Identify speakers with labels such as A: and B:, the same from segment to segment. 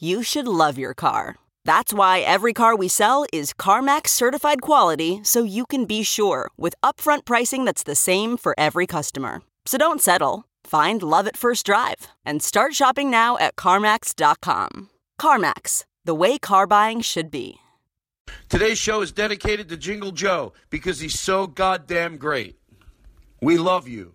A: You should love your car. That's why every car we sell is CarMax certified quality so you can be sure with upfront pricing that's the same for every customer. So don't settle. Find love at first drive and start shopping now at CarMax.com. CarMax, the way car buying should be.
B: Today's show is dedicated to Jingle Joe because he's so goddamn great. We love you.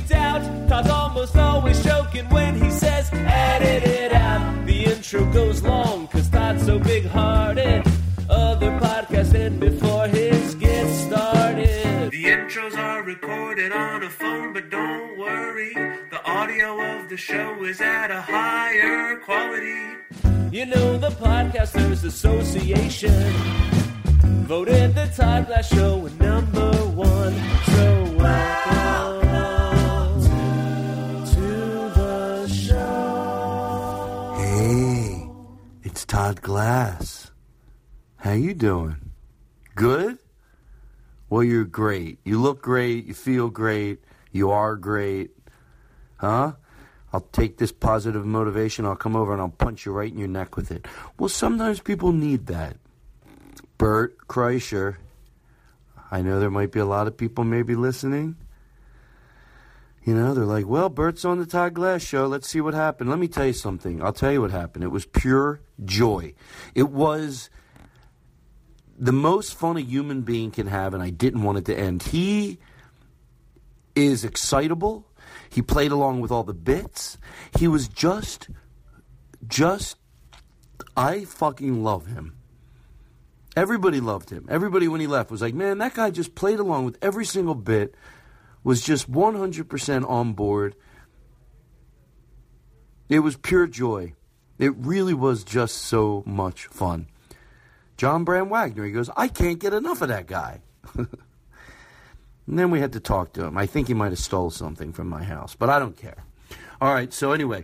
C: doubt. Todd's almost always joking when he says, edit it out. The intro goes long, cause Todd's so big hearted. Other podcasts end before his gets started. The intros are recorded on a phone, but don't worry. The audio of the show is at a higher quality. You know, the Podcasters Association voted the Todd Glass Show number one. So welcome to the show.
B: Hey, it's Todd Glass. How you doing? Good? Well, you're great. You look great. You feel great. You are great. Huh? I'll take this positive motivation. I'll come over and I'll punch you right in your neck with it. Well, sometimes people need that. Bert Kreischer. I know there might be a lot of people maybe listening. You know, they're like, well, Bert's on the Todd Glass show. Let's see what happened. Let me tell you something. I'll tell you what happened. It was pure joy. It was the most fun a human being can have, and I didn't want it to end. He is excitable. He played along with all the bits. He was just, just, I fucking love him. Everybody loved him. Everybody, when he left, was like, man, that guy just played along with every single bit, was just 100% on board. It was pure joy. It really was just so much fun. John Bram Wagner, he goes, I can't get enough of that guy. And then we had to talk to him. I think he might have stole something from my house, but I don't care. All right. So anyway,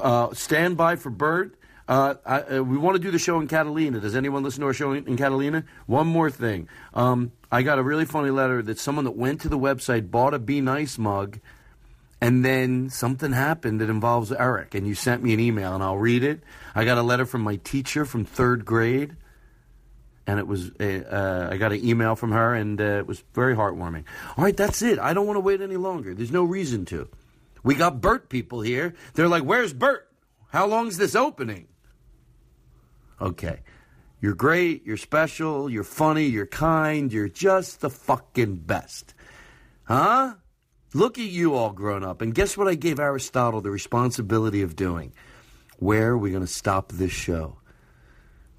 B: uh, stand by for Bird. Uh, I, uh, we want to do the show in Catalina. Does anyone listen to our show in, in Catalina? One more thing. Um, I got a really funny letter that someone that went to the website bought a Be Nice mug, and then something happened that involves Eric. And you sent me an email, and I'll read it. I got a letter from my teacher from third grade and it was a, uh, I got an email from her, and uh, it was very heartwarming. All right, that's it. I don't want to wait any longer. There's no reason to. We got Bert people here. They're like, "Where's Bert? How long's this opening?" Okay, you're great. You're special. You're funny. You're kind. You're just the fucking best, huh? Look at you all grown up. And guess what? I gave Aristotle the responsibility of doing. Where are we going to stop this show?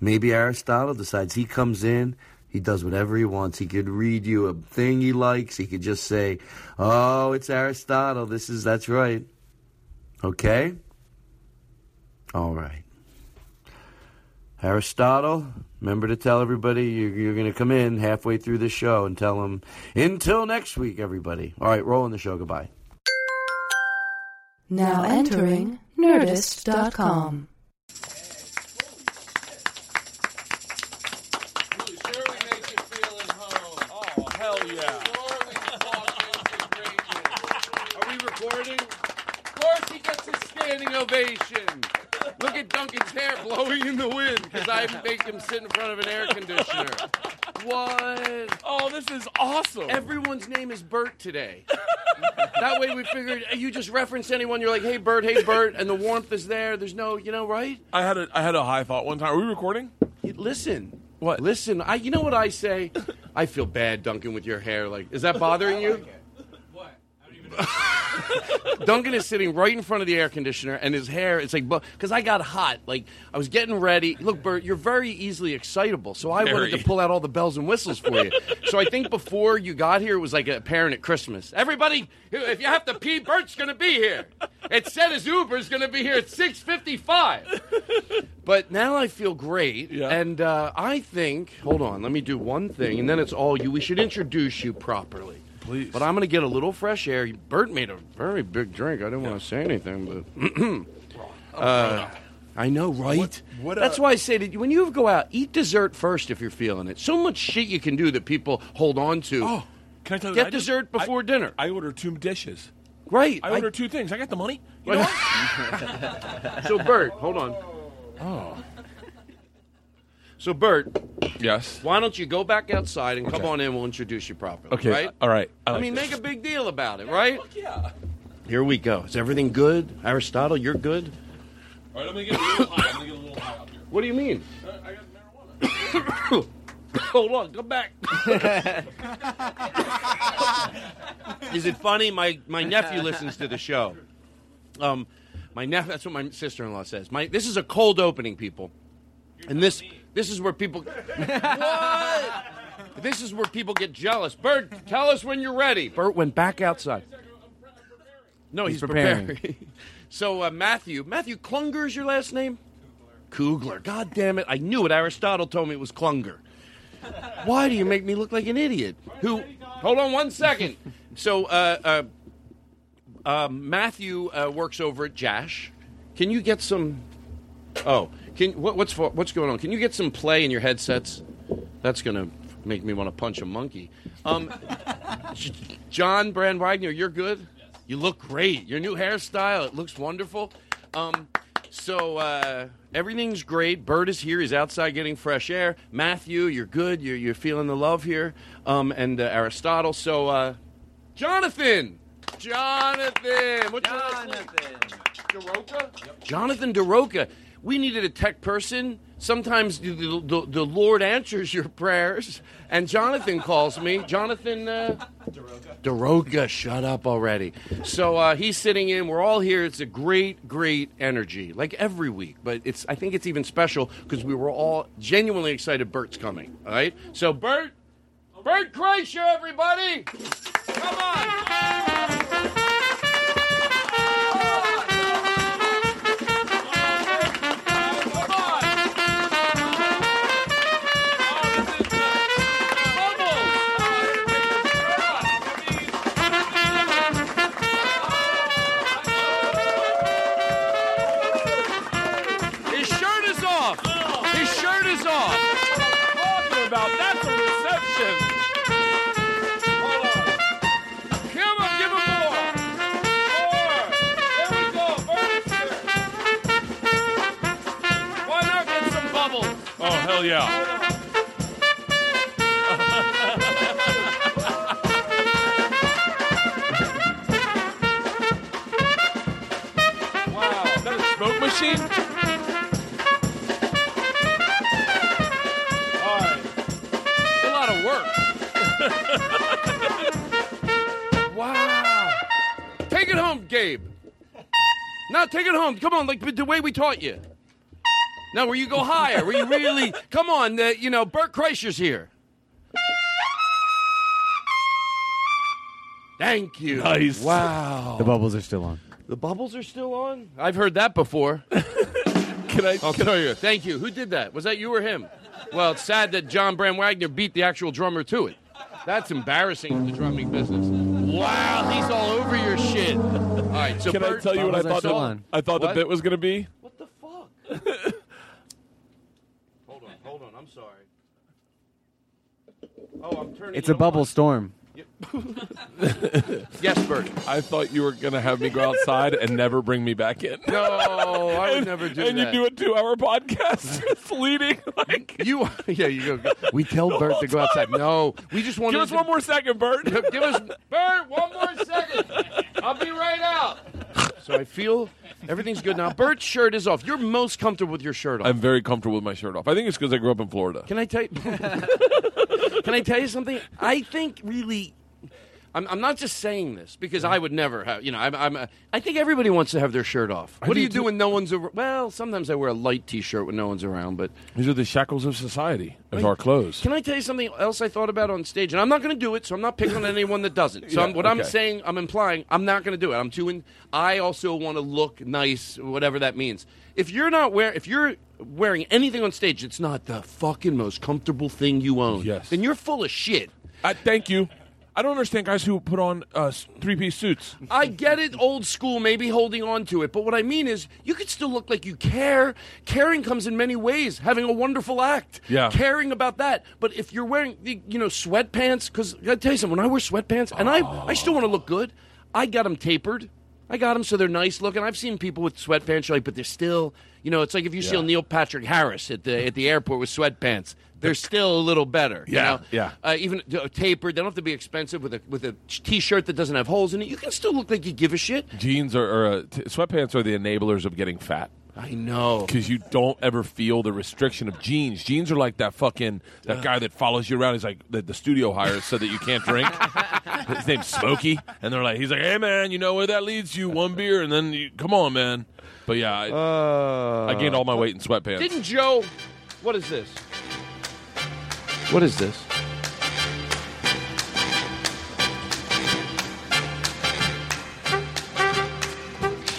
B: Maybe Aristotle decides he comes in,
D: He does whatever he wants. He could read you a thing he likes. He could just say, "Oh, it's Aristotle. This is that's right." Okay? All right. Aristotle, remember to tell everybody you're, you're going to come in halfway through the show and tell them, until next week, everybody. All right, rolling the show. Goodbye.
E: Now entering Nerdist.com.
C: Oh, hell yeah.
B: Are we recording? Of course he gets a standing ovation. Look at Duncan's hair blowing in the wind because I make him sit in front of an air conditioner. What?
C: Oh, this is awesome.
B: Everyone's name is Bert today. That way we figured you just reference anyone. You're like, hey, Bert, hey, Bert, and the warmth is there. There's no, you know, right?
C: I had a I had a high thought one time. Are we recording?
B: You- Listen.
C: What?
B: Listen. I. You know what I say? I feel bad, Duncan, with your hair. Like, is that bothering you? Duncan is sitting right in front of the air conditioner, and his hair, it's like, because I got hot. Like, I was getting ready. Look, Bert, you're very easily excitable, so I wanted
C: Very.
B: to pull out all the bells and whistles for you. so I think before you got here, it was like a parent at Christmas. Everybody, if you have to pee, Bert's going to be here. It said his Uber's going to be here at 6.55. But now I feel great,
C: Yeah.
B: and uh, I think, hold on, let me do one thing, and then it's all you. We should introduce you properly.
C: Please.
B: But I'm going to get a little fresh air. Bert made a very big drink. I didn't want to say anything, but. Uh, I know, right?
C: Oh, what, uh,
B: That's why I say that when you go out, eat dessert first if you're feeling it. So much shit you can do that people hold on to.
C: Oh, can I tell you?
B: Get
C: that I just-
B: dessert before
C: I-
B: dinner.
C: I ordered two dishes.
B: right.
C: I
B: I-
C: ordered two things. I got the money. You know what?
B: so, Bert, hold on. Oh. So, Bert,
C: Yes.
B: why don't you go back outside and come
C: Okay.
B: on in? We'll introduce you properly.
C: Okay.
B: Right?
C: All right.
B: I,
C: like
B: mean,
C: this.
B: make a big deal about it, right?
C: Yeah.
B: Here we go. Is everything good? Aristotle, you're good?
C: All right, I'm gonna get a little high. I'm gonna get a little high up here.
B: What do you mean?
C: I got marijuana.
B: Hold on, come back. Is it funny? My my nephew listens to the show. Um, my nephew. That's what my sister-in-law says. My this is a cold opening, people, and this this is where people. what? This is where people get jealous. Bert, tell us when you're ready. Bert went back outside. No, he's, preparing. so uh, Matthew, Matthew Klunger is your last name. Kugler. God damn it! I knew it. Aristotle told me it was Klunger. Why do you make me look like an idiot? Who? Hold on one second. So, uh, uh, uh, Matthew uh, works over at Jash. Can you get some? Oh, can what, what's for- what's going on? Can you get some play in your headsets? That's gonna make me want to punch a monkey. Um, J- John Brand Wagner, you're good. You look great. Your new hairstyle, it looks wonderful. Um, so uh, everything's great. Bert is here. He's outside getting fresh air. Matthew, you're good. You're, you're feeling the love here. Um, and uh, Aristotle. So, uh, Jonathan. Jonathan. What's your last name? DeRocca? Jonathan DeRocca. We needed a tech person. Sometimes the, the, the, the Lord answers your prayers. And Jonathan calls me. Jonathan. Uh, DeRoca, shut up already. So uh, he's sitting in. We're all here. It's a great, great energy, like every week. But it's I think it's even special because we were all genuinely excited. Bert's coming. All right. So Bert, Bert Kreischer, everybody, come on. Come on. His shirt is off. His shirt is off.
C: Talking about that's a reception. Hold on.
B: Come on, give him more.
C: Four. There we go. Furniture.
B: Why not get some bubbles?
C: Oh hell yeah. wow. Is that a smoke machine? All right.
B: It's a lot of work. wow. Take it home, Gabe. Now take it home. Come on, like the way we taught you. Now, where you go higher, where you really come on. Uh, you know, Bert Kreischer's here. Thank you.
F: Nice.
B: Wow.
G: The bubbles are still on.
B: The bubbles are still on? I've heard that before.
F: Can I?
B: I'll
F: Can,
B: tell you. Thank you. Who did that? Was that you or him? Well, it's sad that John Bram Wagner beat the actual drummer to it. That's embarrassing in the drumming business. Wow, he's all over your shit. All right, so
F: can I
B: Bert-
F: tell you what I
G: Bubbles are
F: thought?
G: still
F: The,
G: on.
F: I thought the
B: What?
F: bit was going to be.
B: What the fuck? hold on, hold on. I'm sorry. Oh, I'm turning.
G: It's
B: it
G: a bubble
B: on.
G: storm.
B: Yes, Bert.
F: I thought you were going to have me go outside and never bring me back in.
B: No, I would never do
F: and
B: that.
F: you do a two-hour podcast just leading. Like,
B: You, yeah, you go. We tell
F: The
B: Bert
F: whole
B: to go outside. No, we just want
F: give us one more second, Bert.
B: Give- Give us, Bert, one more second. I'll be right out. So I feel everything's good now. Bert's shirt is off. You're most comfortable with your shirt off.
F: I'm very comfortable with my shirt off. I think it's because I grew up in Florida.
B: Can I tell you? can I tell you something? I think really, I'm, I'm not just saying this because I would never have. You know, I'm. I'm a, I think everybody wants to have their shirt off. what do
F: do
B: you do
F: too.
B: when no one's around? Well, sometimes I wear a light T-shirt when no one's around. But
F: These are the shackles of society as our clothes.
B: can I tell you something else I thought about on stage? And I'm not going to do it, so I'm not picking on anyone that doesn't. So
F: Yeah,
B: I'm, what I'm
F: okay.
B: saying, I'm implying, I'm not going to do it. I'm too. In, I also want to look nice, whatever that means. If you're not wearing, if you're wearing anything on stage, it's not the fucking most comfortable thing you own.
F: Yes.
B: Then you're full of shit.
F: I, thank you. I don't understand guys who put on uh, s- three-piece suits.
B: I get it, old school, maybe holding on to it, but what I mean is, you could still look like you care. Caring comes in many ways. Having a wonderful act,
F: Yeah.
B: caring about that. But if you're wearing, the- you know, sweatpants, because I tell you something, when I wear sweatpants, and I, I still want to look good. I got them tapered. I got them so they're nice looking. I've seen people with sweatpants, you're like, but they're still, you know, it's like if you see Neil Patrick Harris at the at the airport with sweatpants. They're still a little better. you
F: Yeah,
B: know?
F: yeah.
B: uh, even uh, tapered. They don't have to be expensive with a with a t shirt that doesn't have holes in it. You can still look like you give a shit.
F: Jeans are, are uh, t- sweatpants are the enablers of getting fat
B: I know.
F: because you don't ever feel the restriction of jeans. Jeans are like that fucking that guy that follows you around. He's like that the studio hires so that you can't drink. His name's Smokey, and they're like, he's like, hey man, you know where that leads you? One beer, and then you come on, man. But yeah, I, I gained all my weight in sweatpants.
B: Didn't Joe? Oh, What is this? What is this?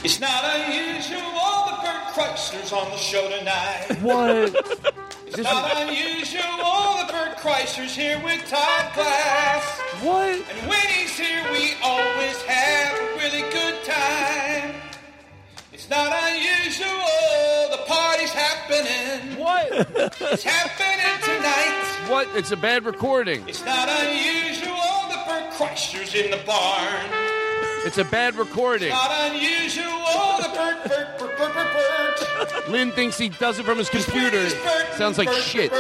H: It's not unusual, the Bert Kreischer's on the show tonight.
B: What?
H: It's not unusual, the Bert Kreischer's here with Todd Glass.
B: what?
H: And when he's here, we always have a really good time. It's not unusual, the party's happening.
B: What?
H: It's happening tonight.
B: what? It's a bad recording.
H: It's not unusual, the Bert Kreischer's in the barn.
B: It's a bad recording.
H: Not unusual, the Bert, Bert, Bert, Bert, Bert, Bert.
B: Lynn thinks he does it from his computer. Sounds like shit.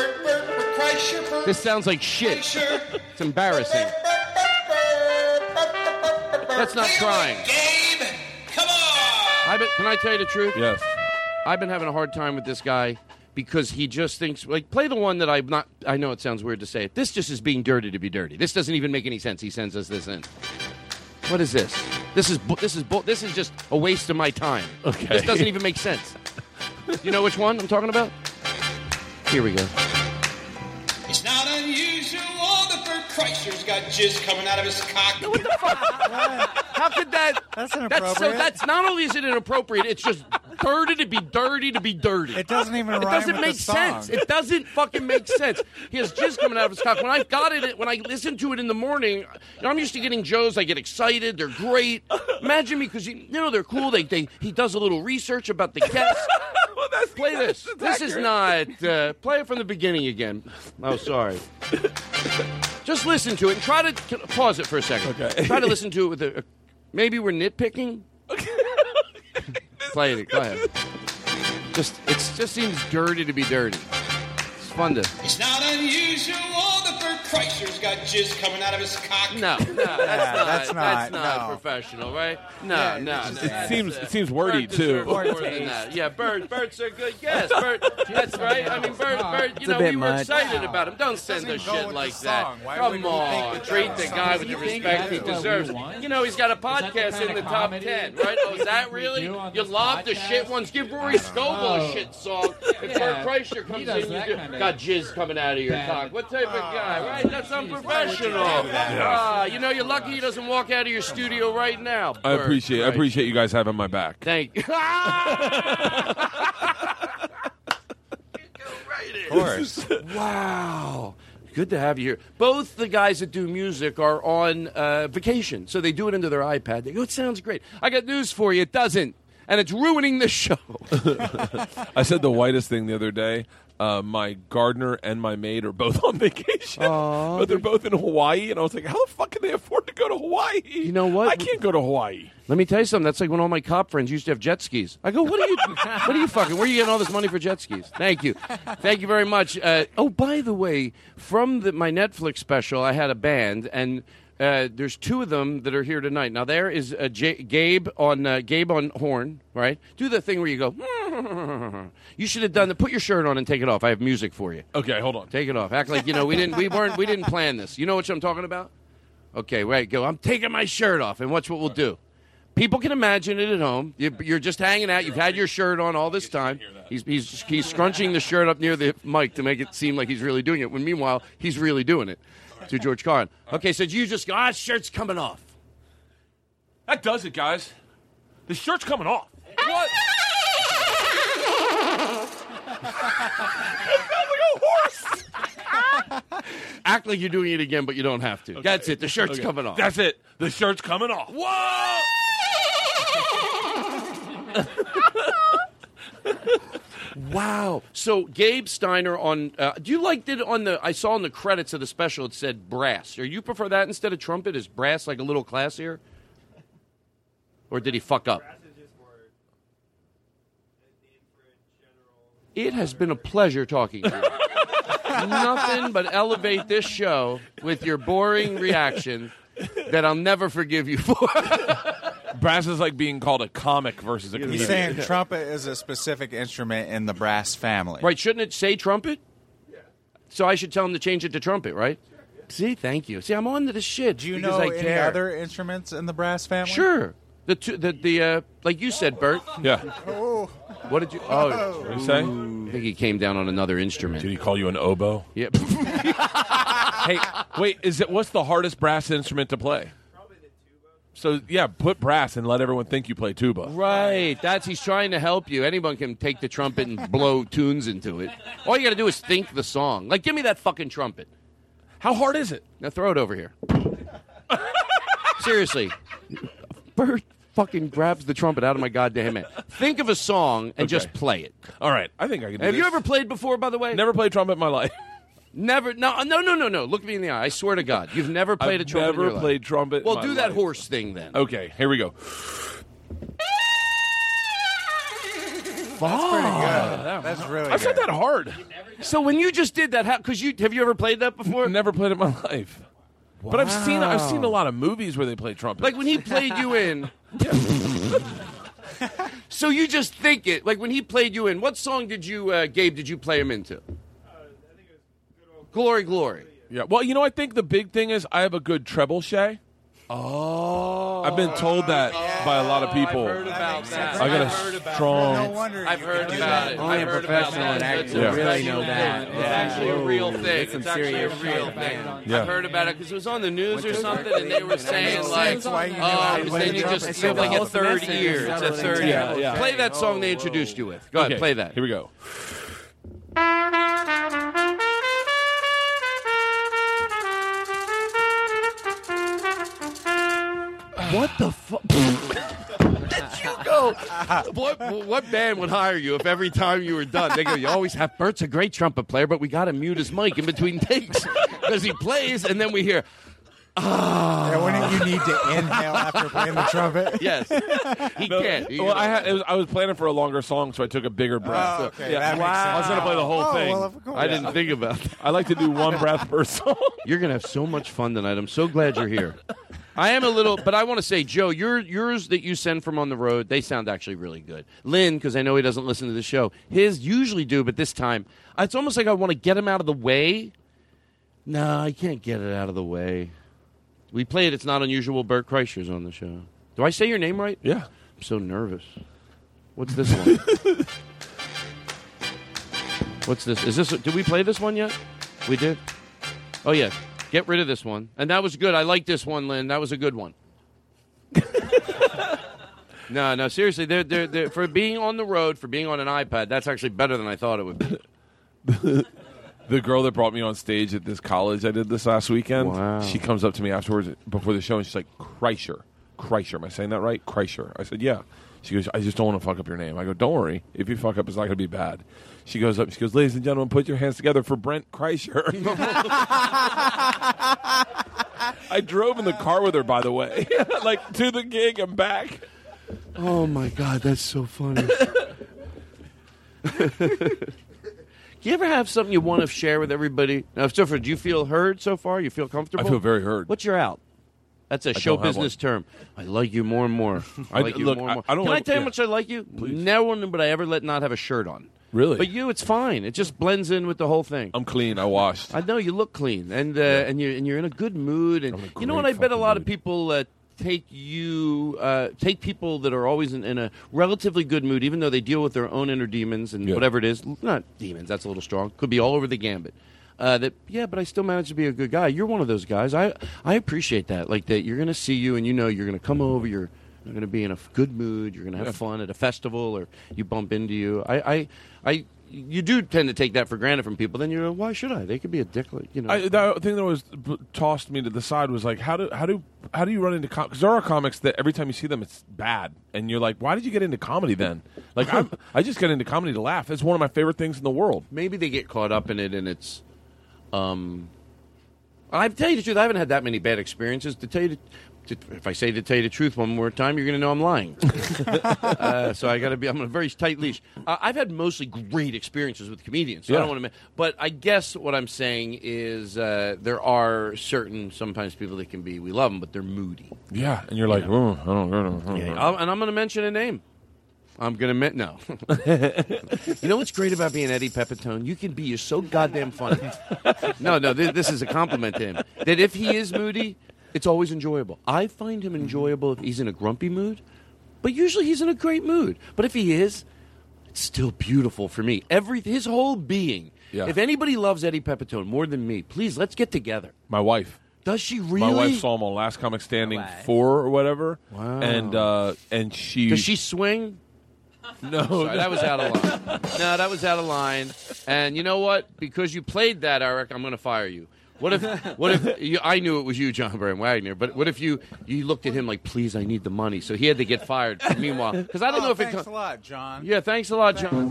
B: This sounds like shit. It's embarrassing. That's not trying.
H: Gabe, come on.
B: I bet, can I tell you the truth?
F: Yes.
B: I've been having a hard time with this guy because he just thinks like play the one that I'm not. I know it sounds weird to say it. This just is being dirty to be dirty. This doesn't even make any sense. He sends us this in. What is this? This is bu- this is bu- this is just a waste of my time.
F: Okay.
B: This doesn't even make sense. you know which one I'm talking about? Here we go.
H: It's not unusual. The Bert Kreischer's got jizz coming out of his cock.
B: How could that?
G: That's
B: That's so. That's not only is it inappropriate, it's just dirty to be dirty to be dirty.
G: it doesn't even
B: It doesn't make sense. It doesn't fucking make sense. He has jizz coming out of his cock. When I got it, when I listened to it in the morning, you know, I'm used to getting Joes. I get excited. They're great. Imagine me because you, you know they're cool. They, they he does a little research about the guest. play this. This is not. Uh, play it from the beginning again. Oh, sorry. Just listen to it and try to c- pause it for a second.
F: Okay.
B: Try to listen to it with a. a maybe we're nitpicking. play it. Go ahead. Just it just seems dirty to be dirty. It's fun to.
H: It's not unusual. The Bert Kreischer's got jizz coming out of his cock.
B: No, no, that's not. That's
I: that's
B: not,
I: not, no.
B: professional, right? No, no, no.
F: It seems it seems wordy
B: Bert
F: too.
B: deserved more than that. Yeah, Bert. Bert's a good. Yes, Bert. That's right. I mean, Bert. Bert. You
G: a
B: know,
G: bit
B: we were
G: much.
B: excited about him. Don't send us
I: Doesn't go
B: shit
I: with
B: like
I: the
B: that.
I: song. Why would
B: Come
I: we think
B: on.
I: that
B: Treat
I: that
B: the
I: was
B: guy
I: something
B: with the
I: you think
B: respect he
I: that's what we
B: deserves.
I: want?
B: You know, he's got a
I: that the
B: podcast
I: kind
B: in
I: of
B: the top
I: comedy
B: ten, right? Oh, is that
I: you
B: really?
I: do on
B: You
I: this
B: love the shit
I: podcast?
B: ones. Give Rory Scoble a shit song. If Bert Kreischer comes
I: does
B: in,
I: that
B: you do-
I: kind of
B: got jizz coming out of your
I: bad.
B: cock. What type of guy? right, that's unprofessional. Ah, you know, you're lucky he doesn't walk out of your studio right now.
F: I
B: Bert.
F: appreciate I appreciate you guys having my back.
B: Thank you. Ah!
F: Of course.
B: wow. Good to have you here. Both the guys that do music are on uh, vacation, so they do it into their iPad. They go, it sounds great. I got news for you. It doesn't. And it's ruining the show.
F: I said the whitest thing the other day. Uh, my gardener and my maid are both on vacation, but they're both in Hawaii. And I was like, "How the fuck can they afford to go to Hawaii? You
B: know what?
F: I can't go to Hawaii.
B: Let me tell you something. That's like when all my cop friends used to have jet skis. I go, what are you, what are you fucking? Where are you getting all this money for jet skis? Thank you, thank you very much. Uh, oh, by the way, from the, my Netflix special, I had a band, and uh, there's two of them that are here tonight. Now there is uh, J- Gabe on uh, Gabe on horn. Right? Do the thing where you go. You should have done the put your shirt on and take it off. I have music for you.
F: Okay, hold on.
B: Take it off. Act like you know we didn't we weren't we didn't plan this. You know what I'm talking about? Okay, right. Go. I'm taking my shirt off, and watch what we'll do. People can imagine it at home. You- You're just hanging out. You've had your shirt on all this time. He's, he's, he's scrunching the shirt up near the mic to make it seem like he's really doing it. When meanwhile, he's really doing it to George Carlin. Okay, so you just go, ah, shirt's coming off.
F: That does it, guys. The shirt's coming off.
B: What? Act like you're doing it again, but you don't have to. That's it. The shirt's
F: Okay.
B: coming off.
F: That's it. The shirt's coming off. Whoa!
B: Wow. So Gabe Steiner on. Uh, do you like it on the? I saw in the credits of the special it said brass. Or you prefer that instead of trumpet? Is brass like a little classier? Or did he fuck up? It has been a pleasure talking to you. Nothing but elevate this show with your boring reaction that I'll never forgive you for.
F: Brass is like being called a comic versus a comedian.
G: He's saying trumpet is a specific instrument in the brass family.
B: Right, shouldn't it say trumpet? So I should tell him to change it to trumpet, right? See, thank you. See, I'm on to the shit.
G: Do you
B: because
G: know
B: I
G: any
B: care.
G: other instruments in the brass family?
B: Sure. The two, the the uh, like you said, Bert.
F: Yeah.
B: What did you? Oh,
F: What do you say?
B: I think he came down on another
F: Did
B: instrument.
F: he call you an oboe?
B: Yep.
F: Hey, wait, is it what's the hardest brass instrument to play? So yeah, put brass and let everyone think you play tuba.
B: right. That's he's trying to help you. Anyone can take the trumpet and blow tunes into it. All you got to do is think the song. Like, give me that fucking trumpet.
F: How hard is it?
B: Now throw it over here. Seriously. Bert fucking grabs the trumpet out of my goddamn hand. Think of a song and just play it.
F: All right, I think I can. Do
B: Have you
F: this.
B: ever played before, by the way?
F: Never played trumpet in my life.
B: Never. No, no, no, no, no. Look me in the eye. I swear to God. You've never played
F: I've
B: a trumpet. in
F: never
B: your life.
F: played trumpet in
B: Well,
F: my
B: do that
F: life.
B: horse thing then.
F: Okay, here we go.
B: Oh. Ah.
G: That's really
F: That's not
G: good.
F: that hard.
B: So when you just did that, how? Because you have you ever played that before?
F: Never played it in my life. But I've seen I've seen a lot of movies where they play trumpet.
B: Like when he played you in. so you just think it. Like when he played you in. What song did you, uh, Gabe? Did you play him into? Glory, glory.
F: yeah. Well, you know, I think the big thing is I have a good trebuchet. Oh, I've been told that by a lot of people.
B: about that.
F: I got a strong.
G: No wonder
B: I've
G: you
B: heard
G: could do
B: about
G: that.
B: it.
I: Only
B: I've
I: a
B: heard
I: professional
B: about
I: and
B: that.
I: actor
B: That's a
I: really know
B: professional
I: that.
B: thing.
I: Yeah.
B: It's actually a
I: Whoa.
B: real thing.
I: That's some
B: It's actually a
I: serious shit,
B: real thing.
I: man.
F: Yeah.
B: I've heard about it because it was on the news or something, and they were saying
G: Makes
B: like,
G: sense why you knew how
B: "Oh,
G: to
B: because
G: play
B: then
G: the
B: you
G: trumpet.
B: just
G: It's
B: feel like
G: the
B: a
G: whole
B: third
I: message.
B: ear. It's a
I: It's
B: third
I: not
B: ear."
I: really
F: Yeah.
B: Play that song they introduced you with. Go ahead,
F: Okay,
B: play that.
F: Here we go.
B: What the fuck? you go. What, what band would hire you if every time you were done they go, you always have Bert's a great trumpet player, but we got to mute his mic in between takes because he plays, and then we hear, "Ah."
G: Yeah, wouldn't you need to inhale after playing the trumpet?
B: yes, he can't. He
F: Well, I, had, it was, I was planning for a longer song, so I took a bigger breath.
G: Oh, okay,
F: Yeah.
G: that makes
F: wow. I was
G: sense.
F: going to play the whole
G: Oh,
F: thing.
G: well, of course.
B: I didn't think about that.
F: I like to do one breath per song.
B: You're gonna have so much fun tonight. I'm so glad you're here. I am a little, but I want to say, Joe, your yours that you send from on the road, they sound actually really good. Lynn, because I know he doesn't listen to the show, his usually do, but this time, it's almost like I want to get him out of the way. No, I can't get it out of the way. We played "It's Not Unusual." Bert Kreischer's on the show. Do I say your name right?
F: Yeah.
B: I'm so nervous. What's this one? What's this? Is this? Did we play this one yet? We did. Oh yeah. Get rid of this one. And that was good. I like this one, Lynn. That was a good one. no, no, seriously. They're, they're, they're, for being on the road, for being on an iPad, that's actually better than I thought it would be.
F: the girl that brought me on stage at this college I did this last weekend, she comes up to me afterwards before the show and she's like, Kreischer. Kreischer. Am I saying that right? Kreischer. I said, yeah. She goes, I just don't want to fuck up your name. I go, don't worry. If you fuck up, it's not going to be bad. She goes up. She goes, ladies and gentlemen, put your hands together for Brent Kreischer. I drove in the car with her, by the way, like to the gig and back.
D: Oh my God, that's so funny.
B: Do you ever have something you want to share with everybody? Now, Christopher, do you feel heard so far? You feel comfortable?
F: I feel very hurt.
B: What's your out? That's a
F: don't
B: show
F: have
B: business term. I like you more and more. I
F: I-
B: like you
F: look,
B: more and
F: I-
B: more.
F: I don't
B: Can I
F: like-
B: tell you how
F: yeah.
B: much I like you? No one would I ever let not have a shirt on.
F: Really?
B: But you, it's fine. It just blends in with the whole thing.
F: I'm clean. I washed.
B: I know you look clean, and uh, and you're and you're in a good mood, and
F: I'm in a
B: you know what? I
F: great
B: bet a
F: fucking
B: lot of
F: mood.
B: people uh, take you uh, take people that are always in, in a relatively good mood, even though they deal with their own inner demons and
F: Yeah.
B: whatever it is. Not demons. That's a little strong. Could be all over the gambit. Uh, that yeah, but I still manage to be a good guy. You're one of those guys. I I appreciate that. Like that, you're gonna see you, and you know you're gonna come over. You're you're gonna be in a f- good mood. You're gonna have fun at a festival, or you bump into you. I I. I you do tend to take that for granted from people. Then you're like, why should I? They could be a dick. Like, you know,
F: I, the thing that was b- tossed me to the side was like, how do how do how do you run into because there are comics that every time you see them it's bad, and you're like, why did you get into comedy then? Like I'm, I just got into comedy to laugh. It's one of my favorite things in the world.
B: maybe they get caught up in it and it's um i tell you the truth i haven't had that many bad experiences to tell you the, to, if i say to tell you the truth one more time you're going to know i'm lying uh, so i got to be i'm on a very tight leash uh, i've had mostly great experiences with comedians so i
F: Yeah.
B: don't want to but i guess what i'm saying is uh, there are certain sometimes people that can be we love them but they're moody
F: Yeah, and you're like, "Mm, I don't, I don't- I don't-
B: I'll- and i'm going to mention a name I'm gonna admit no. you know what's great about being Eddie Pepitone? You can be you're so goddamn funny. no, no, this, this is a compliment to him. That if he is moody, it's always enjoyable. I find
F: Mm-hmm.
B: him enjoyable if he's in a grumpy mood, but usually he's in a great mood. But if he is, it's still beautiful for me. Every his whole being.
F: Yeah.
B: If anybody loves Eddie Pepitone more than me, please let's get together.
F: My wife,
B: Does she really?
F: my wife saw him on Last Comic Standing four or whatever, wow. and uh, and she
B: Does she swing?
F: no
B: Sorry, that was out of line. No, that was out of line. And you know what? Because you played that, Eric, I'm going to fire you. What if? What if? You, I knew it was you, John Brand Wagner. But what if you you looked at him like, "Please, I need the money." So he had to get fired. Meanwhile, because I don't know if it.
G: Oh, thanks
B: comes.
G: a lot, John.
B: yeah, thanks a lot, John.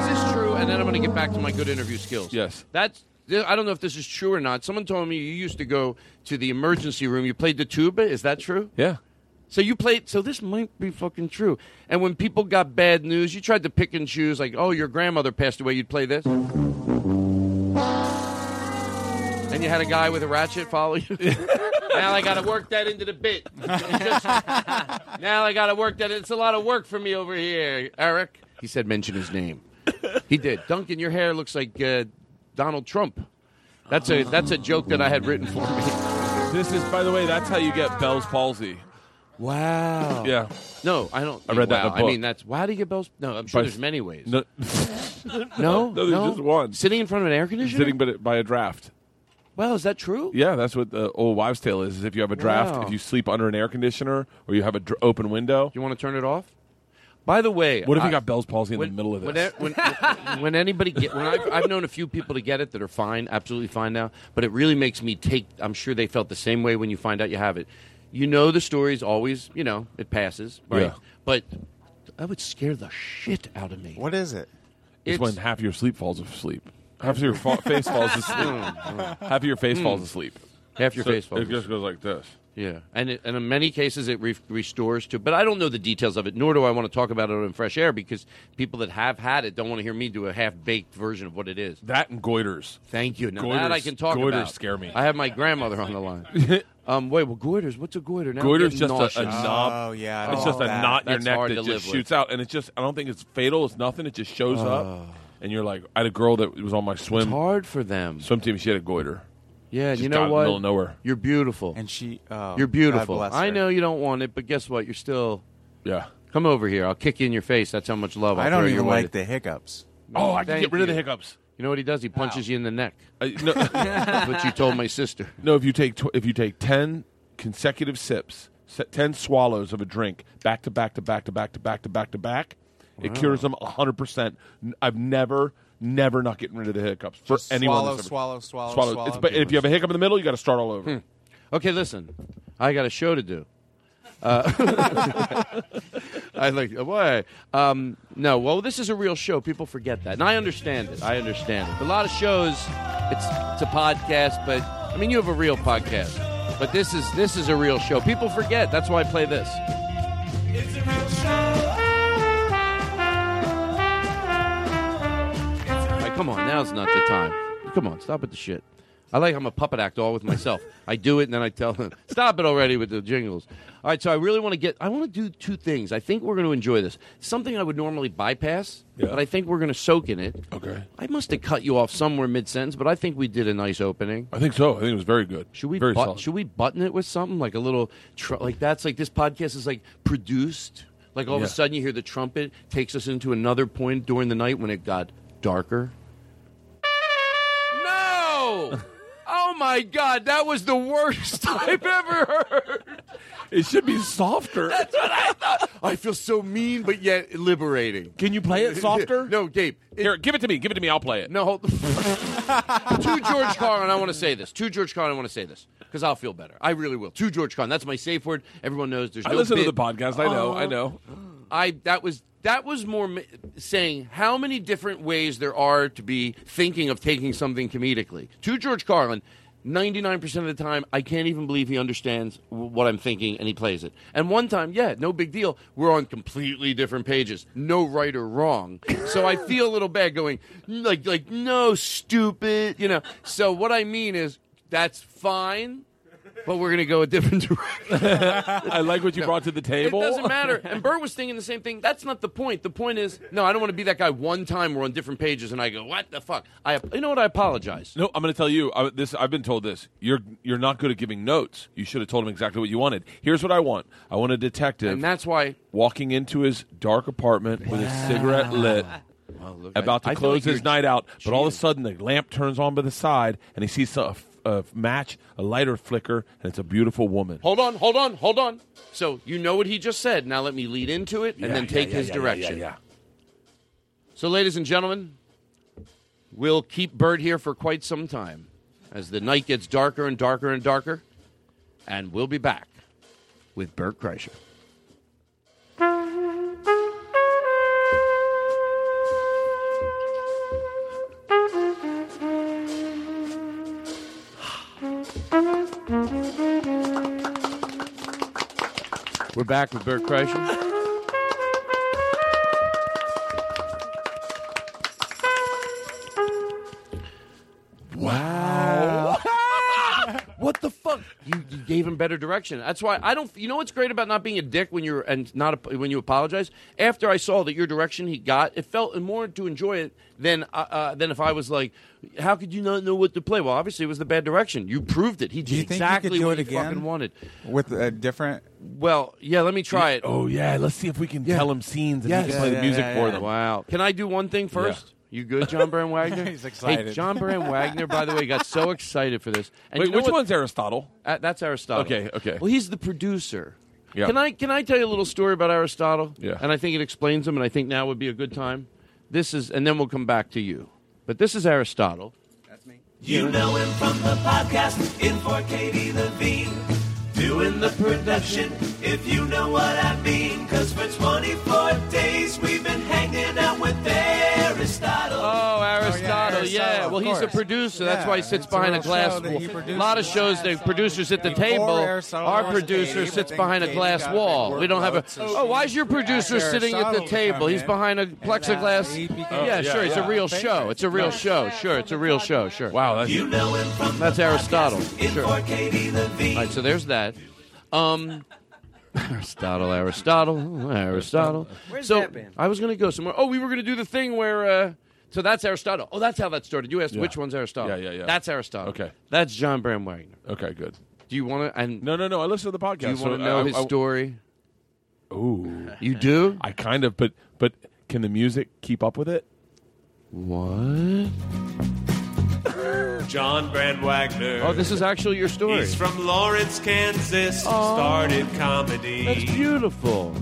B: Is this true? And then I'm going to get back to my good interview skills.
F: Yes.
B: That's. th- I don't know if this is true or not. Someone told me you used to go to the emergency room. You played the tuba. Is that true?
F: yeah.
B: So you played. So this might be fucking true. And when people got bad news, you tried to pick and choose. Like, oh, your grandmother passed away. You'd play this. And you had a guy with a ratchet follow you. now I gotta work that into the bit. Just- now I gotta work that. It's a lot of work for me over here, Eric. He said, mention his name. He did. Duncan, your hair looks like uh, Donald Trump. That's a that's a joke that I had written for me.
F: This is, by the way, that's how you get Bell's palsy.
B: Wow.
F: Oh. Yeah,
B: No, I don't.
F: I read that in
B: wow.
F: a
B: I
F: book.
B: mean, that's why do you get bells? No, I'm sure
F: By-
B: there's many ways. No,
F: no,
B: no,
F: there's just one.
B: Sitting in front of an air conditioner.
F: sitting by, by a draft.
B: well, is that true?
F: Yeah, that's what the old wives' tale is. Is if you have a draft,
B: Wow.
F: if you sleep under an air conditioner, or you have an dr- open window.
B: You want to turn it off? By the way,
F: What if
B: I-
F: you got Bell's palsy in
B: when,
F: the middle of
B: when
F: this?
B: e- When, when, anybody get when I've, I've known a few people to get it that are fine, absolutely fine now. But it really makes me take. I'm sure they felt the same way when you find out you have it. You know the story's always, you know, it passes, right?
F: Yeah.
B: But that would scare the shit out of me.
G: What is it?
F: It's when half your sleep falls asleep. Half of your fa- face falls asleep. half of your face falls asleep.
B: Hmm, half your
F: So
B: face falls?
F: It just goes like this.
B: Yeah, and it, and in many cases it re- restores to, but I don't know the details of it, nor do I want to talk about it on Fresh Air because people that have had it don't want to hear me do a half baked version of what it is.
F: That and goiters.
B: Thank you. Now
F: Goiters-
B: that I can talk
F: goiters
B: about.
F: scare me.
B: I have my grandmother on the line. um, wait, well, goiters. What's a goiter? Now I'm
F: Goiter's
B: getting
F: just a, a
B: nauseous.
F: knob.
G: Oh, yeah,
F: it's
G: I don't
F: just a
G: want that.
F: knot in your
B: That's
F: neck
B: hard
F: that
B: to live
F: just
B: with.
F: shoots out, and it's just. I don't think it's fatal. It's nothing. It just shows
G: Oh.
F: up, and you're like. I had a girl that was on my
B: It's
F: swim
B: hard for them.
F: swim team. She had a goiter.
B: yeah, and
F: Just
B: you
F: out
B: know
F: in the
B: what?
F: middle of nowhere.
B: You're beautiful.
G: And she. Oh,
B: You're
G: God
B: beautiful.
G: bless
B: I
G: her.
B: know you don't want it, but guess what? You're still.
F: Yeah.
B: Come over here. I'll kick you in your face. That's how much love I'll
G: I don't
B: throw your
G: even
B: way.
G: like the hiccups.
F: Oh, I can
B: Thank
F: get rid of the
B: you.
F: hiccups.
B: You know what he does? He punches you in the neck.
F: no.
B: That's what you told my sister.
F: No, if you take tw- if you take ten consecutive sips, se- ten swallows of a drink, back to back to back to back to back to back to back, it cures them hundred percent. I've never, never not getting rid of the hiccups for
G: Just
F: anyone.
G: swallow,
F: that's ever-
G: swallow, swallow,
F: It's-
G: swallow.
F: but if you have a hiccup in the middle, you got to start all over.
B: Okay, listen, I got a show to do. Uh, I like why? Um, no, well, this is a real show. People forget that, and I understand it. I understand it. A lot of shows, it's it's a podcast, but I mean, you have a real podcast, but this is this is a real show. People forget. That's why I play this.
H: It's a real show.
B: Like, come on, now's not the time. Come on, stop with the shit. I like I'm a puppet act all with myself. I do it and then I tell them, stop it already with the jingles. All right, so I really want to get, I want to do two things. I think we're going to enjoy this. Something I would normally bypass, but I think we're going to soak in it.
F: Okay.
B: I must have cut you off somewhere mid sentence, but I think we did a nice opening.
F: I think so. I think it was very good.
B: Should we
F: Very
B: but-
F: solid.
B: should we button it with something like a little tr- like that's like this podcast is like produced like all
F: Yeah.
B: of a sudden you hear the trumpet takes us into another point during the night when it got darker. No! Oh my god, that was the worst I've ever heard.
F: It should be softer.
B: I feel so mean but yet liberating.
F: Can you play it softer?
B: No, Gabe. it-
F: Here, give it to me. Give it to me. I'll play it.
B: no, hold. to George Carlin, I want to say this. To George Carlin, I want to say this because I'll feel better. I really will. To George Carlin, that's my safe word. Everyone knows there's.
F: I
B: no
F: listen to
B: bit.
F: the podcast. I know. I know.
B: I that was that was more m- saying how many different ways there are to be thinking of taking something comedically. To George Carlin, ninety nine percent of the time, I can't even believe he understands w- what I'm thinking, and he plays it. And one time, yeah, no big deal. We're on completely different pages, no right or wrong. So I feel a little bad going like like no stupid, you know. So what I mean is that's fine. But we're going to go a different direction.
F: I like what you brought to the table.
B: It doesn't matter. And Bert was thinking the same thing. That's not the point. The point is, no, I don't want to be that guy. One time we're on different pages, and I go, "What the fuck?" I, you know what? I apologize.
F: No, I'm going to tell you. I, this I've been told this. You're you're not good at giving notes. You should have told him exactly what you wanted. Here's what I want. I want a detective
B: And that's why.
F: walking into his dark apartment with his cigarette lit,
B: look, I-
F: about
B: I
F: to
B: feel like
F: close his
B: you're-
F: night out. But all of a
B: Jeez.
F: sudden, the lamp turns on by the side, and he sees a, a match, a lighter flicker, and it's a beautiful woman.
B: Hold on, hold on, hold on. So you know what he just said. Now let me lead into it, and
F: Yeah,
B: then
F: yeah,
B: take
F: yeah,
B: his
F: yeah, yeah,
B: direction.
F: yeah, yeah.
B: So, ladies and gentlemen, we'll keep Bert here for quite some time as the night gets darker and darker and darker, and we'll be back with Bert Kreischer. We're back with Bert Kreischer. What the fuck? You, you gave him better direction. That's why I don't. You know what's great about not being a dick when you're and not a, when you apologize. After I saw that your direction he got, it felt more to enjoy it than uh, uh, than if I was like, "How could you not know what to play?" Well, obviously it was the bad direction. You proved it. He did
G: you think you could
B: exactly
G: do
B: what
G: it
B: he fucking
G: again?
B: wanted.
G: With a different.
B: Well, yeah. Let me try it.
F: Oh yeah, let's see if we can tell him scenes and he
G: Yes.
F: can play
G: Yeah,
F: the
G: yeah,
F: music
G: yeah,
F: for
G: yeah.
F: them.
B: Wow. Can I do one thing first? You good, John Brand Wagner?
G: He's excited.
B: Hey, John Brand Wagner, by the way, got so excited for this. And
F: Wait,
B: you know
F: which
B: what-
F: one's Aristotle?
B: Uh, that's Aristotle.
F: Okay, okay.
B: Well, he's the producer.
F: Yeah.
B: Can I can I tell you a little story about Aristotle?
F: Yeah.
B: And I think it explains him, and I think now would be a good time. This is, and then we'll come back to you. But this is Aristotle.
C: You know him from the podcast in 4KD the V. Doing the production, if you know what I mean. Cause for 24 days we've been hanging out with Aristotle.
B: Oh, Aristotle,
G: Aristotle,
B: yeah.
G: of
B: Well, he's a
G: course.
B: producer. That's
G: Yeah,
B: why he sits
G: it's a
B: behind a
G: real
B: glass
G: show that
B: wall.
G: he
B: A
G: produces.
B: lot of shows, the producers at the table.
G: Aristotle
B: Our
G: was
B: producer
G: Katie,
B: sits
G: but
B: behind a
G: then
B: glass
G: Katie got
B: wall.
G: big
B: We don't have a.
G: workloads, so
B: Oh, why is your producer
G: asked
B: sitting at the
G: Aristotle to
B: table?
G: come
B: He's
G: in,
B: behind a plexiglass.
G: he became-
B: Yeah,
F: yeah,
B: sure. It's a
F: yeah.
B: real show. It's a real show. Sure, it's a real show. Sure.
F: Wow, that's
C: You know him from
B: That's
C: the
B: Aristotle.
C: podcast in
B: Sure.
C: 4KD the V.
B: All right, so there's that. Um, Aristotle, Aristotle, Aristotle.
I: Where's
B: so
I: that been?
B: I was going to go somewhere. Oh, we were going to do the thing where. Uh, so that's Aristotle. Oh, that's how that started. You asked
F: Yeah.
B: which one's Aristotle.
F: Yeah, yeah, yeah.
B: That's Aristotle.
F: Okay.
B: That's John Bram Wagner.
F: okay. Good.
B: Do you want to? And
F: No, no, no. I listen to the podcast.
B: do you
F: so
B: want to know
F: I-
B: his
F: I-
B: story?
F: Ooh.
B: You do.
F: I kind of, but but can the music keep up with it?
B: What?
J: John Brand Wagner.
B: Oh, this is actually your story. Oh.
J: He's from Lawrence, Kansas. started comedy.
B: That's beautiful.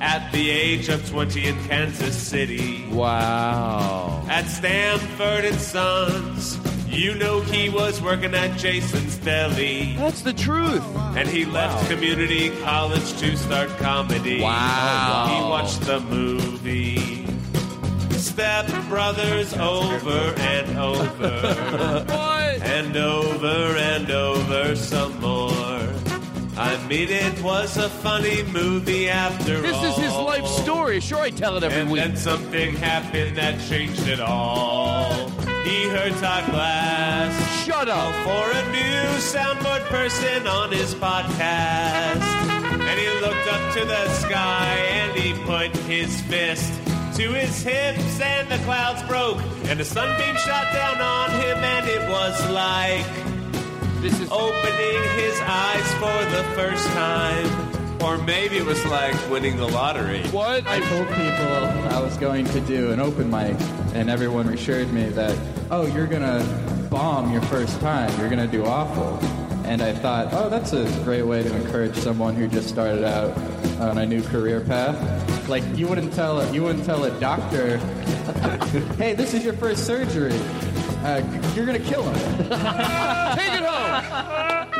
J: At the age of 20 in Kansas City.
B: Wow.
J: At Stanford and Sons. You know he was working at Jason's Deli.
B: That's the truth.
J: And he left community college to start comedy.
B: Wow.
J: He watched the movie. Step Brothers over and over. And over and over some more. I mean, it was a funny movie after
B: This
J: all.
B: is his life story. Sure, I tell it every
J: And
B: week.
J: then something happened that changed it all. He heard Todd Glass
B: Shut up.
J: for a new soundboard person on his podcast. And he looked up to the sky and he put his fist to his hips, and the clouds broke, and the sunbeam shot down on him, and it was like
B: This is
J: opening his eyes for the first time. Or maybe it was like winning the lottery.
B: what
I: I told people I was going to do an open mic, and everyone assured me that, oh, you're gonna bomb your first time. You're gonna do awful. And I thought, oh, that's a great way to encourage someone who just started out on a new career path. Like you wouldn't tell a, you wouldn't tell a doctor, hey, this is your first surgery. Uh, you're gonna kill him.
B: Take it home.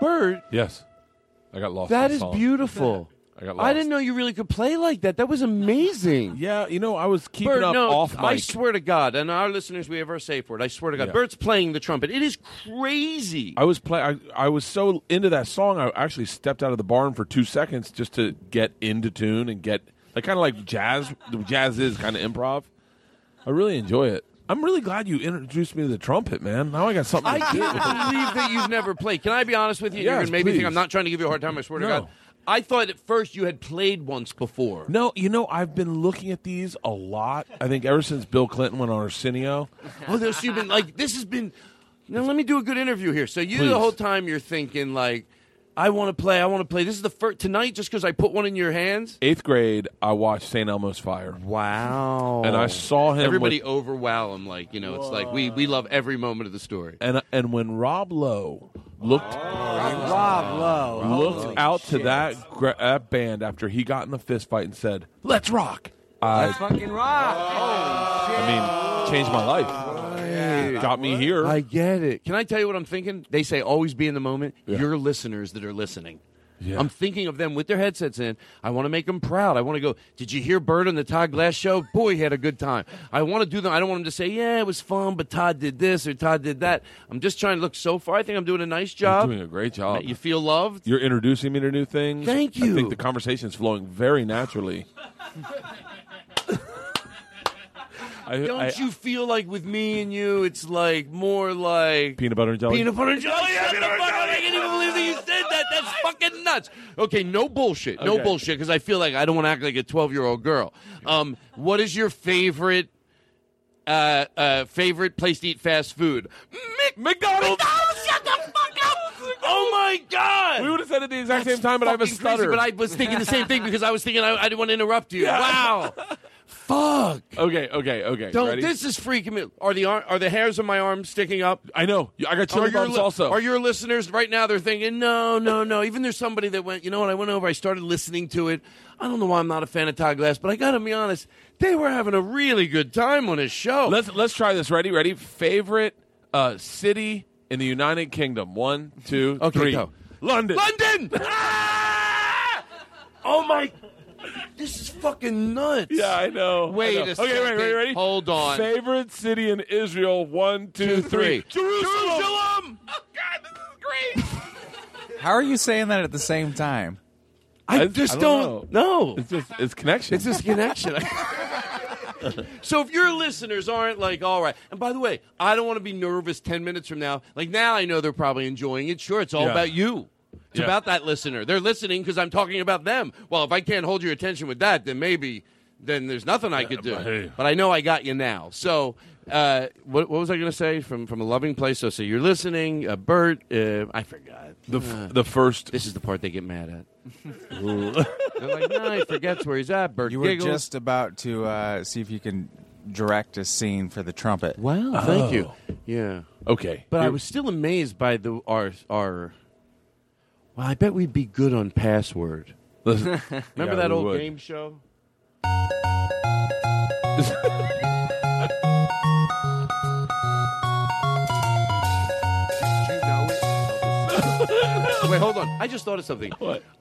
B: Bird,
F: Yes. I got lost.
B: that
F: in
B: is
F: song.
B: beautiful.
F: I got lost.
B: I didn't know you really could play like that. That was amazing.
F: Yeah, you know, I was keeping
B: Bert,
F: up
B: no,
F: off mic.
B: I swear to God, and our listeners, we have our safe word. I swear to God,
F: Yeah.
B: Bert's playing the trumpet. It is crazy.
F: I was play. I, I was so into that song. I actually stepped out of the barn for two seconds just to get into tune and get like kind of like jazz. Jazz is kind of improv. I really enjoy it. I'm really glad you introduced me to the trumpet, man. Now I got something.
B: I
F: to do.
B: can't believe that you've never played. Can I be honest with you? You're
F: Yes,
B: gonna make me think
F: please.
B: I'm not trying to give you a hard time. I swear to
F: No.
B: God, I thought at first you had played once before.
F: No, you know, I've been looking at these a lot. I think ever since Bill Clinton went on Arsenio.
B: Oh, this you've been like this has been. Now let me do a good interview here. So you
F: Please.
B: the whole time you're thinking like, I want to play. I want to play. This is the first tonight just because I put one in your hands.
F: Eighth grade, I watched St. Elmo's Fire.
B: Wow.
F: And I saw him.
B: Everybody
F: with-
B: overwhelm him. Like you know, it's like we we love every moment of the story.
F: and and when Rob Lowe looked
B: Oh,
K: Rob Lowe.
F: looked out to that, gra- that band after he got in the fist fight and said, "Let's rock." I, Oh, Let's fucking rock. I mean, changed my life. Got me here.
B: I get it. Can I tell you what I'm thinking? They say always be in the moment.
F: Yeah.
B: Your listeners that are listening.
F: Yeah.
B: I'm thinking of them with their headsets in. I want to make them proud. I want to go, did you hear Bird on the Todd Glass show? Boy, he had a good time. I want to do them. I don't want them to say, yeah, it was fun, but Todd did this or Todd did that. I'm just trying to look so far. I think I'm doing a nice
F: You're
B: job.
F: doing a great job.
B: You feel loved?
F: You're introducing me to new things.
B: Thank
F: I
B: you.
F: think the conversation is flowing very naturally. I,
B: Don't
F: I-
B: you feel like with me and you, it's like more like
F: peanut butter and jelly?
B: Peanut butter and jelly. Shut the fuck up. I can't even believe that you said that. That's fucking nuts. Okay, no bullshit. No
F: Okay.
B: bullshit because I feel like I don't want to act like a 12 year old girl. Um, what is your favorite uh, uh, favorite place to eat fast food? Mc- McDonald's. Shut the fuck up. Oh my God.
F: we would have said it at the exact same time, but I have a
B: Fucking crazy,
F: stutter.
B: but I was thinking the same thing because I was thinking I, I didn't want to interrupt you. Wow. Fuck.
F: okay, okay, okay.
B: Don't.
F: Ready?
B: This is freaking me. Are the ar- are the hairs on my arms sticking up?
F: I know. I got chili
B: your
F: bumps
B: li-
F: also.
B: Are your listeners right now? They're thinking, no, no, no. Even there's somebody that went. You know what? I went over. I started listening to it. I don't know why I'm not a fan of Todd Glass, but I got to be honest. They were having a really good time on his show.
F: Let's let's try this. Ready? Ready? Favorite uh, city in the United Kingdom. One, two,
B: Okay,
F: three.
B: go.
F: London.
B: London. Ah! Oh my! This is fucking nuts.
F: Yeah, I know. I
B: Wait
F: know.
B: a
F: okay,
B: second.
F: wait, wait, ready?
B: Hold on.
F: Favorite city in Israel. One,
B: Two,
F: two, three.
B: three. Jerusalem.
F: Oh God, this is great.
I: How are you saying that at the same time?
B: I,
F: I-
B: just
F: I
B: don't,
F: don't
B: know.
F: It's just it's connection.
B: It's this connection. so if your listeners aren't like, all right, and by the way, I don't want to be nervous 10 minutes from now. Like now I know they're probably enjoying it. Sure, it's all
F: Yeah.
B: about you. It's
F: Yeah.
B: about that listener. They're listening because I'm talking about them. Well, if I can't hold your attention with that, then maybe then there's nothing I could do.
F: but hey.
B: But I know I got you now. So uh, what, what was I going to say from from a loving place? So, so you're listening, uh, Bert. Uh, I forgot.
F: the f- the first.
B: This is the part they get mad at. They're like, no, he forgets where he's at. Bert
I: You were
B: giggles.
I: just about to uh, see if you can
G: direct a scene for the trumpet.
B: Wow, thank you. Yeah.
F: Oh. Okay.
B: But I was still amazed by the our our. Well, I bet we'd be good on password. Remember
F: Yeah,
B: that
F: we
B: old
F: would.
B: game show? Wait, hold on. I just thought of something.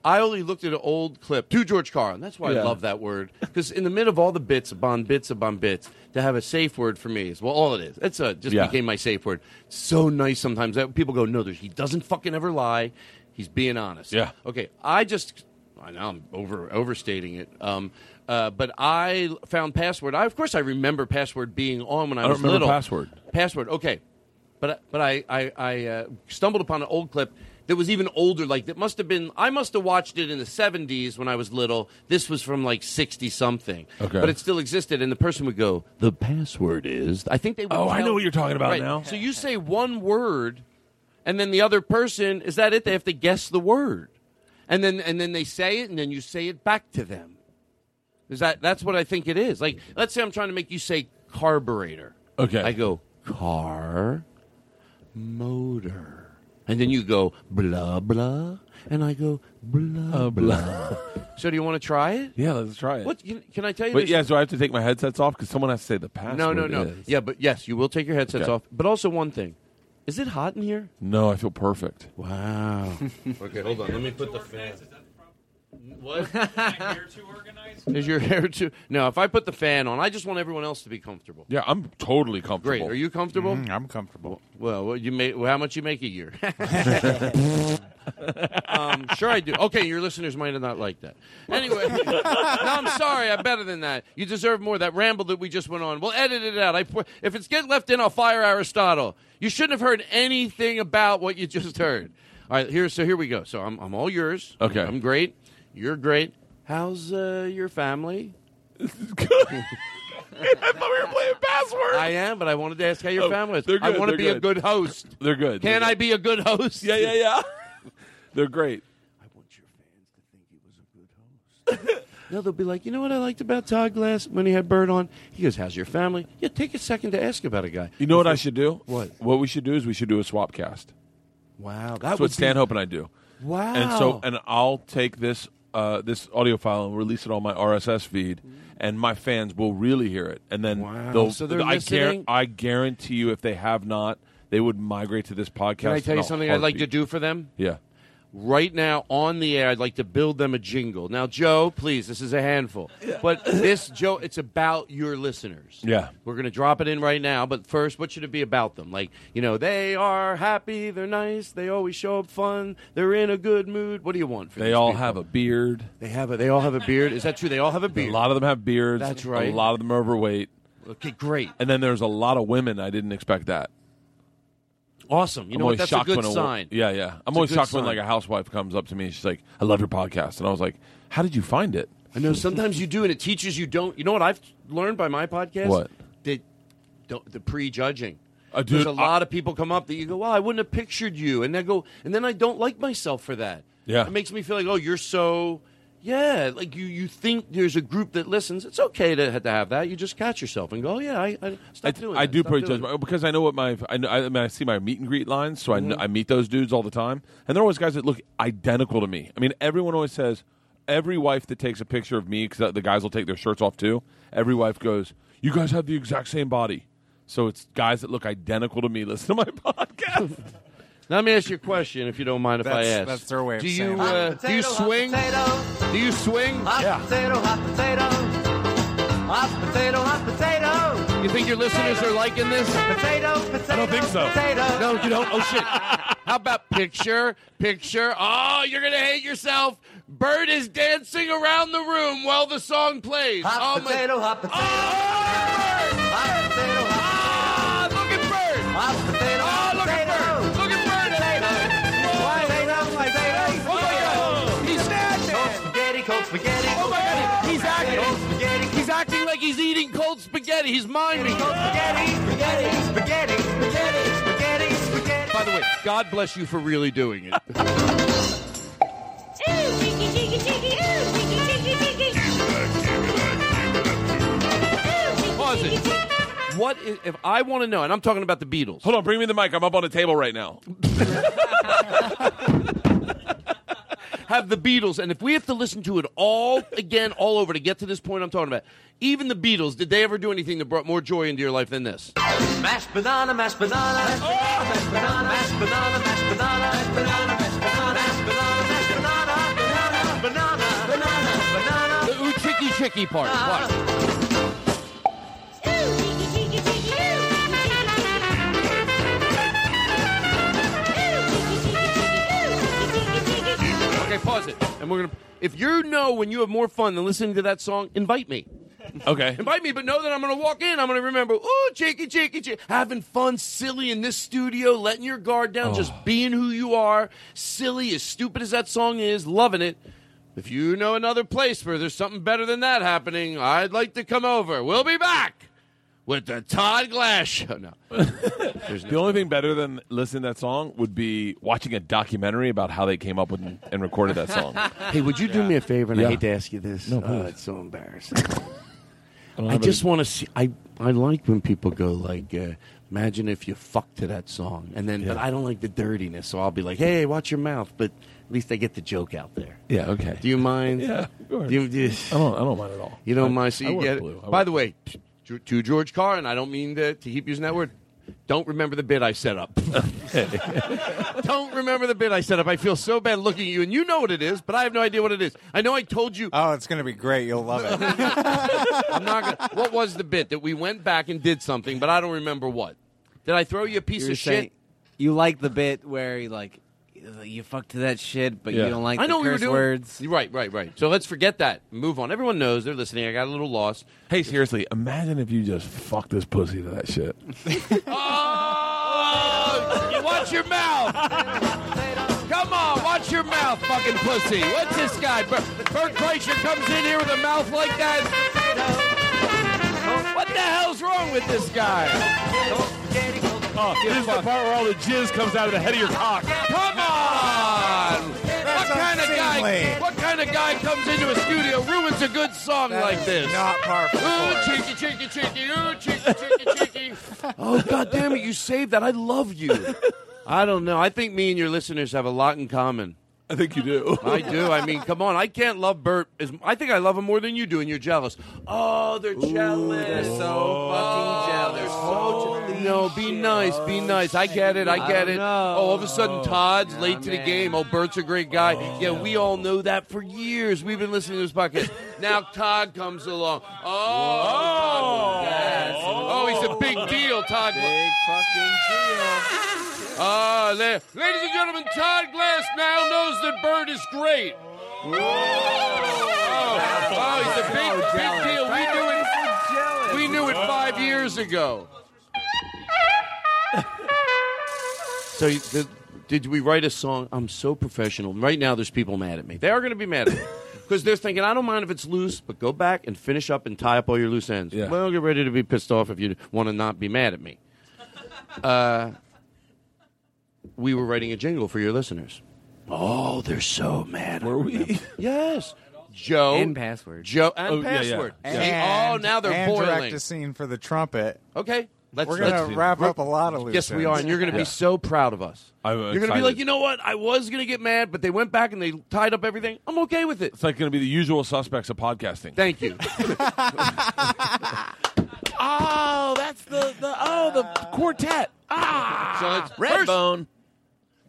B: I only looked at an old clip to George Carlin. That's why I
F: Yeah.
B: love that word. Because in the middle of all the bits upon bits upon bits, to have a safe word for me is well, all it is. It's a, just
F: Yeah.
B: became my safe word. So nice sometimes that people go, no, there's, he doesn't fucking ever lie. He's being honest.
F: Yeah.
B: Okay. I just I know I'm over overstating it. Um, uh, but I found password. I of course I remember password being on when I,
F: I don't
B: was
F: remember
B: little.
F: password.
B: Password. Okay, but but I I, I uh, stumbled upon an old clip that was even older. Like that must have been. I must have watched it in the seventies when I was little. This was from like sixty something.
F: Okay.
B: but it still existed, and the person would go, "The password is." I think they. Would
F: Oh, I
B: tell-
F: know what you're talking about
B: Right.
F: now.
B: So you say one word, and then the other person is that it? They have to guess the word, and then and then they say it, and then you say it back to them. Is that that's what I think it is? Like, let's say I'm trying to make you say carburetor.
F: Okay.
B: I go car motor, and then you go blah blah, and I go blah blah. so do you want to try it?
F: Yeah, let's try it.
B: What can, can I tell you?
F: Wait,
B: this?
F: yeah, so I have to take my headsets off because someone has to say the password.
B: no, no, no.
F: is.
B: Yeah, but yes, you will take your headsets
F: Okay.
B: off. But also one thing: is it hot in here?
F: No, I feel perfect.
B: Wow. okay, hold on. Let me put the fan. What? Is your hair too? No, if I put the fan on, I just want everyone else to be comfortable.
F: Yeah, I'm totally comfortable. Mm-hmm,
B: Great. Are you comfortable?
G: Mm, I'm comfortable.
B: Well, what you make? How much you make a year? um, sure, I do. Okay, your listeners might have not liked that. Anyway, no, I'm sorry. I'm better than that. You deserve more. That ramble that we just went on. We'll edit it out. I pu- if it's get left in, I'll fire Aristotle. You shouldn't have heard anything about what you just heard. All right, here. So here we go. So I'm I'm all yours.
F: Okay.
B: I'm great. You're great. How's uh, your family?
F: I thought we were playing password.
B: I am, but I wanted to ask how your
F: Oh,
B: family is.
F: they're
B: I
F: good,
B: want to
F: they're
B: be a
F: good.
B: good host.
F: They're good.
B: Can
F: They're
B: I
F: good.
B: be a good host?
F: Yeah, yeah, yeah. They're great.
B: I want your fans to think he was a good host. no, they'll be like, you know what I liked about Todd Glass when he had Bird on? He goes, How's your family? Yeah, take a second to ask about a guy.
F: You know what I should do?
B: What?
F: What we should do is we should do a swap cast.
B: Wow. That
F: That's
B: would
F: what
B: be-
F: Stanhope and I do.
B: Wow.
F: And so, and I'll take this uh, this audio file and release it on my RSS feed, and my fans will really hear it. And then
B: Wow.
F: they'll.
B: So they're
F: I,
B: listening?
F: I guarantee you, if they have not, they would migrate to this podcast.
B: Can I tell
F: in a
B: you something I'd like to
F: heartbeat.
B: do for them?
F: Yeah.
B: Right now on the air, I'd like to build them a jingle. Now, Joe, please, this is a handful. But this, Joe, it's about your listeners.
F: Yeah.
B: We're going to drop it in right now, but first, what should it be about them? Like, you know, they are happy, they're nice, they always show up fun, they're in a good mood. What do you want for
F: They
B: these
F: all
B: people?
F: have a beard.
B: They have a, they all have a beard. Is that true? They all have a beard.
F: A lot of them have beards.
B: That's right.
F: A lot of them are overweight.
B: okay, great,
F: And then there's a lot of women. I didn't expect that.
B: awesome. You
F: I'm
B: know what?
F: always
B: That's a
F: shocked
B: good
F: when a wo-
B: sign.
F: yeah, yeah. I'm
B: It's a
F: always
B: good
F: shocked when
B: sign.
F: like a housewife comes up to me and she's like, "I love your podcast," and I was like, "How did you find it?"
B: I know. Sometimes you do, and it teaches you don't. You know what I've learned by my podcast?
F: What?
B: That don't, the prejudging.
F: Uh, dude,
B: There's a
F: I-
B: lot of people come up that you go, "Wow, I wouldn't have pictured you," and they go, and then I don't like myself for that.
F: Yeah.
B: it makes me feel like, oh, you're so. Yeah, like you, you think there's a group that listens. It's okay to, to have that. You just catch yourself and go, oh, yeah, I, I stop
F: I,
B: doing.
F: I
B: that.
F: do
B: Stop doing
F: prejudge
B: that."
F: my- because I know what my I, know, I mean I see my meet and greet lines, so I
B: Mm-hmm.
F: kn- I, meet those dudes all the time, and they're always guys that look identical to me. I mean, everyone always says every wife that takes a picture of me because the guys will take their shirts off too. Every wife goes, "You guys have the exact same body." So it's guys that look identical to me. Listen to my podcast.
B: Now, let me ask you a question, if you don't mind, if I
G: That's-
B: ask.
G: that's their way of
B: do you,
G: saying it.
B: uh, Do you swing? Do you swing? You think your listeners are liking this?
F: I don't think so.
B: No, you don't. Oh shit! How about picture, picture? Oh, you're gonna hate yourself. Bird is dancing around the room while the song plays. Hot oh, potato, my... hot potato. Oh, Bird! Look at Bird! Oh, look at Bird! Look at Bird! Oh my God! He's Oh my God! He's acting. He's acting like he's eating cold spaghetti. He's miming. By the way, God bless you for really doing it. Pause it. what is, if I want to know, and I'm talking about the Beatles.
F: Hold on, bring me the mic. I'm up on a table right now.
B: have the Beatles, and if we have to listen to it all again, all over to get to this point I'm talking about, even the Beatles, did they ever do anything that brought more joy into your life than this?
K: Mashed banana, mashed banana, mashed banana, mashed banana, mashed banana, mashed banana, mashed banana, mashed banana, mashed banana, mashed banana, banana, banana, banana, banana.
B: The ooh tricky tricky part. What? Okay, pause it, and we're gonna. If you know when you have more fun than listening to that song, invite me.
F: Okay.
B: Invite me, but know that I'm going to walk in. I'm going to remember, ooh, cheeky, cheeky, cheeky. Having fun, silly in this studio, letting your guard down, just
F: Oh.
B: being who you are. Silly, as stupid as that song is, loving it. If you know another place where there's something better than that happening, I'd like to come over. We'll be back with the Todd Glass Show. No.
F: the only thing better than listening to that song would be watching a documentary about how they came up with and recorded that song.
B: Hey, would you do me a favor? And
F: Yeah.
B: I hate to ask you this.
F: No,
B: oh,
F: please.
B: it's so embarrassing.
F: I don't
B: I
F: have
B: just
F: any-
B: want to see. I I like when people go like, uh, imagine if you fuck to that song, and then. But I don't like the dirtiness, so I'll be like, hey, watch your mouth. But at least I get the joke out there.
F: Yeah, okay.
B: Do you mind?
F: Yeah, of course.
B: Do you, do you-
F: I don't- I don't mind at all.
B: You don't
F: I-
B: mind? So
F: I
B: you
F: wear
B: get it.
F: blue. I
B: By
F: wear
B: the way, to, to George Carr, and I don't mean to, to keep using that word. Don't remember the bit I set up. don't remember the bit I set up. I feel so bad looking at you, and you know what it is, but I have no idea what it is. I know I told you.
G: Oh, it's going to be great. You'll love it.
B: I'm not gonna. What was the bit that we went back and did something, but I don't remember what? Did I throw you a piece
L: You were
B: of shit?
L: saying- You like the bit where you like you fuck to that shit, but you don't like
B: I know what we
L: the
B: were
L: curse
B: doing.
L: words.
B: Right, right, right. So let's forget that. Move on. Everyone knows they're listening. I got a little lost.
F: Hey, seriously, imagine if you just fucked this pussy to that shit.
B: Oh, you watch your mouth. Come on, watch your mouth, fucking pussy. What's this guy? Bert, Bert Kreischer comes in here with a mouth like that. What the hell's wrong with this guy?
F: Oh, this is the part where all the jizz comes out of the head of your cock.
B: Come on! What kind of guy?
F: unseemly.
B: What kind of guy comes into a studio ruins a good song
G: That
B: like
G: is
B: this?
G: not par for the
B: Ooh,
G: course.
B: cheeky, cheeky, cheeky. Ooh, cheeky, cheeky, cheeky. oh, God damn it! You saved that. I love you. I don't know. I think me and your listeners have a lot in common.
F: I think you do.
B: I do. I mean, come on. I can't love Bert. As, I think I love him more than you do, and you're jealous. Oh, they're jealous. They're so
F: Oh,
B: fucking jealous. no, be nice. Be nice. I get it. I get it. Oh, all of a sudden, Todd's late to the game. Oh, Bert's a great guy. Yeah, we all know that for years. We've been listening to this podcast. now Todd comes along. Oh, Todd. Yes. Oh, he's a big deal, Todd. Big fucking deal. Ah, la- ladies and gentlemen, Todd Glass now knows that Bert is great. Oh, oh, he's a big, big deal. We knew it. We knew it five years ago. so, you- the, did we write a song? I'm so professional. Right now, there's people mad at me. They are going to be mad at me because they're thinking, I don't mind if it's loose, but go back and finish up and tie up all your loose ends.
F: Yeah.
B: Well, get ready to be pissed off if you want to not be mad at me. Uh, we were writing a jingle for your listeners. Oh, they're so mad. Were we? Yes. Joe
L: And password.
B: Joe and
L: Oh, yeah, yeah.
B: password.
L: Yeah.
B: See, oh,
G: And-
B: now they're
G: and
B: boiling.
G: direct a scene for the trumpet.
B: Okay, let's.
G: We're gonna
B: let's-
G: wrap
B: we're-
G: up a lot of loose
B: Yes, we
G: ends.
B: are, and you're going to
G: Yeah.
B: be so proud of us.
F: I'm
B: you're going to be
F: excited.
B: like, you know what? I was going to get mad, but they went back and they tied up everything. I'm okay with it.
F: It's like going to be the usual suspects of podcasting.
B: Thank you.
F: oh, that's the, the oh the quartet.
B: So
F: Ah,
B: it's first-
F: Redbone.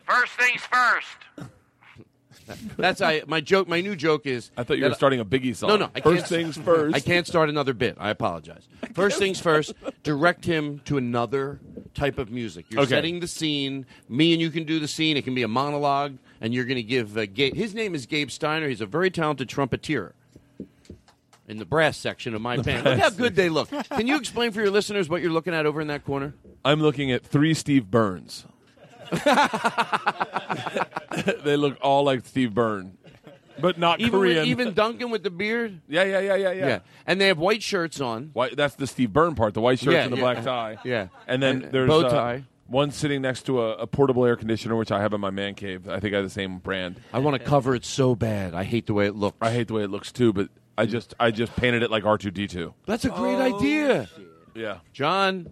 H: First things first.
B: That's I, my joke. My new joke is.
F: I thought you were
B: that-
F: starting a Biggie song.
B: No, no. I
F: first
B: can't,
F: things first.
B: I can't start another bit. I apologize. First things first. Direct him to another type of music. You're
F: Okay.
B: setting the scene. Me and you can do the scene. It can be a monologue, and you're going to give uh, Gabe. His name is Gabe Steiner. He's a very talented trumpeter. In the brass section of my band. Look how good they look. Can you explain for your listeners what you're looking at over in that corner?
F: I'm looking at three Steve Burns. they look all like Steve Byrne, but not
B: Even, with,
F: Korean.
B: even Duncan with the beard?
F: yeah, yeah, yeah, yeah, yeah.
B: Yeah. And they have white shirts on.
F: White, that's the Steve Byrne part, the white shirts
B: Yeah,
F: and the
B: yeah.
F: black tie.
B: Yeah.
F: And then
B: And
F: there's
B: bow
F: uh,
B: tie.
F: one sitting next to a, a portable air conditioner, which I have in my man cave. I think I have the same brand.
B: I want to cover it so bad. I hate the way it looks.
F: I hate the way it looks too, but I just I just painted it like R two D two.
B: That's a great idea.
F: Yeah.
B: John,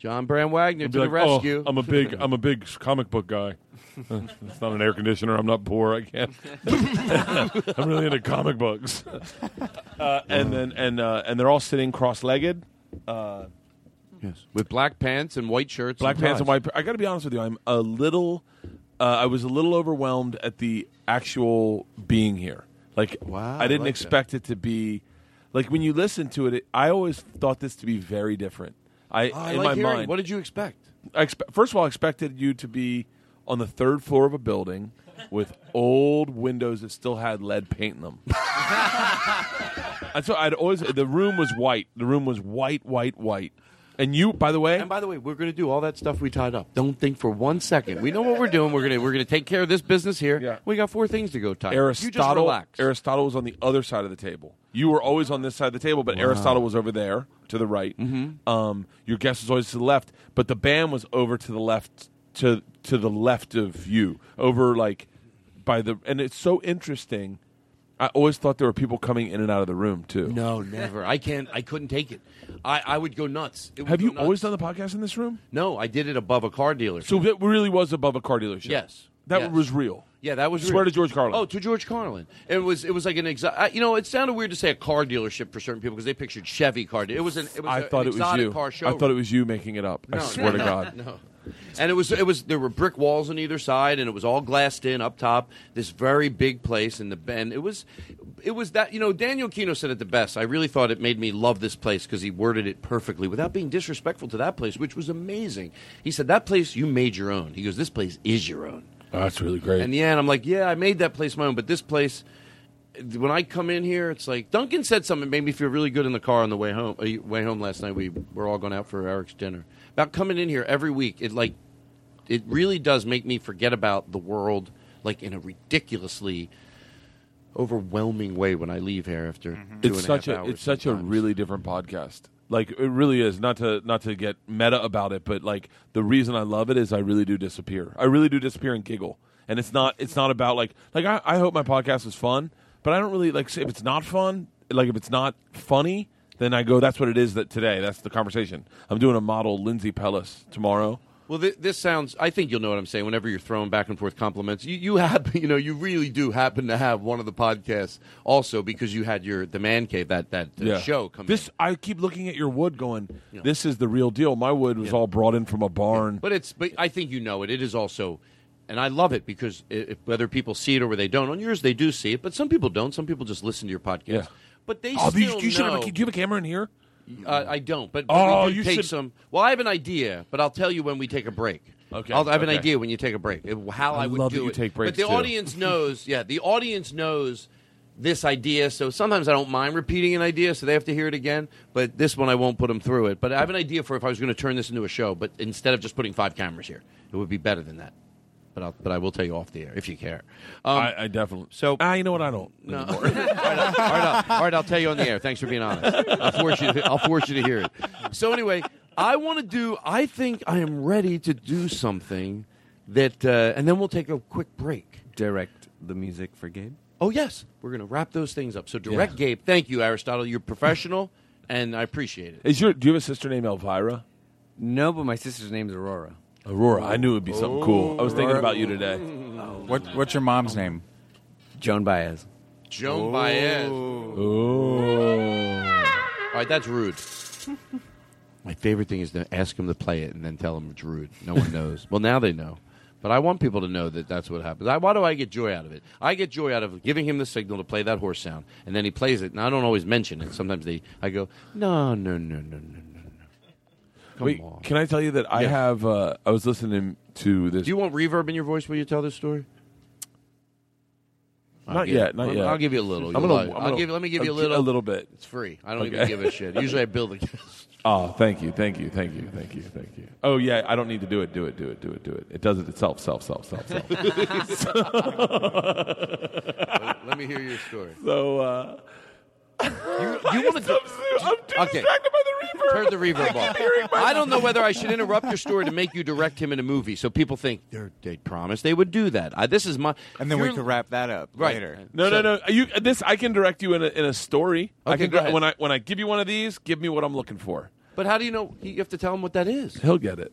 B: John Bram Wagner
F: I'd
B: to
F: be
B: the
F: like, "Oh,
B: rescue.
F: I'm a big, I'm a big comic book guy. it's not an air conditioner. I'm not poor. I can't. I'm really into comic books. Uh, and then, and uh, and they're all sitting cross-legged. Uh,
B: yes, with black pants and white shirts.
F: Black
B: and
F: pants and
B: ties.
F: white. pa- I got to be honest with you. I'm a little. Uh, I was a little overwhelmed at the actual being here. Like,
B: Wow,
F: I
B: I
F: didn't
B: like
F: expect it to be. Like when you listen to it, it, I always thought this to be very different. I,
B: Oh, I
F: in
B: like
F: my
B: hearing.
F: mind,
B: What did you expect?
F: I expe- first of all, I expected you to be on the third floor of a building with old windows that still had lead paint in them. That's what I'd always. The room was white. The room was white, white, white. And you, by the way,
B: And by the way, we're going to do all that stuff we tied up. Don't think for one second. We know what we're doing. We're going to we're going to take care of this business here. We got four things to go tie. up. You just
F: Aristotle.
B: relax.
F: Aristotle was on the other side of the table. You were always on this side of the table, but
B: Wow.
F: Aristotle was over there to the right. Mm-hmm. Um, your guest was always to the left, but the band was over to the left to to the left of you, over like by the. And it's so interesting. I always thought there were people coming in and out of the room too.
B: No, never. I can't. I couldn't take it. I, I would go nuts. It would
F: Have
B: go
F: you
B: nuts.
F: always done the podcast in this room?
B: No, I did it above a car dealer.
F: So that really was above a car dealership.
B: Yes.
F: that
B: Yes.
F: was real.
B: Yeah, that was
F: Swear
B: real.
F: to George Carlin.
B: Oh, to George Carlin. It was it was like an exotic. You know, it sounded weird to say a car dealership for certain people because they pictured Chevy car. de- It was an. It was
F: I
B: a-
F: thought
B: an
F: it was
B: exotic
F: you.
B: Car
F: I
B: showroom.
F: thought it was you making it up. I
B: No,
F: swear to
B: no,
F: God.
B: No. And it was it was there were brick walls on either side and it was all glassed in up top. This very big place in the and it was it was that you know Daniel Kino said it the best. I really thought it made me love this place because he worded it perfectly without being disrespectful to that place, which was amazing. He said that place you made your own. He goes this place is your own.
F: Oh, that's really great.
B: And yeah, and I'm like, yeah, I made that place my own, but this place, when I come in here, it's like Duncan said something that made me feel really good in the car on the way home. Uh, way home last night, we were all going out for Eric's dinner. About coming in here every week, it like, it really does make me forget about the world, like in a ridiculously overwhelming way when I leave here after two
F: it's
B: and half
F: such a
B: hours
F: it's such a really different podcast. Like it really is. Not to not to get meta about it, but like the reason I love it is I really do disappear. I really do disappear and giggle. And it's not it's not about like like I, I hope my podcast is fun, but I don't really like say if it's not fun, like if it's not funny, then I go that's what it is that today. That's the conversation. I'm doing a model Lindsay Pellis tomorrow.
B: Well, th- this sounds. I think you'll know what I'm saying. Whenever you're throwing back and forth compliments, you you happen, you know, you really do happen to have one of the podcasts also because you had your the man cave that that uh, show come.
F: This I keep looking at your wood going, this is the real deal. My wood was all brought in from a barn.
B: But it's but I think you know it. It is also, and I love it because i if, whether people see it or they don't, on yours they do see it, but some people don't. Some people just listen to your podcast.
F: Yeah.
B: But they
F: Oh,
B: still
F: you, you should have a,
B: know-
F: do you have a camera in here?
B: Uh, I don't, but, but
F: Oh,
B: we do
F: you
B: take
F: should-
B: some. Well, I have an idea, but I'll tell you when we take a break.
F: Okay,
B: I'll, I have
F: okay.
B: an idea when you take a break. it- How I,
F: I
B: would
F: love that
B: do
F: you
B: it.
F: take
B: But
F: breaks,
B: the
F: too.
B: audience knows. Yeah, the audience knows this idea. So sometimes I don't mind repeating an idea, so they have to hear it again. But this one I won't put them through it. But I have an idea for if I was going to turn this into a show, but instead of just putting five cameras here, it would be better than that. But I'll, but I will tell you off the air if you care. Um,
F: I, I definitely.
B: So
F: ah, you know what? I don't.
B: no. all, right, I'll, all, right, I'll, all right, I'll tell you on the air. Thanks for being honest. I'll force you. To, I'll force you to hear it. So anyway, I want to do. I think I am ready to do something that, uh, and then we'll take a quick break.
L: Direct the music for Gabe.
B: Oh yes, we're going to wrap those things up. So direct Gabe. Thank you, Aristotle. You're professional, and I appreciate it.
F: Is your do you have a sister named Elvira?
L: No, but my sister's name's Aurora.
F: Aurora. I knew it'd be something cool. I was thinking about you today.
G: What, what's your mom's name?
L: Joan Baez.
B: Joan Baez.
F: Oh.
B: All right, that's rude. My favorite thing is to ask them to play it and then tell them it's rude. No one knows. well, now they know. But I want people to know that that's what happens. I, why do I get joy out of it? I get joy out of giving him the signal to play that horse sound, and then he plays it. And I don't always mention it. Sometimes they, I go, no, no, no, no, no. Come
F: Wait,
B: on.
F: can I tell you that I
B: Yeah.
F: have? Uh, I was listening to this.
B: Do you want reverb in your voice while you tell this story? I'll
F: not
B: give-
F: yet. Not
B: I'll-
F: yet.
B: I'll give you a little.
F: I'm
B: You'll
F: gonna,
B: like-
F: I'm
B: I'll
F: gonna-
B: give you- let me give you
F: I'll
B: a little.
F: Oh, a little bit.
B: It's free. I don't even
F: Okay.
B: give a shit. Usually I build a.
F: Oh, thank you, thank you, thank you, thank you, thank you. Oh yeah, I don't need to do it. Do it. Do it. Do it. Do it. It does it itself. Self. Self. Self. Self.
B: let, let me hear your story.
F: so. Uh,
B: You, you want to?
F: I'm too
B: okay. distracted by the reverb. Turn the reverb off. I don't know whether I should interrupt your story to make you direct him in a movie, so people think they're, they promised they would do that. I, this is my.
G: And then we
B: You're-
G: could wrap that up
B: Right.
G: later.
F: No, no, no. You this I can direct you in a, in a story. I
B: Okay,
F: can
B: go ahead.
F: when I when I give you one of these, give me what I'm looking for.
B: But how do you know? You have to tell him what that is.
F: He'll get it.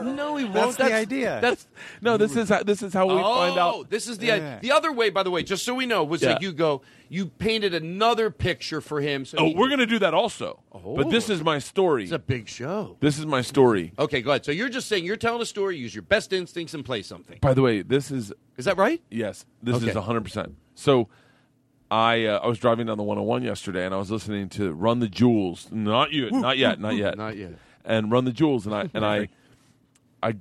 B: no, he won't.
F: That's the idea.
B: That's
F: no. This is how, this is how we
B: oh,
F: find out.
B: This is the
F: Yeah.
B: the other way. By the way, just so we know, was
F: Yeah.
B: like you go, you painted another picture for him. So
F: Oh,
B: he- Oh.
F: we're gonna do that also. But this is my story. It's a
B: big show.
F: This is my story.
B: okay. Go ahead. So you're just saying you're telling a story. Use your best instincts and play something.
F: By the way, this is
B: Is that right?
F: Yes, this
B: Okay.
F: is 100%. So I uh, I was driving down the 101 yesterday and I was listening to Run the Jewels. Not you,
B: Woo,
F: not yet,
B: woo,
F: not
B: woo.
F: yet.
B: Not yet.
F: And Run the Jewels and I and I, I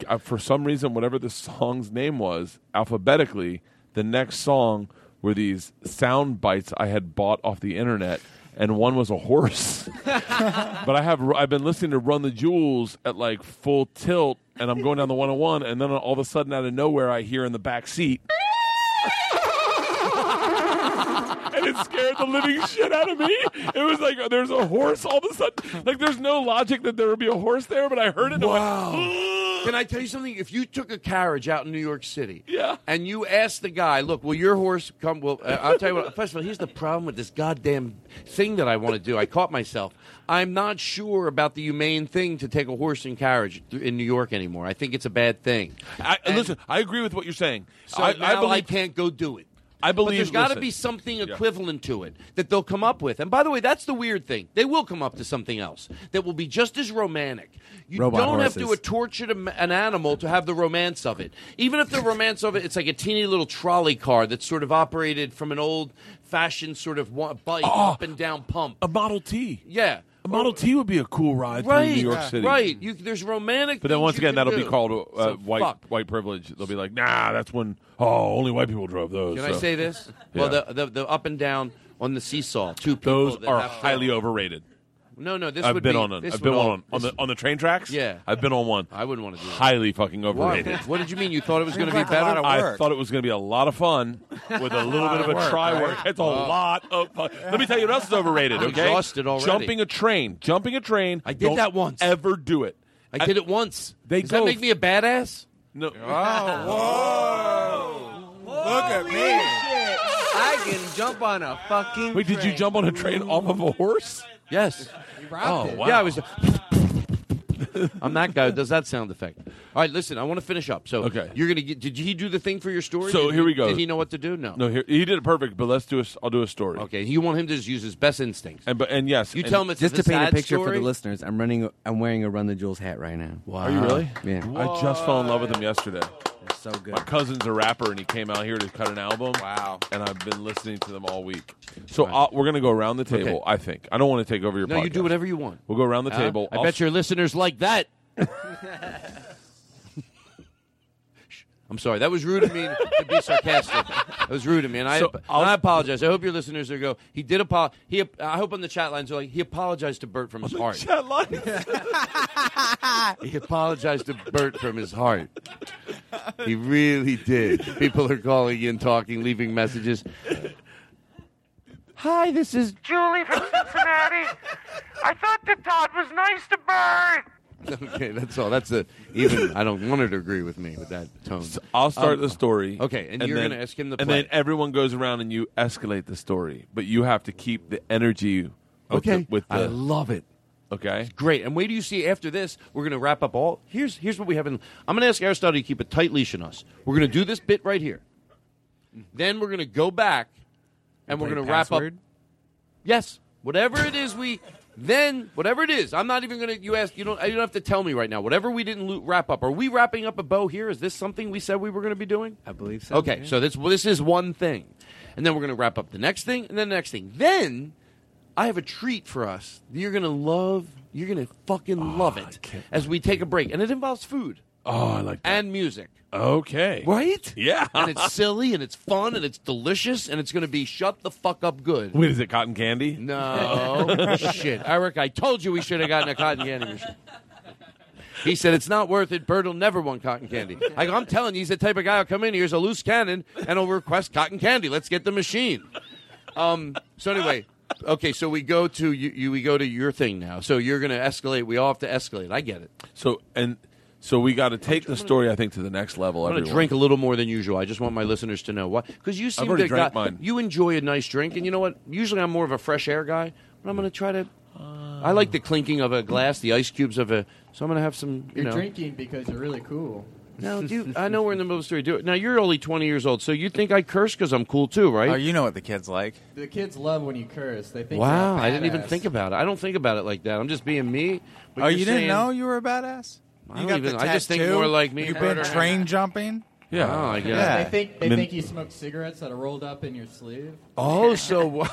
F: I for some reason whatever the song's name was, alphabetically, the next song were these sound bites I had bought off the internet and one was a horse. but I have I've been listening to Run the Jewels at like full tilt and I'm going down the 101 and then all of a sudden out of nowhere I hear in the back seat and it scared the living shit out of me. It was like there's a horse all of a sudden. Like there's no logic that there would be a horse there, but I heard it. and I went,
B: Can I tell you something? If you took a carriage out in New York City,
F: Yeah.
B: and you asked the guy, "Look, will your horse come?" Well, uh, I'll tell you what. First of all, here's the problem with this goddamn thing that I want to do. I caught myself. I'm not sure about the humane thing to take a horse and carriage th- in New York anymore. I think it's a bad thing.
F: I, listen, I agree with what you're saying.
B: So
F: I- I
B: now I,
F: believe-
B: can't go do it.
F: I
B: But
F: believe-
B: there's got to
F: listen.
B: be something
F: Yeah.
B: equivalent to it that they'll come up with. And by the way, that's the weird thing. They will come up to something else that will be just as romantic. You
L: Robot
B: don't have to
L: horses.
B: torture to- an animal to have the romance of it. Even if the romance of it, it's like a teeny little trolley car that's sort of operated from an old fashioned sort of wa- bike up and down pump.
F: Ah, A Model T.
B: Yeah.
F: A Model T would be a cool ride
B: Right.
F: through New York City.
B: Right. You, there's romantic.
F: But then
B: things
F: once
B: you
F: again,
B: can
F: that'll be
B: do.
F: called uh,
B: So
F: white
B: fuck.
F: white privilege. They'll be like, nah, that's when oh only white people drove those.
B: Can I
F: so.
B: say this?
F: Yeah.
B: Well, the, the the up and down on the seesaw, two people.
F: those
B: that
F: are
B: have to-
F: highly overrated.
B: No, no, this
F: I've
B: would
F: been
B: be-
F: on. An,
B: this
F: I've been
B: would all-
F: on on the on the train tracks.
B: Yeah.
F: I've been on one.
B: I wouldn't want to do that.
F: Highly fucking overrated.
B: Why? What did you mean? You thought it was going to be
F: Seems like a
B: better?
F: lot of I thought it was going to be a lot of fun with a little bit of
B: Lot
F: a
B: of work,
F: try
B: right?
F: work. It's a
B: Oh.
F: lot of fun. Let me tell you what else is overrated,
B: I'm
F: okay?
B: exhausted already.
F: Jumping a train. Jumping a train. I
B: did that once.
F: Ever do it.
B: I did it once.
F: They
B: Does
F: go-
B: that make me a Oh. badass?
F: No.
K: Look at me.
L: I can jump on a fucking.
F: Wait, did you jump on a train off of a horse?
B: Yes.
L: rocked
B: oh,
L: it.
B: wow. Yeah, I was. I'm that guy who does that sound effect. All right, listen, I want to finish up. So okay. you're going to get. Did he do the thing for your story?
F: So
B: Did-
F: here we go.
B: Did he know what to do? No.
F: No, here, he did it perfect. But let's do a. s- I'll do a story.
B: Okay, you want him to just use his best instincts.
F: And but and yes,
B: You
F: and-
B: tell him it's
L: Just to
B: the
L: paint a
B: sad
L: picture for
B: story?
L: the listeners, I'm running. I'm wearing a Run the Jewels hat right now. Wow.
F: Are you really?
L: Yeah.
F: I just fell in love with him yesterday.
L: so good.
F: My cousin's a rapper, and he came out here to cut an album. Wow. And I've been listening to them all week. So I'll, we're going to go around the table,
B: Okay.
F: I think. I don't want to take over your
B: No, you do
F: podcast.
B: whatever you want.
F: We'll go around the
B: Huh?
F: table.
B: I
F: I'll
B: bet your listeners like that. I'm sorry. That was rude of me to be sarcastic. That was rude of me, and I,
F: So,
B: and I apologize. I hope your listeners are go. He did apo- He. ap- I hope on the chat lines are like he apologized to Bert from his heart. He apologized to Bert from his heart. He really did. People are calling in, talking, leaving messages. Hi, this is
K: Julie from Cincinnati. I thought that Todd was nice to Bird.
B: okay, that's all. That's a even. I don't want her to agree with me with that tone.
F: I'll start
B: Um,
F: the story.
B: Okay, and, you're
F: then-
B: going to ask him the
F: And
B: play.
F: then everyone goes around and you escalate the story, but you have to keep the energy. With
B: Okay.
F: The, with the,
B: I love it.
F: Okay.
B: Great. And wait do you see after this, we're going to wrap up all. Here's here's what we have in. I'm going to ask Aristotle to keep a tight leash on us. We're going to do this bit right here. Then we're going to go back and we're
L: play
B: going to wrap up.
L: password?
B: Yes. Whatever it is we then whatever it is. I'm not even going to you ask you don't you don't have to tell me right now. Whatever we didn't lo- wrap up. Are we wrapping up a bow here? Is this something we said we were going to be doing?
L: I believe so.
B: Okay, so this well, this is one thing, and then we're going to wrap up the next thing, and then the next thing. Then I have a treat for us. that You're going to love. You're going to fucking
F: Ah,
B: love it as we take a break, and it involves food.
F: Oh, I like
B: and music.
F: Okay.
B: Right?
F: Yeah.
B: and it's silly, and it's fun, and it's delicious, and it's going to be shut the fuck up good.
F: Wait, is it cotton candy?
B: No shit, Eric. I told you we should have gotten a cotton candy machine. He said it's not worth it. Bert'll never want cotton candy. I go, I'm telling you, he's the type of guy who'll come in here, he's a loose cannon, and he'll request cotton candy. Let's get the machine. Um. So anyway, okay. So we go to you. you we go to your thing now. So you're going to escalate. We all have to escalate. I get it.
F: So and so we got to take the story, I think, to the next level.
B: I'm going to
F: everyone.
B: drink a little more than usual. I just want my listeners to know why, because you seem
F: already
B: to
F: drank
B: got-
F: mine.
B: you enjoy a nice drink, and you know what? Usually I'm more of a fresh air guy, but I'm going to try to. I like the clinking of a glass, the ice cubes of a. So I'm gonna have some. You
I: Ah. You're
B: know.
I: drinking because you're really cool.
B: No, dude, I know we're in the middle of the story. Do it now. You're only 20 years old, so you think I curse because I'm cool too, right?
I: Oh,
B: you know what the kids like.
I: The kids love when you curse. They think.
B: Wow,
I: you're a
B: I didn't even
I: badass.
B: think about it. I don't think about it like that. I'm just being me. But
G: oh,
B: you're
G: you didn't
B: saying-
G: know you were a badass?
B: I don't
G: You got
B: even-
G: the
B: I just think
G: tattoo?
B: more like me
G: You've
B: and
G: been
B: murder.
G: train jumping?
B: Yeah. Oh, I
I: They
B: guess.
I: think they
B: Min-
I: think you smoke cigarettes that are rolled up in your sleeve.
B: Oh, so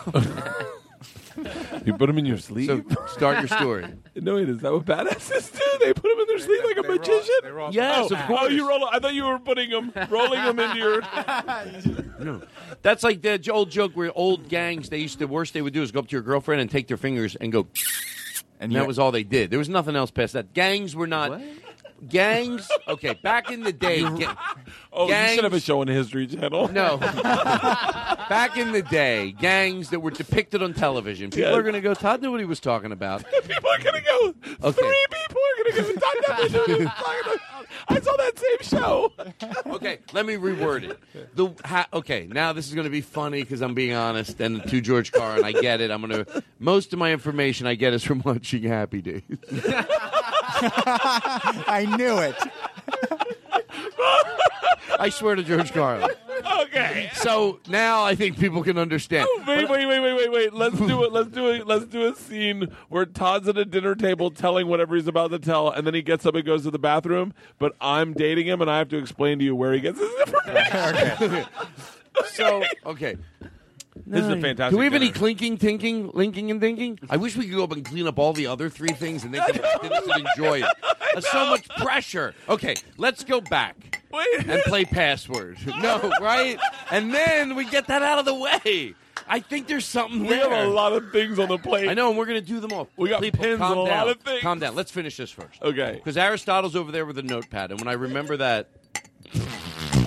F: you put them in your sleeve.
B: So start your story.
F: no, wait, is that what badasses do? They put them in their sleeve like a magician.
B: Yes,
F: oh,
B: of course.
F: Oh, you roll. I thought you were putting them, rolling them into your.
B: No. That's like the j- old joke where old gangs they used to the worst they would do is go up to your girlfriend and take their fingers and go and
F: you-
B: that was all they did. There was nothing else past that. Gangs were not gangs okay, back in the day ga-
F: Oh, you
B: gangs-
F: should have a show on the History Channel.
B: No. back in the day, gangs that were depicted on television. People
F: Yeah.
B: are gonna go, Todd knew what he was talking about.
F: people are gonna go.
B: Okay.
F: Three people are gonna go. I never knew what he was talking about. I saw that same show.
B: okay, let me reword it. The ha, okay, now this is going to be funny because I'm being honest and to George Carr, and I get it. I'm going to most of my information I get is from watching Happy Days.
G: I knew it.
B: I swear to George Carlin.
F: Okay.
B: So now I think people can understand.
F: Wait, wait, wait, wait, wait, wait. Let's do it. Let's do it. Let's do a scene where Todd's at a dinner table telling whatever he's about to tell, and then he gets up and goes to the bathroom. But I'm dating him, and I have to explain to you where he gets his information.
B: So okay,
F: this is a fantastic.
B: Do we have any
F: dinner.
B: clinking, tinking, linking, and thinking? I wish we could go up and clean up all the other three things and they could they just enjoy it. That's so much pressure. Okay, let's go back and play password. No, right? And then we get that out of the way. I think there's something
F: We
B: there.
F: have a lot of things on the plate.
B: I know, and we're going to do them all.
F: We got
B: People,
F: pins
B: calm
F: on a
B: down.
F: lot of things.
B: Calm down. Let's finish this first.
F: Okay.
B: Because Aristotle's over there with a notepad, and when I remember that,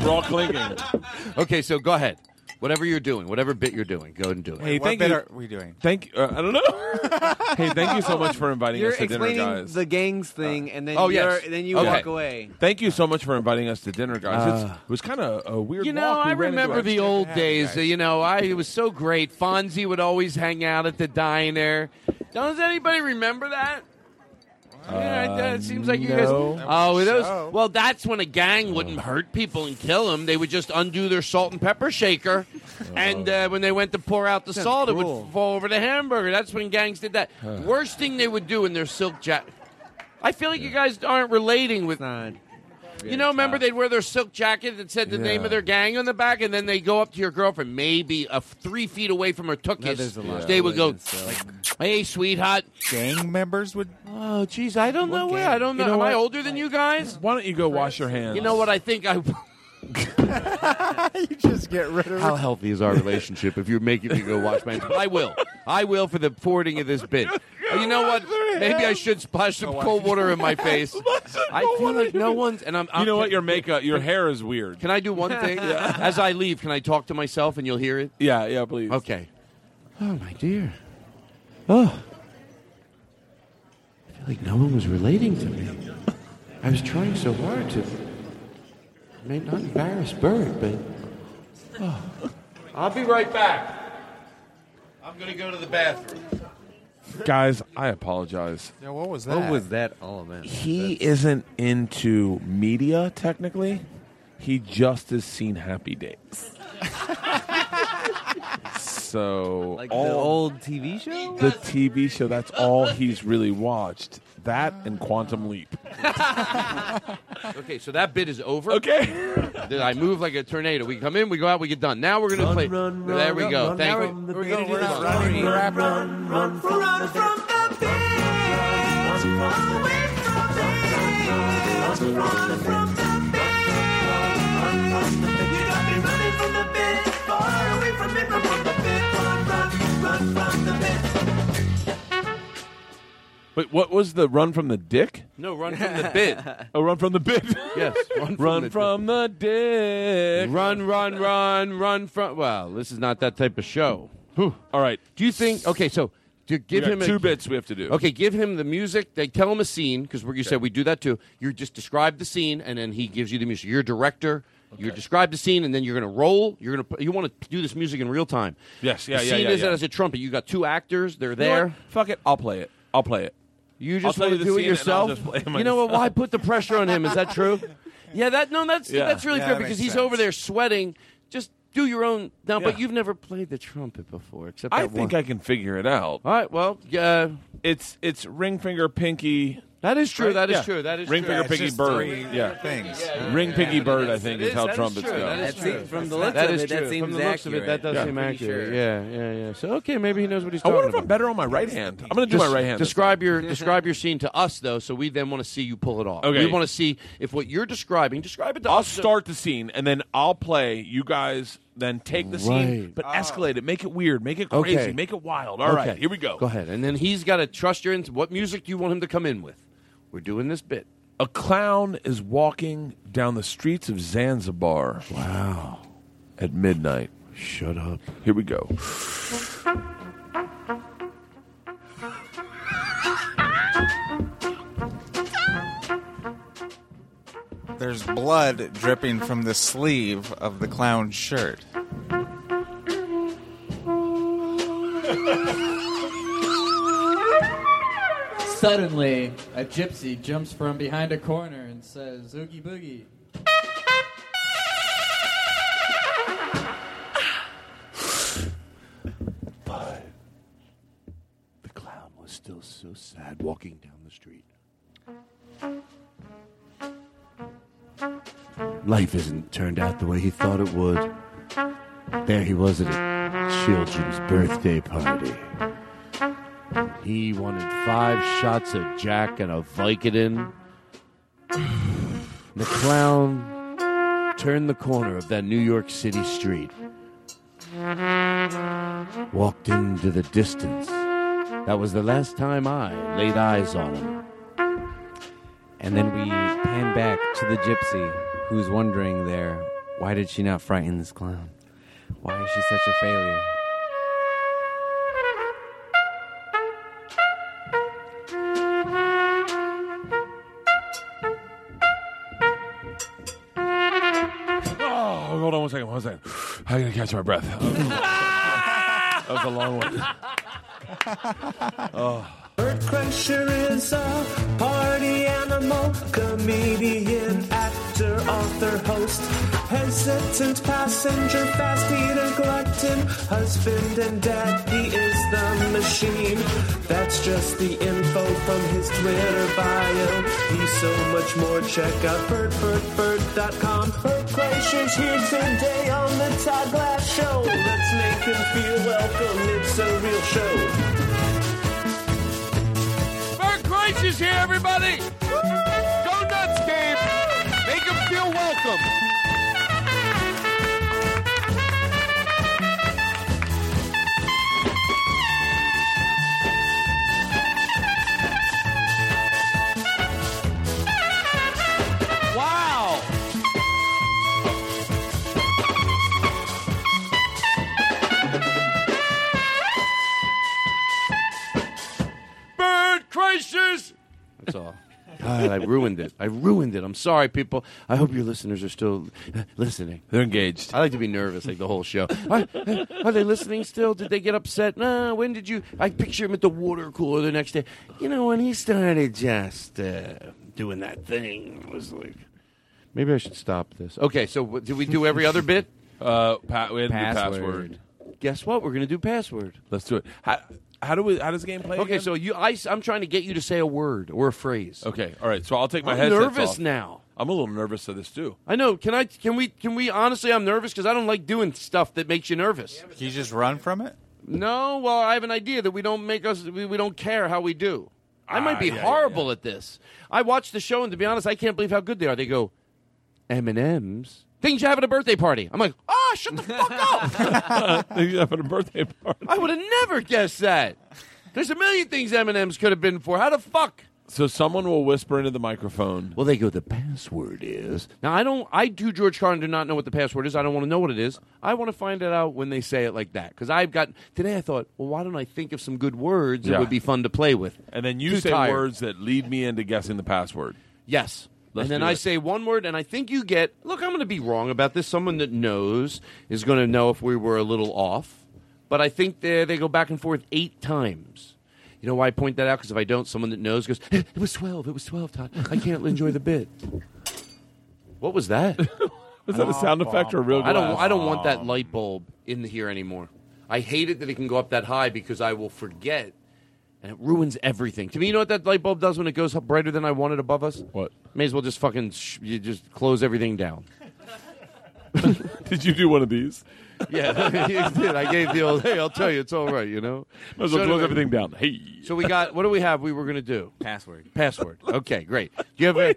F: We're all clinking.
B: okay, so go ahead. Whatever you're doing, whatever bit you're doing, go and do it.
F: Hey, thank you. Thank. Uh, I don't know. hey, thank you so much for inviting
L: You're
F: us to dinner,
L: explaining
F: guys.
L: the gangs thing, and then
B: oh,
L: you're-
B: yes.
L: then you
B: Okay.
L: walk away.
F: Thank you so much for inviting us to dinner, guys. It's-
B: Uh,
F: it was kind of a weird.
B: You know,
F: walk we
B: I
F: ran into.
B: remember
F: just
B: the
F: can't
B: old
F: have you
B: days.
F: guys.
B: You know, I it was so great. Fonzie would always hang out at the diner. Does anybody remember that? yeah, it- it seems like you guys.
F: no.
B: Oh, those. Well, that's when a gang wouldn't hurt people and kill them. They would just undo their salt and pepper shaker, and uh, when they went to pour out the
L: That's
B: salt, it
L: cruel.
B: would fall over the hamburger. That's when gangs did that. Worst thing they would do in their silk jacket. I feel like you guys aren't relating with. You know, remember they'd wear their silk jacket that said the name
F: Yeah.
B: of their gang on the back, and then they go up to your girlfriend, maybe a f- three feet away from her tuchus.
G: there's a lot of
B: they would go,
G: religions, so-
B: "Hey, sweetheart."
G: Gang members would.
B: Oh, jeez, I don't know where. I don't know.
F: You know
B: Am I
F: what?
B: older than you guys?
F: Why don't you go wash your hands?
B: You know what? I think I.
G: you just get rid of
B: How healthy is our relationship if you're making me go wash my hands? I will. I will for the forwarding of this bit. Oh, you know what? Maybe I should splash some cold water in my face. I feel like no one's. And I'm.
F: You know
B: I'm-
F: what? Your makeup, your hair is weird.
B: Can I do one thing? As I leave, can I talk to myself and you'll hear it?
F: Yeah, yeah, please.
B: Okay. Oh my dear. Oh. I feel like no one was relating to me. I was trying so hard to may not embarrass Bert, but Oh. I'll be right back. I'm gonna go to the bathroom.
F: Guys, I apologize.
G: Yeah, what was that?
L: What was that Oh, all about?
F: He isn't into media technically. He just has seen Happy Days. so
L: Like
F: all
L: the old TV show?
F: the TV show. That's all he's really watched. That and Quantum Leap.
B: Okay, so that bit is over.
F: Okay.
B: Then I move like a tornado. We come in, we go out, we get done. Now we're gonna play. there we go. Thank you.
G: We're, gonna do that running run, run, run, run, run from the
F: Wait, what was the run from the dick?
B: No, run from the bit.
F: Oh, run from the bit.
B: Yes, run from
F: run
B: the-
F: from the dick.
B: Run, run, run, run from. Well, this is not that type of show. Whew.
F: All right.
B: Do you think? Okay, so to give
F: we got
B: him
F: two
B: a,
F: bits we have to do.
B: Okay, give him the music. They tell him a scene because you said we do that too. You just describe the scene, and then he gives you the music. You're a director. You describe the scene, and then you're going to roll. You're going to you want to do this music in real time.
F: Yes, yeah,
B: the
F: yeah,
B: Scene
F: yeah,
B: is
F: yeah.
B: as a trumpet. You got two actors. They're
F: You know
B: there.
F: what? Fuck it. I'll play it. I'll play it.
B: You
F: I'll
B: just
F: tell you
B: want to
F: the
B: do it
F: scene and I'll
B: yourself.
F: just play it
B: you know what?
F: myself.
B: Why put the pressure on him? Is that true? yeah, that no, that's
F: Yeah.
B: that's really
F: Yeah,
B: fair
F: that
B: because
F: makes
B: he's
F: sense.
B: over there sweating. Just do your own. Now, but
F: Yeah.
B: you've never played the trumpet before, except
F: I
B: that
F: think
B: one.
F: I can figure it out.
B: All right. Well, yeah.
F: It's it's ring finger pinky.
B: That is true.
F: Right?
B: That is
F: Yeah.
B: true. That is
F: ring
B: true.
F: finger
B: It's
F: pinky
B: just
F: bird.
B: three
F: uh, yeah.
B: things. Yeah,
F: Ring
B: yeah,
F: pinky
B: yeah.
F: bird. I think
B: It
F: is,
B: is-
F: how
B: that is
F: trumpets
B: true.
F: go.
B: That is
L: That seem-
B: true.
L: from the looks
B: that
L: of
B: is
L: it, that
B: true.
L: seems
B: From the looks of it, that
L: accurate.
B: does
L: Yeah.
B: seem
L: Pretty
B: accurate.
L: sure.
B: Yeah, yeah, yeah. So okay, maybe he knows what
F: I
B: he's talking
F: wonder if
B: about.
F: I'm better on my right hand. I'm going to do
B: Just
F: my right hand. this
B: Describe your describe your scene to us though, so we then want to see you pull it off.
F: Okay.
B: We want to see if what you're describing. Describe it to
F: I'll
B: us.
F: start the scene and then I'll play. You guys then take the scene,
B: Right. Ah.
F: but escalate it. Make it weird. Make it
B: Okay.
F: crazy. Make it wild. All right,
B: Okay.
F: here we go.
B: Go ahead, and then he's got to trust your. ins- What music do you want him to come in with? We're doing this bit.
F: A clown is walking down the streets of Zanzibar. Wow. At midnight. Shut up. Here we go.
G: There's blood dripping from the sleeve of the clown's shirt.
I: Suddenly, a gypsy jumps from behind a corner and says, Oogie Boogie.
B: The clown was still so sad walking down the street. Life isn't turned out the way he thought it would. There he was at a children's birthday party. He wanted five shots of Jack and a Vicodin. The clown turned the corner of that New York City street, walked into the distance. That was the last time I laid eyes on him.
L: And then we pan back to the gypsy who's wondering there, why did she not frighten this clown? Why is she such a failure?
F: Oh, hold on one second. One second. I gotta catch my breath. that was a long one. Oh.
C: Bert Kreischer is a party animal, comedian, actor, author, host, hesitant passenger, fast eater, glutton, husband and dad. He is the machine. That's just the info from his Twitter bio. He's so much more. Check out birdbirdbird.com. Bert Kreischer's here today on the Todd Glass Show. Let's make him feel welcome. It's a real show.
B: Bert Kreischer is here, everybody! Go nuts, Dave! Make him feel welcome! Wow! Bert Kreischer's! That's all. God, I ruined it. I ruined it. I'm sorry, people. I hope your listeners are still uh, listening.
F: They're engaged.
B: I like to be nervous, like the whole show. Are, are they listening still? Did they get upset? Nah, when did you? I picture him at the water cooler the next day. You know, when he started just uh, doing that thing, I was like, maybe I should stop this. Okay, so what, did we do every other bit?
F: Uh, pa- we had to do
B: Password.
F: password.
B: Guess what? We're gonna do password.
F: Let's do it. How, how do we? How does the game play?
B: Okay,
F: again?
B: so you, I, am trying to get you to say a word or a phrase.
F: Okay, all right. So I'll take my
B: I'm
F: headsets
B: nervous
F: off.
B: now.
F: I'm a little nervous of this too.
B: I know. Can I? Can we? Can we? Honestly, I'm nervous because I don't like doing stuff that makes you nervous.
G: Can you just run from it?
B: No, well, I have an idea that we don't make us. We, we don't care how we do. I might
F: Ah,
B: be
F: yeah, yeah,
B: horrible at this. I watch the show, and to be honest, I can't believe how good they are. They go M and M's, things you have at a birthday party. I'm like, ah, shut the fuck up.
F: Things you have at a birthday party.
B: I would have never guessed that. There's a million things M and M's could have been for. How the fuck?
F: So someone will whisper into the microphone.
B: Well, they go. The password is now. I don't. I do. George Carlin do not know what the password is. I don't want to know what it is. I want to find it out when they say it like that. Because I've got today. I thought, well, why don't I think of some good words that
F: Yeah.
B: would be fun to play with?
F: and then you
B: Too
F: say
B: tired.
F: words that lead me into guessing the password.
B: Yes.
F: Let's
B: and then
F: do
B: I
F: it.
B: say one word, and I think you get. Look, I'm going to be wrong about this. Someone that knows is going to know if we were a little off. But I think they, they go back and forth eight times. You know why I point that out? Because if I don't, someone that knows goes, "It was twelve. It was twelve, Todd. I can't enjoy the bit." What was that?
F: Was that a sound effect or a real
B: I don't.
F: glass?
B: I don't want that light bulb in here anymore. I hate it that it can go up that high because I will forget, and it ruins everything. To me, you know what that light bulb does when it goes up brighter than I want it above us? What? May as well just fucking sh- you just close everything down.
F: Did you do one of these?
B: Yeah, you did. I gave the old. Hey, I'll tell you, it's all right. You know.
F: Might as well
B: So
F: close
B: anyway-
F: everything down. Hey.
B: So we got. What do we have? We were gonna do
M: Password.
B: Password. Okay, great. Do you have? a,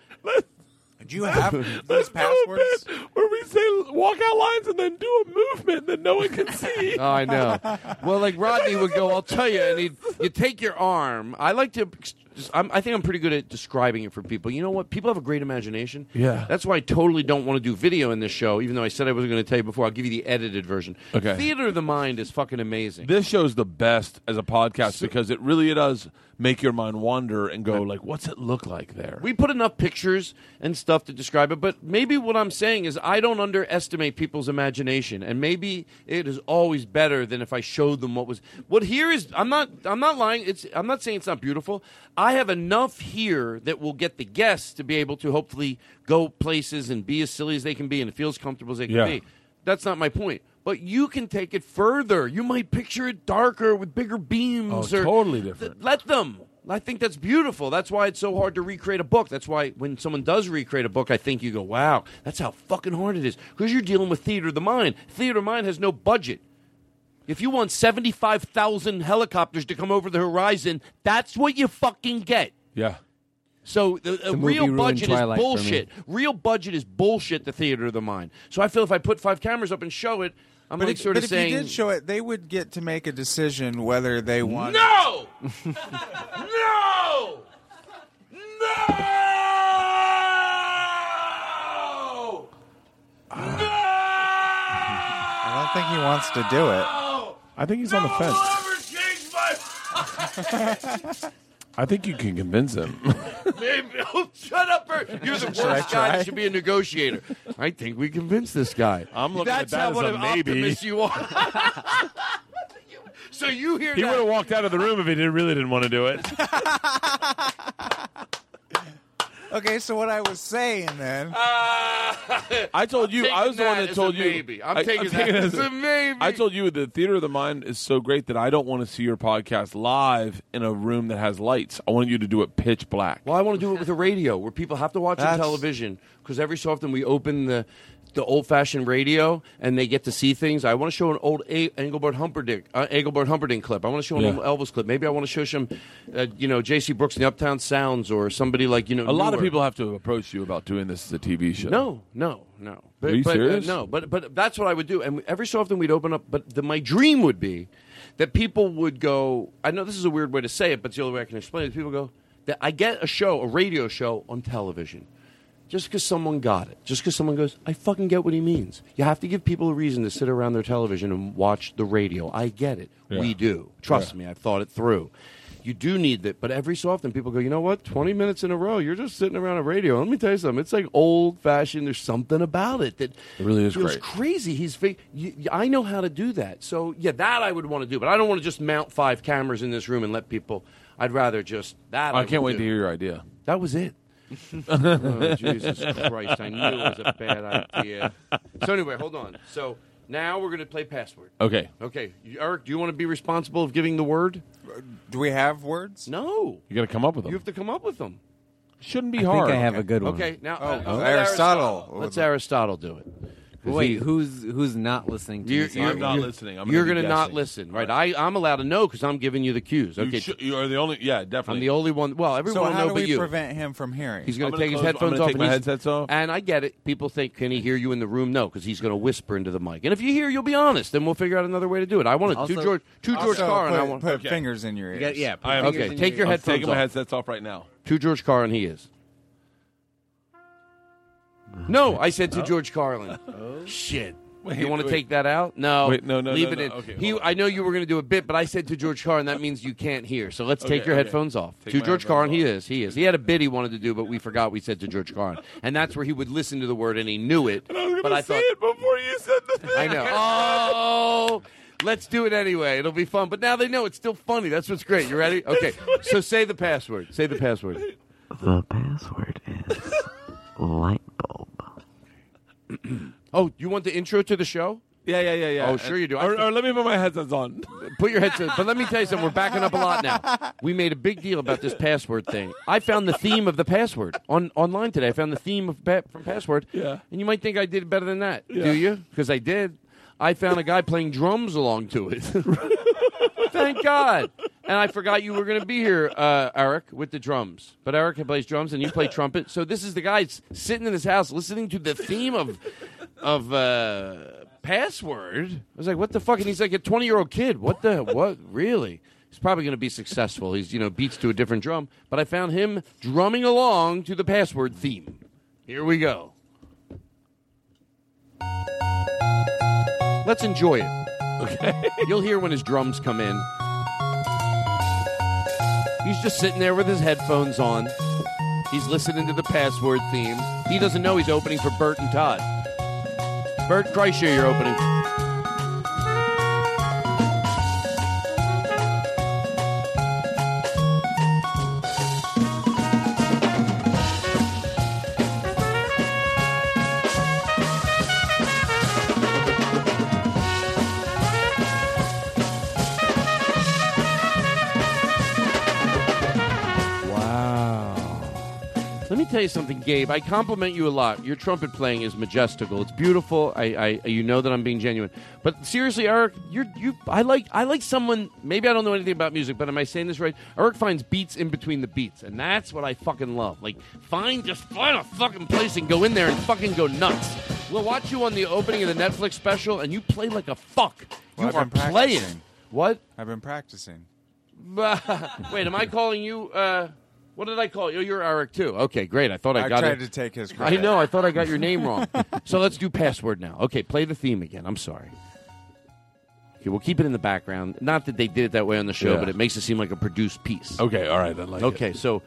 G: do you have
F: Let's passwords? do a bit where we say walkout lines and then do a movement that no one can see.
B: Oh, I know. Well, like Rodney would go, I'll tell you, and he'd you take your arm. I like to. just- I'm, I think I'm pretty good at describing it for people. You know what? People have a great imagination.
F: Yeah.
B: That's why I totally don't want to do video in this show, even though I said I wasn't going to tell you before. I'll give you the edited version.
F: Okay.
B: Theater of the mind is fucking amazing.
F: This show's the best as a podcast because it really does make your mind wander and go like, what's it look like there?
B: We put enough pictures and stuff to describe it, but maybe what I'm saying is I don't underestimate people's imagination, and maybe it is always better than if I showed them what was. What here is I'm not I'm not lying. It's I'm not saying it's not beautiful. I have enough here that will get the guests to be able to hopefully go places and be as silly as they can be and feel as comfortable as they can
F: Yeah.
B: be. That's not my point. But you can take it further. You might picture it darker with bigger beams.
F: Oh,
B: or
F: totally different.
B: Th- let them. I think that's beautiful. That's why it's so hard to recreate a book. That's why when someone does recreate a book, I think you go, "Wow, that's how fucking hard it is." Because you're dealing with theater of the mind. Theater of the mind has no budget. If you want seventy-five thousand helicopters to come over the horizon, that's what you fucking get.
F: Yeah.
B: So the, a
F: The movie
B: real
F: ruined
B: budget
F: Twilight
B: is
F: for me.
B: bullshit. Real budget is bullshit. The theater of the mind. So I feel if I put five cameras up and show it, I'm
G: but
B: like
G: if,
B: sort
G: but
B: of
G: if
B: saying,
G: you did show it, they would get to make a decision whether they want.
B: "No, no."
G: I don't think he wants to do it.
F: I think he's on the fence. I think you can convince him.
B: Maybe- oh, shut up, Bert. You're the
F: Should I
B: worst guy
F: try?
B: that should be a negotiator. I think we convinced this guy. I'm
F: looking at
B: That's
F: that
B: how
F: as
B: what
F: a
B: an
F: maybe.
B: optimist you are. so you hear
F: he would
B: that?
F: have walked out of the room if he didn't, really didn't want to do it.
G: Okay, so what I was saying then.
F: I told you.
G: I'm
F: I was the
G: taking
F: one
G: that
F: that
G: as
F: told
G: a
F: you.
G: maybe. I'm
F: I-
G: taking that
F: it
G: as a maybe.
F: I told you the theater of the mind is so great that I don't want to see your podcast live in a room that has lights. I want you to do it pitch black.
B: Well, I want to do it with a radio where people have to watch on
F: That's-
B: television because every so often we open the the old fashioned radio and they get to see things. I want to show an old a- Engelbert Humperdinck uh, Engelbert Humperdinck clip. I want to show an
F: Yeah.
B: old Elvis clip. Maybe I want to show some, uh, you know, J.C. Brooks and the Uptown Sounds or somebody like you know.
F: A lot of
B: newer.
F: people have to approach you about doing this as a TV show.
B: No, no, no. But,
F: Are you
B: but, uh,
F: serious?
B: no, but but that's what I would do. And every so often we'd open up. But the, my dream would be that people would go. I know this is a weird way to say it, but it's the only way I can explain it. People go that I get a show, a radio show on television, just because someone got it, just because someone goes, I fucking get what he means. You have to give people a reason to sit around their television and watch the radio. I get it.
F: Yeah.
B: We do. Trust
F: Yeah.
B: me, I've thought it through. You do need that, but every so often people go, you know what? Twenty minutes in a row, you're just sitting around a radio. Let me tell you something. It's like old fashioned. There's something about it that
F: It really is
B: feels
F: great.
B: crazy. He's fig- you, you- I know how to do that. So yeah, that I would want to do, but I don't want to just mount five cameras in this room and let people. I'd rather just that.
F: I
B: would
F: can't wait
B: do.
F: to hear your idea.
B: That was it. oh, Jesus Christ! I knew it was a bad idea. So anyway, hold on. So now we're going to play password.
F: Okay.
B: Okay, You- Eric, do you want to be responsible of giving the word?
G: Do we have words?
B: No.
F: You got to come up with them.
B: You have to come up with them.
F: Shouldn't
L: I think I have a good one.
B: Okay, now
L: Oh,
B: uh,
L: oh.
B: let
L: Aristotle.
B: Let's Aristotle do it. 'Cause
L: Wait,
B: he-
L: who's who's not listening to
B: You're,
L: this
B: you're-
L: argument?
B: you're- you're going to not listen, right? I, I'm allowed to know because I'm giving you the cues.
F: You
B: Okay,
F: should- you are the only. Yeah, definitely.
B: I'm the only one. Well, everyone
G: so
B: will
G: how
B: know
G: do
B: but
G: we
B: you.
G: prevent him from hearing?
B: He's going
F: I'm
B: to
F: gonna
B: take his
F: close- I'm
B: headphones
F: gonna
B: off.
F: take
B: and
F: my
B: he's-
F: headsets off.
B: And I get it. People think, can he hear you in the room? No, because he's going to whisper into the mic. And if you hear, you'll be honest, and we'll figure out another way to do it. I want to two
G: Also-
B: George, two George
G: also
B: Carr, and I
G: put-
B: want
G: put Okay. fingers in your You got- ears. yeah, put
B: I am-
G: fingers
B: okay.
G: in
B: Take
G: your
B: your
G: ears.
B: headphones
F: taking my
B: off.
F: headsets off right now.
B: To George Carlin, he is. No, I said to George Carlin. Shit.
F: Oh. Wait,
B: you want to
F: wait.
B: take that out? No.
F: Wait, no, no,
B: Leave
F: no,
B: it
F: no.
B: in.
F: Okay,
B: he, I know you were going to do a bit, but I said to George Carlin, that means you can't hear. So let's
F: Okay,
B: take your
F: okay.
B: headphones off.
F: Take
B: to
F: my
B: George
F: headphones
B: Carlin, he is. He is. He had a bit he wanted to do, but we forgot we said to George Carlin. And that's where he would listen to the word, and he knew it.
F: I was
B: but
F: gonna
B: I
F: say
B: thought,
F: it before you said the thing.
B: I know. Oh, Let's do it anyway. It'll be fun. But now they know it's still funny. That's what's great. You ready? Okay. So say the password. Say the password.
L: The password is light bulb.
B: Oh, you want the intro to the show?
F: Yeah, yeah, yeah, yeah.
B: Oh, sure you do.
F: Or, or let me put my headsets on.
B: Put your headset. But let me tell you something. We're backing up a lot now. We made a big deal about this password thing. I found the theme of the password on online today. I found the theme of pa- from password.
F: Yeah.
B: And you might think I did better than that.
F: Yeah.
B: Do you? Because I did. I found a guy playing drums along to it. Thank God. And I forgot you were going to be here, uh, Eric, with the drums. But Eric plays drums and you play trumpet. So this is the guy s- sitting in his house listening to the theme of of uh, password. I was like, what the fuck? And he's like a twenty year old kid. What the what? Really? He's probably going to be successful. He's you know beats to a different drum. But I found him drumming along to the password theme. Here we go. Let's enjoy it. Okay. You'll hear when his drums come in. He's just sitting there with his headphones on. He's listening to the password theme. He doesn't know he's opening for Bert and Todd. Bert Kreischer, you're opening.
L: Wow.
B: Let me tell you something, Gabe. I compliment you a lot. Your trumpet playing is majestical. It's beautiful. I, I you know that I'm being genuine. But seriously, Eric, you're you. I like I like someone. Maybe I don't know anything about music, but am I saying this right? Eric finds beats in between the beats, and that's what I fucking love. Like find just find a fucking place and go in there and fucking go nuts. We'll watch you on the opening of the Netflix special, and you play like a fuck.
G: Well, I've
B: you are
G: been
B: playing.
G: practicing.
B: What?
G: I've been practicing.
B: Wait, am I calling you? Uh, what did I call you? Oh, You're Eric too. Okay, great. I thought I,
G: I
B: got
G: tried
B: it.
G: to take his
B: I
G: credit.
B: know. I thought I got your name wrong. so let's do password now. Okay, play the theme again. I'm sorry. Okay, we'll keep it in the background. Not that they did it that way on the show,
F: Yeah.
B: but it makes it seem like a produced piece.
F: Okay, all right, I like it.
B: okay, so.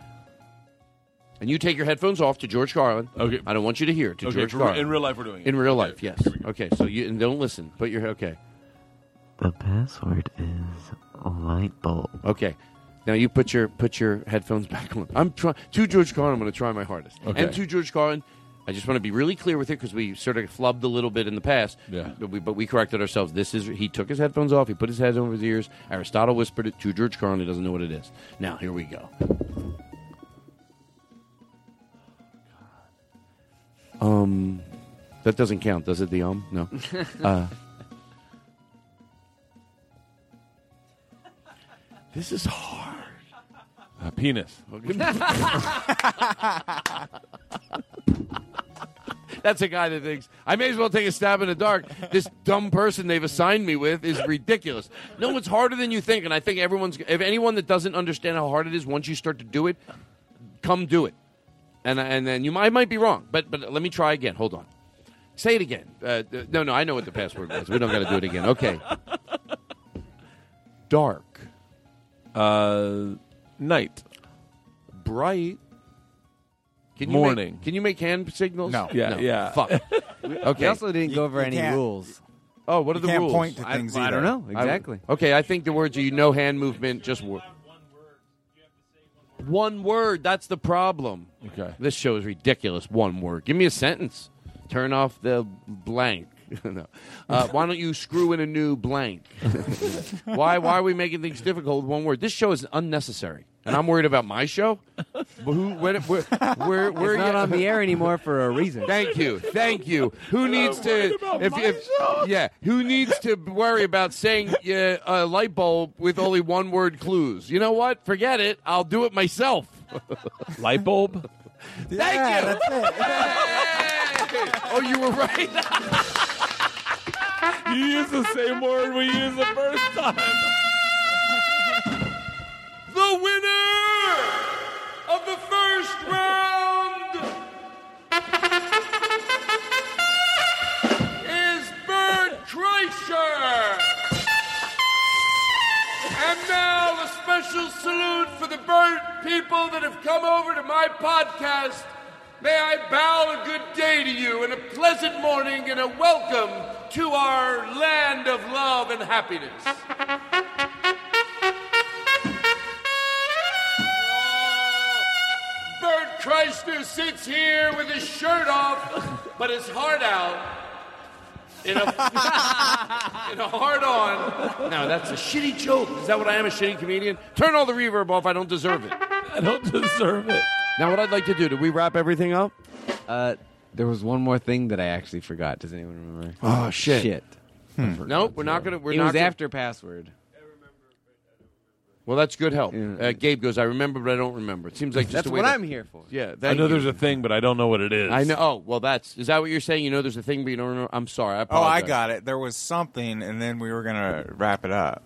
B: And you take your headphones off to George Carlin. Okay. I don't want you to hear it to
F: Okay,
B: George
F: for-
B: Carlin.
F: in real life we're doing it.
B: In real life, yes. Okay, so you and don't listen. Put your okay.
L: The password is light bulb.
B: Okay. Now you put your put your headphones back on. I'm trying to George Carlin. I'm going to try my hardest.
F: Okay.
B: And to George Carlin, I just want to be really clear with it because we sort of flubbed a little bit in the past.
F: Yeah.
B: But we, but we corrected ourselves. This is he took his headphones off. He put his head over his ears. Aristotle whispered it to George Carlin. He doesn't know what it is. Now here we go. Um, that doesn't count, does it? The um, no. Uh, this is hard.
F: A Uh, penis.
B: That's a guy that thinks I may as well take a stab in the dark. This dumb person they've assigned me with is ridiculous. No, it's harder than you think, and I think everyone's if anyone that doesn't understand how hard it is once you start to do it, come do it, and and then you might, I might be wrong, but but let me try again. Hold on, say it again. Uh, th- no, no, I know what the password was. We don't got to do it again. Okay, dark,
F: Uh, night.
B: bright. Can you
F: Morning.
B: Make, can you make hand signals?
G: No.
F: Yeah, yeah.
B: Fuck.
L: We
B: Okay.
L: also didn't go over
G: you
L: any
G: can't-
L: rules.
B: Oh, what are
G: You
B: the
G: can't
B: rules?
G: point to things
L: I
G: either.
L: don't know exactly.
B: I- okay, I think the words are you know hand movement, just word. One word. That's the problem.
F: Okay.
B: This show is ridiculous. One word. Give me a sentence. Turn off the blank. no. Uh, why don't you screw in a new blank? why Why are we making things difficult with one word? This show is unnecessary, and I'm worried about my show. Who? Where? Where? Where? where
L: We're not on the air anymore for a reason.
B: Thank you, thank you. Who needs
G: Uh,
B: to? If, if, yeah, who needs to worry about saying uh, a light bulb with only one word clues? You know what? Forget it. I'll do it myself.
F: Light bulb.
B: Thank
G: Yeah,
B: you.
G: That's it.
B: Hey! Oh, you were right.
F: you use the same word we used the first time.
B: The winner of the first round is Bert Kreischer. And now a special salute for the Bert people that have come over to my podcast
H: May I bow a good day to you and a pleasant morning and a welcome to our land of love and happiness. Bert Kreischer sits here with his shirt off, but his heart out. In a, in a hard on.
B: Now that's a shitty joke. Is that what I am, a shitty comedian? Turn all the reverb off. I don't deserve it. I don't deserve it. Now, what I'd like to do, do we wrap everything up?
L: Uh, there was one more thing that I actually forgot. Does anyone remember?
B: Oh, shit.
L: Shit. I forgot.
B: Nope, we're not gonna. We're
L: it
B: not
L: was
B: gonna-
L: after password.
B: Well, that's good help. Uh, Gabe goes, I remember, but I don't remember. It seems like just
L: That's
B: a way
L: what
B: to-
L: I'm here for.
B: Yeah,
F: I
B: thank
F: know
B: you.
F: there's a thing, but I don't know what it is.
B: I know. Oh, well, that's is that what you're saying? You know, there's a thing, but you don't remember. I'm sorry. I
G: Oh, I
B: apologize.
G: got it. There was something, and then we were gonna wrap it up.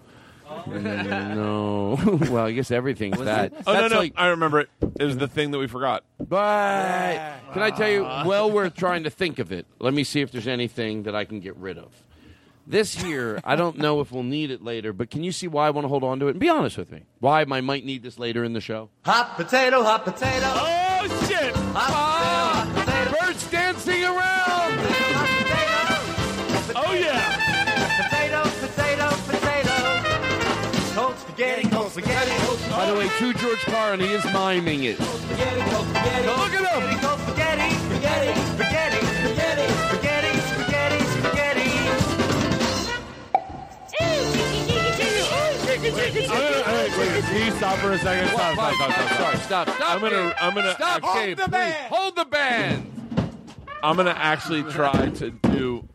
B: no. well, I guess everything's that.
F: Oh no
B: That's
F: no!
B: like- uh,
F: I remember it. It was the thing that we forgot.
B: But can I tell you?
L: Uh.
B: Well, we're trying to think of it. Let me see if there's anything that I can get rid of. This here, I don't know if we'll need it later, but can you see why I want to hold on to it? And be honest with me, why I might need this later in the show.
K: Hot potato, hot potato. Oh shit! Hot potato, hot potato.
B: Ah. Birds dancing around.
K: Oh yeah! Potato, potato, potato. Cold spaghetti, cold spaghetti, cold spaghetti.
B: By the way, to George Carr, and he is miming it.
K: Spaghetti, cold spaghetti. Look at him! Cold spaghetti, spaghetti, spaghetti, spaghetti, spaghetti, spaghetti, spaghetti.
F: Can you stop for a second? Stop, stop, stop, stop, stop.
B: Sorry, stop, stop.
F: I'm gonna, I'm gonna,
B: Stop.
F: actually,
B: hold the band. Hold the band.
F: I'm gonna actually try to do.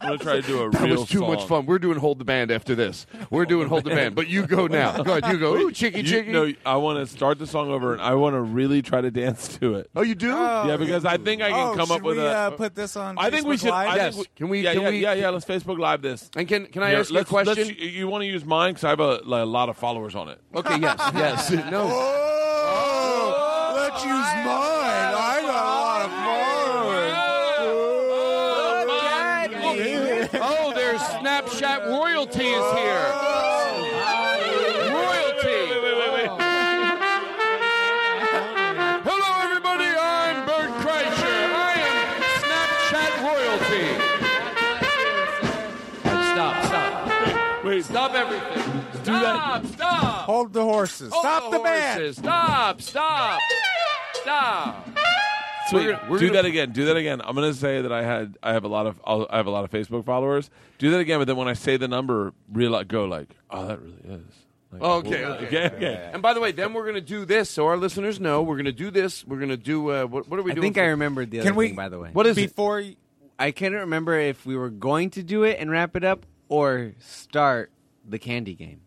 F: I'm gonna try to do a
B: That
F: real.
B: was too much
F: song.
B: fun. We're doing hold the band after this. We're doing hold the band, but you go now. Go ahead, you go.
F: Wait,
B: Ooh, chicky,
F: you-
B: chicky.
F: No, I want to start the song over, and I want to really try to dance to it.
B: Oh, you do?
F: yeah, because I think I can
G: oh,
F: come up
G: should
F: with
G: we,
F: a.
G: uh, put this on.
F: I think we
G: Facebook
F: should.
G: Live?
F: I
B: Yes.
F: think
B: Can we-
F: Yeah,
B: can
F: yeah,
B: we-
F: yeah, yeah. Let's Facebook Live this.
B: And can can I
F: Yeah,
B: ask you a
F: let's-
B: question?
F: let's- you- you want to use mine because I have a, like, a lot of followers on it.
B: Okay, yes, yes. No.
G: Let's use mine. I got a lot of
B: Oh, there's Snapchat royalty is here. Royalty. Hello, everybody. I'm Bert Kreischer. I am Snapchat royalty. Stop, stop.
F: Wait.
B: Stop everything. Stop, stop.
G: Hold the horses.
B: Hold
G: Stop the, band.
B: horses. Stop, stop, stop.
F: Sweet.
B: We're gonna- we're
F: do
B: gonna-
F: that again. Do that again. I'm gonna say that I had I have a lot of I'll, I have a lot of Facebook followers. Do that again, but then when I say the number, real go like, oh, that really is. Like,
B: Oh, Okay,
F: well,
B: okay.
F: okay, okay.
B: And by the way, then we're going to do this so our listeners know. We're going to do this. We're going to do uh, what, what are we
L: I
B: doing?
L: think I remembered the other
G: Can we-
L: thing, by the way.
B: What is it?
G: Before you,
L: I can't remember if we were going to do it and wrap it up or start the candy game.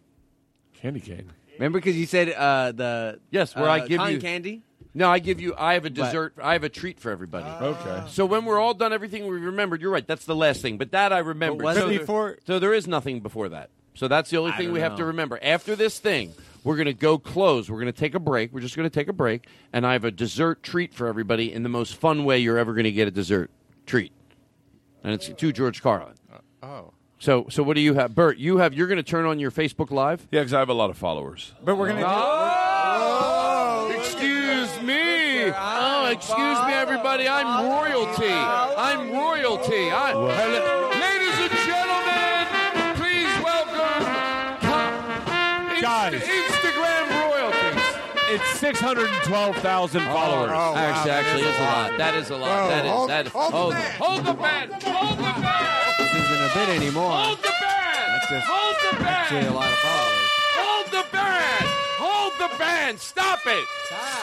F: Candy cane.
L: Remember, because you said uh, the
B: Yes, where
L: uh,
B: I give
L: cotton
B: you-
L: candy.
B: No, I give you. I have a dessert. I have a treat for everybody.
L: Oh.
F: Okay.
B: So when we're all done, everything we remembered. You're right. That's the last thing. But that I remember.
L: was
B: so,
L: it-
G: Before-
B: so there is nothing before that. So that's the only
L: I
B: thing
L: don't
B: we have to
L: know.
B: remember. After this thing, we're going to go close. We're going to take a break. We're just going to take a break, and I have a dessert treat for everybody in the most fun way you're ever going to get a dessert treat, and it's to George Carlin.
F: Uh,
G: Oh.
B: So, so what do you have, Bert? You have. You're going to turn on your Facebook Live.
F: Yeah, because I have a lot of followers.
G: But we're gonna.
B: Oh! Excuse me. Oh, excuse me, everybody. I'm royalty. I'm royalty. I, Hello- ladies and gentlemen, please welcome Ka- Inst-
F: Guys.
B: Instagram royalties.
F: It's six hundred and twelve thousand followers.
G: oh, wow,
B: actually,
G: that
B: actually,
G: is
B: it's a lot. That is a lot.
G: Whoa,
B: Oh, That is.
F: Oh,
G: hold-
B: That is.
G: hold the
B: Hold
G: band.
B: hold the band. Hold the band.
L: This isn't a bit anymore.
B: Hold the band.
L: That's just-
B: Hold the
L: Actually, a
B: band.
L: lot of followers.
B: Hold the band! Hold the band! Stop it!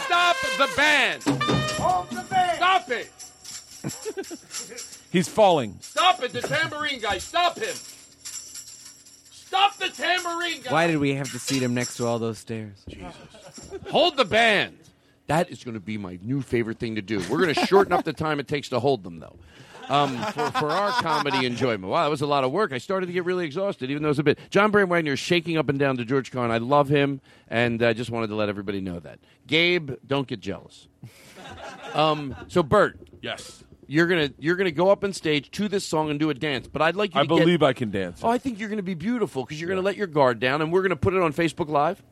B: Stop the band! Hold the band! Stop it!
F: He's falling.
B: Stop it! The tambourine guy! Stop him! Stop the tambourine guy!
L: Why did we have to seat him next to all those stairs?
B: Hold the band! That is going to be my new favorite thing to do. We're going to shorten up the time it takes to hold them, though, um, for, for our comedy enjoyment. Wow, that was a lot of work. I started to get really exhausted, even though it's a bit. John Brand Wagner is shaking up and down to George Carlin. I love him, and I just wanted to let everybody know that. Gabe, don't get jealous. Um, so, Bert,
F: Yes.
B: You're gonna you're gonna go up on stage to this song and do a dance. But I'd like you.
F: I
B: to get-
F: believe I can dance.
B: oh, I think you're gonna be beautiful because you're gonna let your guard down, and we're gonna put it on Facebook Live.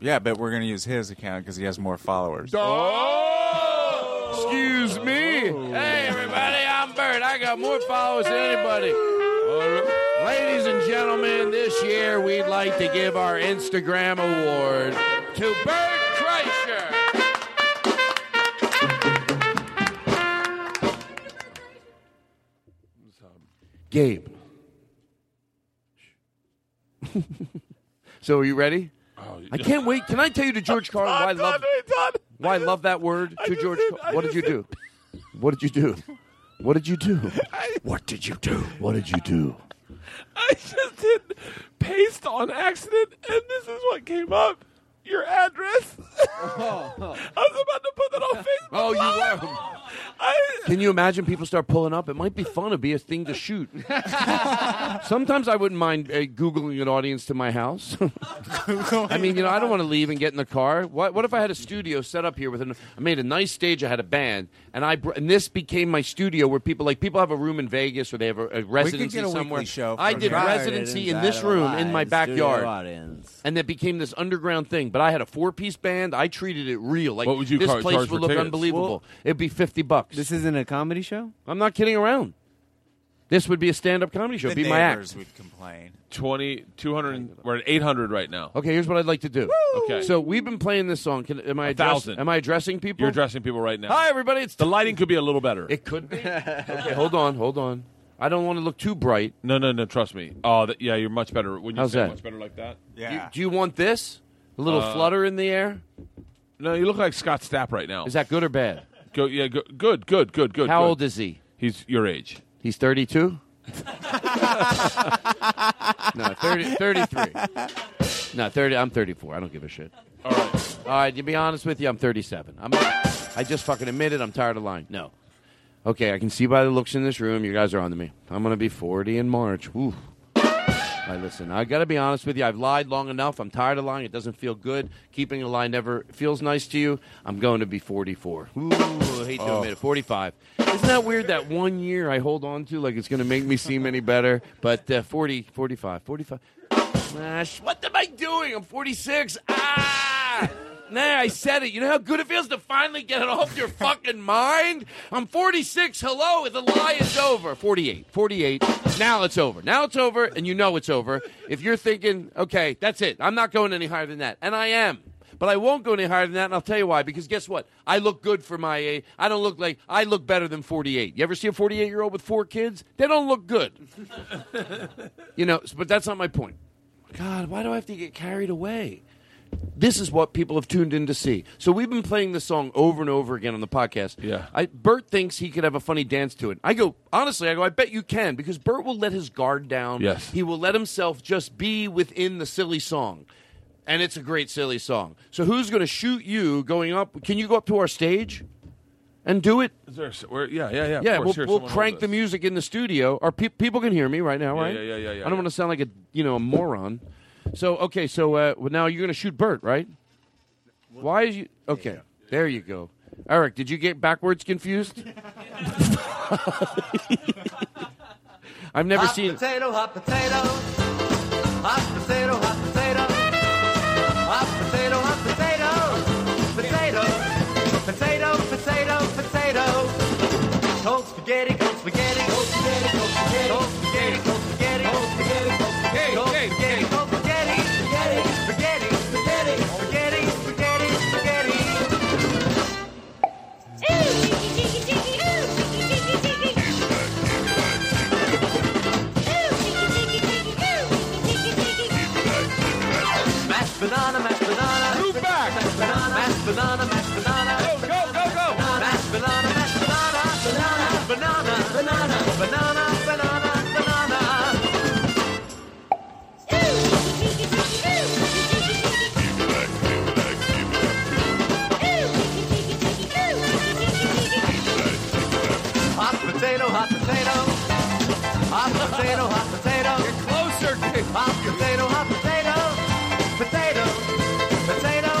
G: Yeah, but we're gonna use his account because he has more followers.
F: Oh!
B: Excuse me. Hey, everybody, I'm Bert. I got more followers than anybody. All right. Ladies and gentlemen, this year we'd like to give our Instagram award to Bert Kreischer. Gabe. So, are you ready? I can't wait. Can I tell you to George Carlin why I love why I love that word to George? Carlin? what did you do? What did you do? What did you do? What did you do? What did you do?
F: I just did paste on accident, and this is what came up. Your address.
G: Oh.
F: I was about to put that on Facebook.
B: Oh, you were. Can you imagine people start pulling up? It might be fun to be a thing to shoot. Sometimes I wouldn't mind uh, googling an audience to my house. I mean, you know, I don't want to leave and get in the car. What, what if I had a studio set up here with an? I made a nice stage. I had a band, and I br- and this became my studio where people like people have a room in Vegas or they have a, a residency
G: get a
B: somewhere.
G: weekly show
B: I
G: from
B: did
G: here.
B: residency in
G: Inside
B: this
G: our
B: room in my
G: lives, studio
B: backyard,
G: audience.
B: and that became this underground thing. But I had a four-piece band. I treated it real. Like
F: What would you
B: this
F: car- charge
B: place
F: for
B: would look
F: tickets?
B: unbelievable. It'd be fifty bucks.
L: This isn't a comedy show.
B: I'm not kidding around. This would be a stand-up comedy show. It'd be my act.
G: would complain.
F: 20, 200, we're at 800 right now.
B: Okay, here's what I'd like to do.
F: Okay.
B: So we've been playing this song. Can, am I address-
F: thousand.
B: Am I addressing people?
F: You're addressing people right now.
B: Hi, everybody. It's
F: the lighting could be a little better.
B: It could be. okay, hold on, hold on. I don't want to look too bright.
F: No, no, no. Trust me. Oh, th- yeah. You're much better. When you
B: How's
F: say
B: that?
F: much better like that.
B: Do you, do you want this? A little
F: Uh,
B: flutter in the air.
F: No, you look like Scott Stapp right now.
B: Is that good or bad?
F: Go, yeah, go, good, good, good, good.
B: How
F: good.
B: old is he?
F: He's your age.
B: He's 32. no, 30, 33. No, 30. I'm 34. I don't give a shit. All right. All right. To be honest with you, I'm 37. I'm. I just fucking admit it. I'm tired of lying. No. Okay, I can see by the looks in this room, you guys are on to me. I'm gonna be 40 in March. Ooh. All right, listen, I got to be honest with you. I've lied long enough. I'm tired of lying. It doesn't feel good. Keeping a lie never feels nice to you. I'm going to be 44. Ooh, I hate to admit it. 45. Isn't that weird that one year I hold on to like it's going to make me seem any better? But uh, 40, 45, 45. Gosh, what am I doing? I'm 46. Ah! Nah, I said it. You know how good it feels to finally get it off your fucking mind? I'm 46. Hello, the lie is over. 48. 48. Now it's over. Now it's over, and you know it's over. If you're thinking, okay, that's it. I'm not going any higher than that. And I am. But I won't go any higher than that, and I'll tell you why. Because guess what? I look good for my age. I don't look like I look better than 48. You ever see a 48 year old with four kids? They don't look good. you know, but that's not my point. God, why do I have to get carried away? This is what people have tuned in to see. So we've been playing this song over and over again on the podcast. Yeah. I, Bert thinks he could have a funny dance to it. I go, honestly, I go, I bet you can because Bert will let his guard down.
F: Yes.
B: He will let himself just be within the silly song. And it's a great silly song. So who's going to shoot you going up? Can you go up to our stage and do it?
F: Is there? Where, yeah, yeah, yeah. of
B: yeah,
F: course.
B: we'll,
F: Here,
B: we'll
F: someone
B: crank
F: hold
B: the
F: this.
B: music in the studio. Our pe- people can hear me right now,
F: Yeah,
B: right?
F: yeah, yeah, yeah,
B: I
F: yeah,
B: don't want to sound like a you know a moron. So okay, so uh, well, now you're gonna shoot Bert, right? Why is you okay? There you go, Eric. Did you get backwards confused? I've never
K: hot
B: seen.
K: potato, hot potato, hot potato, hot potato, hot potato, hot potato, potato, potato, potato, potato. Cold spaghetti, cold spaghetti, cold spaghetti, cold spaghetti, cold spaghetti, cold spaghetti, cold spaghetti, cold spaghetti, cold spaghetti, cold spaghetti, spaghetti, spaghetti, spaghetti, spaghetti, spaghetti, spaghetti. Mashed banana, mashed banana. Move back. Mashed banana, mashed banana. Go, go, go, go. Mashed banana, mashed banana. Banana, banana, banana, banana, banana, banana. Hot potato, hot potato. Hot potato, hot potato. Get closer, Hot potato, hot potato. Potato, potato,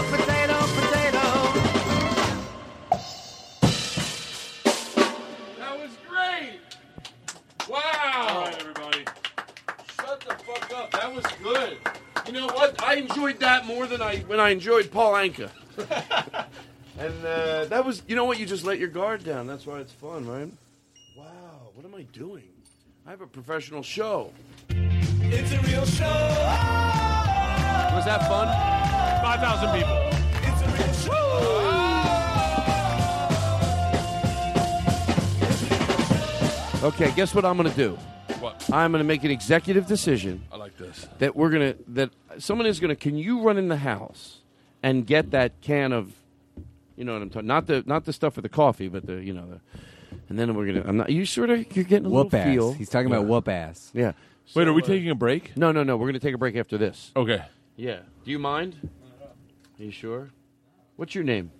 K: potato, potato.
F: That was great. Wow. All right, everybody.
B: Shut the fuck up. That was good. You know what? I enjoyed that more than I when I enjoyed Paul Anka. And uh, that was, you know what? You just let your guard down. That's why it's fun, right? Wow, what am I doing? I have a professional show.
H: It's a real show.
B: Was that fun? 5,000 people. Ah! Okay, guess what I'm going to do?
F: What?
B: I'm going to make an executive decision.
F: I like this.
B: That we're going to, that someone is going to, can you run in the house and get that can of, you know what I'm talking, not the, not the stuff with the coffee, but the, you know, the, and then we're going to, I'm not, you sort of, you're getting a
L: Whoop
B: little
L: ass.
B: feel.
L: He's talking about whoop ass.
B: Yeah. uh,
F: Wait, are we taking a break?
B: No, no, no. We're going to take a break after this.
F: Okay.
B: Yeah. Do you mind? Are you sure? What's your name?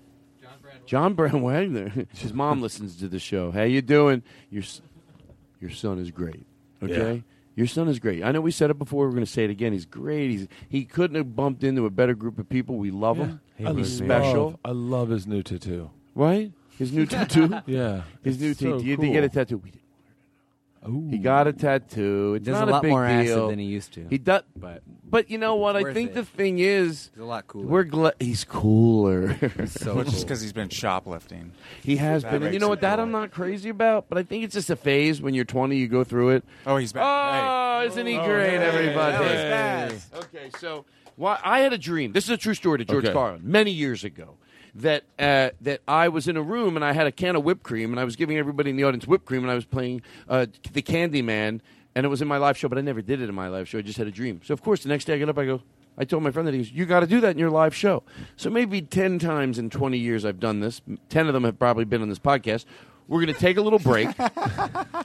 B: John Brown Wagner. His mom listens to the show. How you doing? Your s- your son is great. Okay.
F: Yeah.
B: Your son is great. I know we said it before. We're going to say it again. He's great. He's he couldn't have bumped into a better group of people. We love him.
F: I
B: He's
F: love-
B: special,
F: I love his new tattoo.
B: right? His new tattoo.
F: Yeah,
B: His new
F: it's so
B: tattoo. He had to get a
F: cool.
B: tattoo. We didn't want her to know. He got a tattoo. It's
L: There's
B: not
L: a lot
B: big
L: more acid
B: deal.
L: than he used to.
B: He does,
L: But
B: but you know what? I
L: Worth
B: think
L: it.
B: the thing is,
L: He's a lot cooler.
B: We're gla- he's cooler.
L: so
G: Which is
L: cool.
G: because he's been shoplifting.
B: he has
G: That
B: been. And you
G: makes
B: know
G: it
B: what? That
G: cool.
B: I'm not crazy about, but I think it's just a phase. When you're 20, you go through it.
G: Oh, he's back.
B: Oh, isn't he great, everybody?
G: That was
B: Okay, so why, I had a dream. This is a true story to George
F: Okay.
B: Carlin many years ago. That uh, that I was in a room and I had a can of whipped cream and I was giving everybody in the audience whipped cream and I was playing uh, the Candyman and it was in my live show but I never did it in my live show I just had a dream so of course the next day I get up I go I told my friend that he goes you got to do that in your live show so maybe ten times in twenty years I've done this ten of them have probably been on this podcast we're gonna take a little break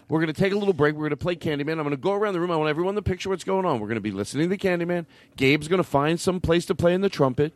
B: we're going to take a little break. We're going to play Candyman. I'm going to go around the room. I want everyone to picture what's going on. We're going to be listening to Candyman. Gabe's going to find some place to play in the trumpet.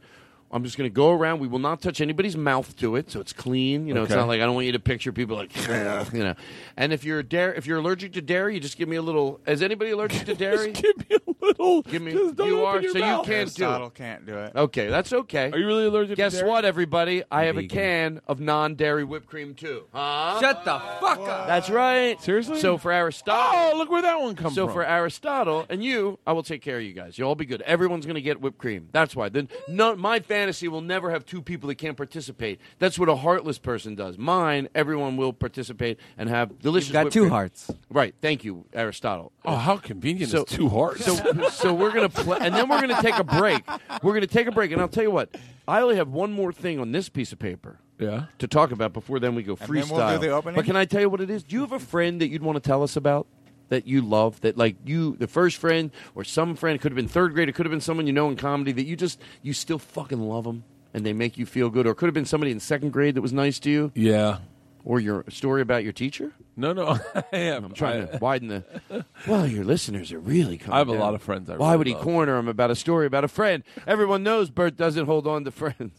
B: I'm just going to go around. We will not touch anybody's mouth to it, so it's clean. You know, it's
F: Okay.
B: not like I don't want you to picture people like you know. And if you're dare, if you're allergic to dairy, you just give me a little. Is anybody allergic to dairy?
F: Give me a little.
B: Give me.
F: Just don't
B: you
F: open
B: are,
F: your
B: so
F: mouth.
B: you can't do
G: Aristotle
B: it.
G: can't do it.
B: Okay, that's okay.
F: Are you really allergic?
B: Guess
F: to dairy?
B: what, everybody? I have a
L: Vegan.
B: can of non-dairy whipped cream too. Huh?
L: Shut the fuck up.
B: That's right.
F: Seriously?
B: So for Aristotle,
F: Oh, look where that one comes
B: so
F: from.
B: for Aristotle and you, I will take care of you guys. You'll all be good. Everyone's going to get whipped cream. That's why. Then no, my fantasy will never have two people that can't participate. That's what a heartless person does. Mine, everyone will participate and have delicious.
L: You've got
B: whipped
L: two
B: cream.
L: hearts.
B: Right. Thank you, Aristotle.
F: oh, how convenient!
B: So-
F: it's two hearts.
B: So, so we're gonna play, and then we're gonna take a break. We're gonna take a break, and I'll tell you what. I only have one more thing on this piece of paper.
F: Yeah.
B: To talk about before then we go
G: And
B: freestyle.
G: then we'll do the opening?
B: But can I tell you what it is? Do you have a friend that you'd want to tell us about that you love? That like you, the first friend or some friend it could have been third grade. It could have been someone you know in comedy that you just you still fucking love them and they make you feel good. Or it could have been somebody in second grade that was nice to you.
F: yeah.
B: Or your story about your teacher.
F: No, no, I am.
B: I'm trying to widen the. Well, your listeners are really coming.
F: I have a
B: down.
F: lot of friends I
B: Why
F: really
B: would he
F: love.
B: corner him about a story about a friend? Everyone knows Bert doesn't hold on to friends.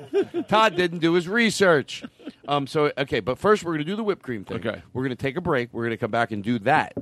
B: Todd didn't do his research. Um. So okay, but first we're going to do the whipped cream thing.
F: Okay.
B: We're going to take a break. We're going to come back and do that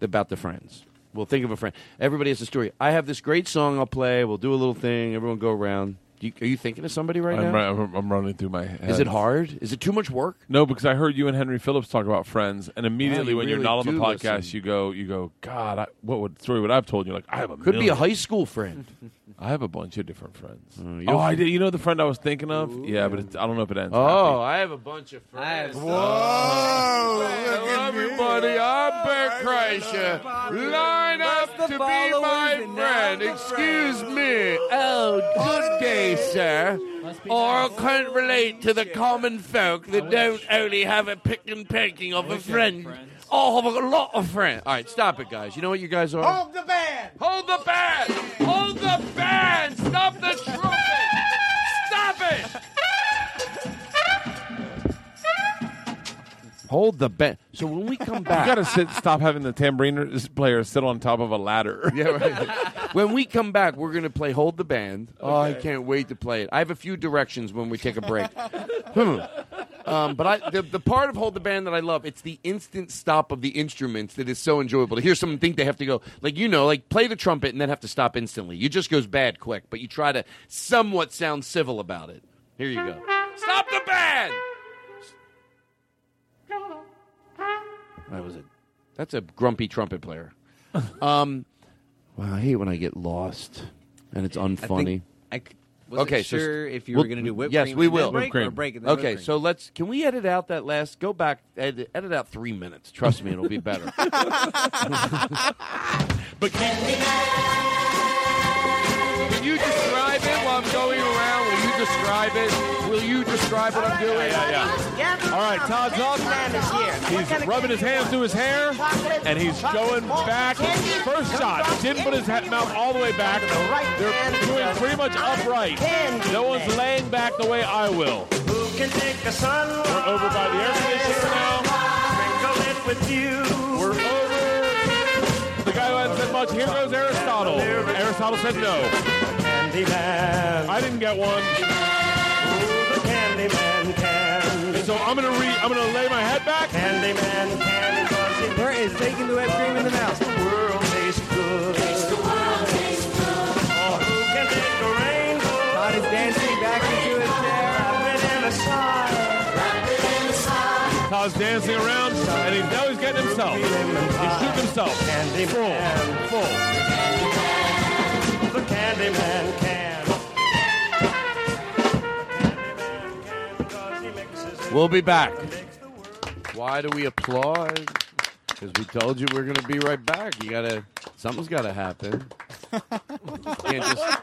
B: about the friends. We'll think of a friend. Everybody has a story. I have this great song I'll play. We'll do a little thing. Everyone go around. Do you, are you thinking of somebody right
F: I'm,
B: now?
F: ri- I'm, I'm running through my head.
B: Is it hard? Is it too much work?
F: No, because I heard you and Henry Phillips talk about friends, and immediately
B: you
F: when you're
B: really
F: not on the
B: do
F: podcast,
B: listen.
F: you go, you go, God, I, what would story would I have told you? Like I have a
B: Could be a
F: million.
B: high school friend. Mm,
F: I have a bunch of different friends.
B: you'll-
F: oh, I did. You know the friend I was thinking of? yeah, but it's, I don't know if it ends.
B: Oh,
F: happy.
B: I have a bunch of friends.
G: Whoa! look
B: Hello,
G: at me.
B: everybody. I'm Bert Kreischer. Line up to be my friend. Excuse me. Oh, good day, sir. Or can't relate to the common folk that don't only have a pick and pecking of a friend. Oh, I've got a lot of friends. All right, stop it, guys. You know what you guys are?
H: Oh.
G: Hold the band.
B: Hold the band! Hold the band! Stop the trumpet! Stop it! Hold the band. So when we come
F: You
B: back,
F: gotta sit. Stop having the tambourine player sit on top of a ladder.
B: Yeah, right. when we come back, we're gonna play "Hold the Band." Oh, I can't wait to play it. I have a few directions when we take a break. Hmm. Um, but I, the, the part of "Hold the Band" that I love, it's the instant stop of the instruments that is so enjoyable. To hear someone think they have to go, like you know, like play the trumpet and then have to stop instantly. You just goes bad quick, but you try to somewhat sound civil about it. Here you go. Stop the band. That was a. That's a grumpy trumpet player. Um, wow, I hate when I get lost and it's
L: I
B: unfunny.
L: think I c- Wasn't
B: okay, so
L: sure if you were gonna do whipped
B: yes,
L: cream
B: we
L: and then
B: will.
L: break Whipped or cream. break and then
B: okay,
L: whipped cream.
B: so let's. Can we edit out that last? Go back. Edit, edit out three minutes. Trust me, it'll be better. but
K: Can
B: you describe it while I'm going around? Will you describe it? Will you describe what I'm doing?
F: Yeah, yeah,
B: All right, Todd's
F: yeah. He's rubbing his hands through his hair, and he's going back. First shot, didn't put his hat mouth all the way back. They're doing pretty much upright. No one's laying back the way I will. We're over by the air conditioner now. with you. We're over. The guy who hasn't said much. Here goes Aristotle. Aristotle said no. I didn't get one. So I'm gonna re- I'm gonna lay my head back. Candyman, candy, Where is taking the whipped cream in the mouth? The world tastes good. the world tastes good. Oh, who can take a rainbow? God is dancing back into his chair. Wrapped in a sigh. Wrapped in a sigh. Todd's dancing around, and he, now he's getting himself. He's shooting himself. Candyman. Full. Full. The Candyman can.
B: We'll be back. Why do we applaud? Because we told you we're going to be right back. You gotta, something's got to happen. You can't just-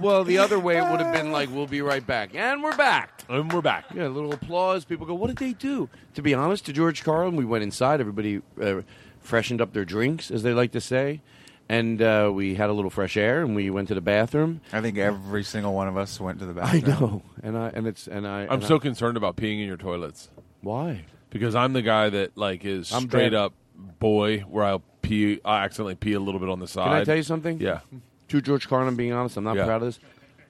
B: well, the other way it would have been like, we'll be right back, and we're back,
F: and we're back.
B: Yeah, a little applause. People go, what did they do? To be honest, to George Carlin, we went inside. Everybody uh, freshened up their drinks, as they like to say, and uh, we had a little fresh air, and we went to the bathroom.
G: I think every single one of us went to the
B: I
G: bathroom.
B: know, and I and it's and I.
F: I'm
B: and I-
F: so concerned about peeing in your toilets.
B: Why?
F: Because I'm the guy that like is
B: I'm
F: straight
B: bad.
F: up boy where I'll pee I accidentally pee a little bit on the side.
B: Can I tell you something?
F: Yeah.
B: True George Carlin, I'm being honest, I'm not
F: Yeah.
B: proud of this.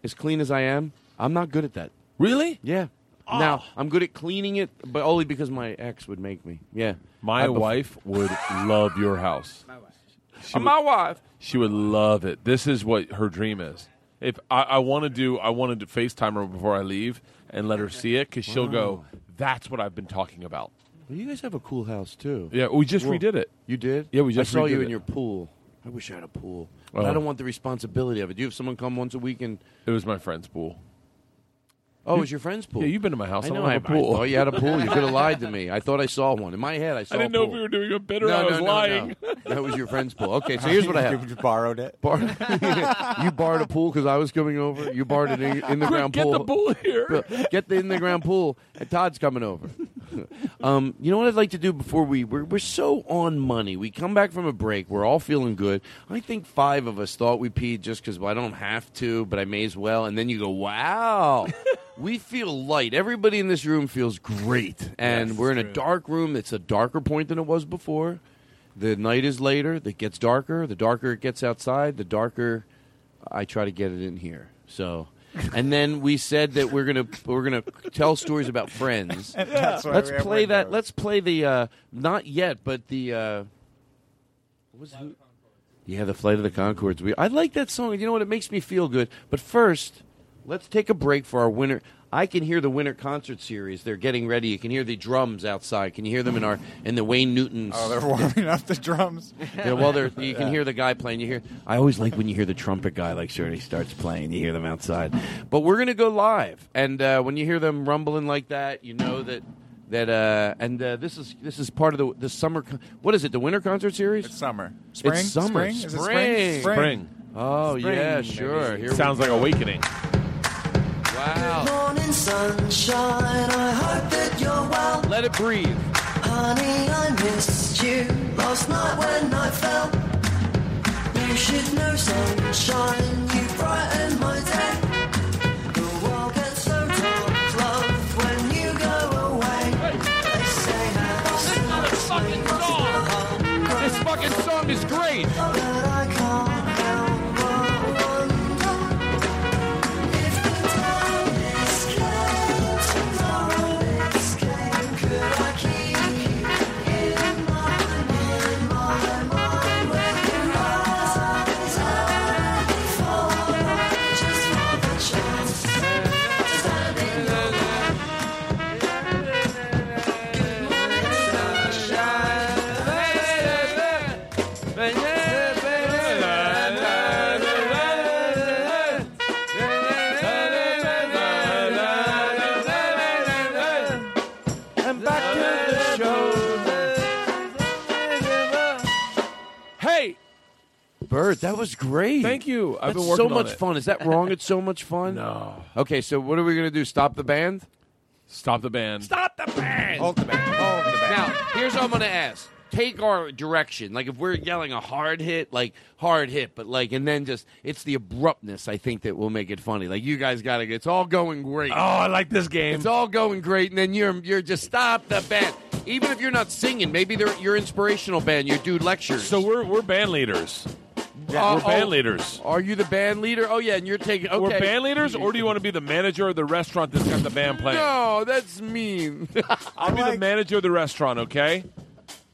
B: As clean as I am, I'm not good at that.
F: Really? Oh.
B: Yeah. Now, I'm good at cleaning it, but only because my ex would make me. Yeah.
F: My
B: I bef-
F: wife would love your house. My wife. She
B: Uh, my
F: would-
B: wife.
F: She would love it. This is what her dream is. If I, I want to do, I wanted to FaceTime her before I leave and let her see it because she'll go. That's what I've been talking about.
B: Well, you guys have a cool house, too.
F: Yeah, we just
B: Well,
F: redid it.
B: You did?
F: Yeah, we just
B: I saw you
F: redid
B: in
F: it.
B: your pool. I wish I had a pool.
F: Oh.
B: But I don't want the responsibility of it. Do you have someone come once a week and.
F: It was my friend's pool.
B: Oh,
F: You-
B: it was your friend's pool.
F: Yeah, you've been to my house.
B: I
F: I don't
B: know.
F: have a
B: I-
F: pool.
B: I thought you had a pool. You could have lied to me. I thought I saw one. In my head, I saw.
F: didn't
B: a
F: know if
B: pool.
F: we were doing a bit or
B: no,
F: I was
B: no, no,
F: lying.
B: No. That was your friend's pool. Okay, so here's what I have.
G: You borrowed it.
B: Bar- you borrowed a pool because I was coming over. You borrowed an in, in the
F: Quick,
B: ground
F: get
B: pool.
F: the pool here.
B: Get the in the ground pool. And Todd's coming over. um, you know what I'd like to do before we we're, we're so on money. We come back from a break. We're all feeling good. I think five of us thought we peed just because well, I don't have to, but I may as well. And then you go, wow. We feel light. Everybody in this room feels great. And we're in a dark room that's a darker point than it was before. The night is later. It gets darker. The darker it gets outside, the darker I try to get it in here. So, and then we said that we're gonna we're gonna tell stories about friends.
G: That's why
B: let's
G: we have
B: play that. Let's play the uh, not yet, but the uh, what was who? yeah, the flight of the Concords. We I like that song. You know what? It makes me feel good. But first, let's take a break for our winter. I can hear the winter concert series. They're getting ready. You can hear the drums outside. Can you hear them in our in the Wayne Newton's?
G: Oh, they're warming up the drums.
B: Yeah, well, they're, you can hear the guy playing. You hear. I always like when you hear the trumpet guy like sure he starts playing. You hear them outside. But we're gonna go live, and uh, when you hear them rumbling like that, you know that that. Uh, and uh, this is this is part of the the summer. Con- what is it? The winter concert series. It's
G: summer. Spring?
B: It's summer.
G: Spring? Is it
B: Spring.
G: spring? Spring. Spring.
B: Oh
G: Spring,
B: yeah,
G: maybe.
B: sure. Here we
F: Sounds like
B: go.
F: awakening.
B: Wow.
K: Morning sunshine, I heard that you're well.
B: Let it breathe.
K: Honey, I missed you last night when I fell. You should know sunshine, you brighten my day. The world gets so dark, love, when you go away. They say how this fucking song.
B: This fucking song is great.
K: But I can't help but wonder if the time is came tomorrow. This came, could I keep you in my in my mind when your eyes are only falling just for the chance to stand in your light? Good morning, sunshine.
B: Hey,
D: Bert, that was great.
F: Thank you. I've
B: That's
F: been working
B: so
F: on
B: much
F: it.
B: fun. Is that wrong? It's so much fun.
F: No.
B: Okay, so what are we gonna do? Stop the band?
F: Stop the band.
B: Stop the band.
D: Hold the band. Hold the
B: band. Now, here's what I'm gonna ask. Take our direction. Like if we're yelling a hard hit, like hard hit, but like and then just it's the abruptness I think that will make it funny. Like you guys gotta it's all going great. Oh,
F: I like this game.
B: It's all going great, and then you're you're just stop the band. Even if you're not singing, maybe they're your inspirational band, your dude lectures.
F: So we're we're band leaders.
B: Yeah.
F: we're
B: Uh,
F: band
B: oh.
F: leaders.
B: Are you the band leader? Oh yeah, and you're taking okay.
F: We're band leaders, or do you want to be the manager of the restaurant that's got the band playing?
B: No, that's mean.
F: I'll be the manager of the restaurant. Okay.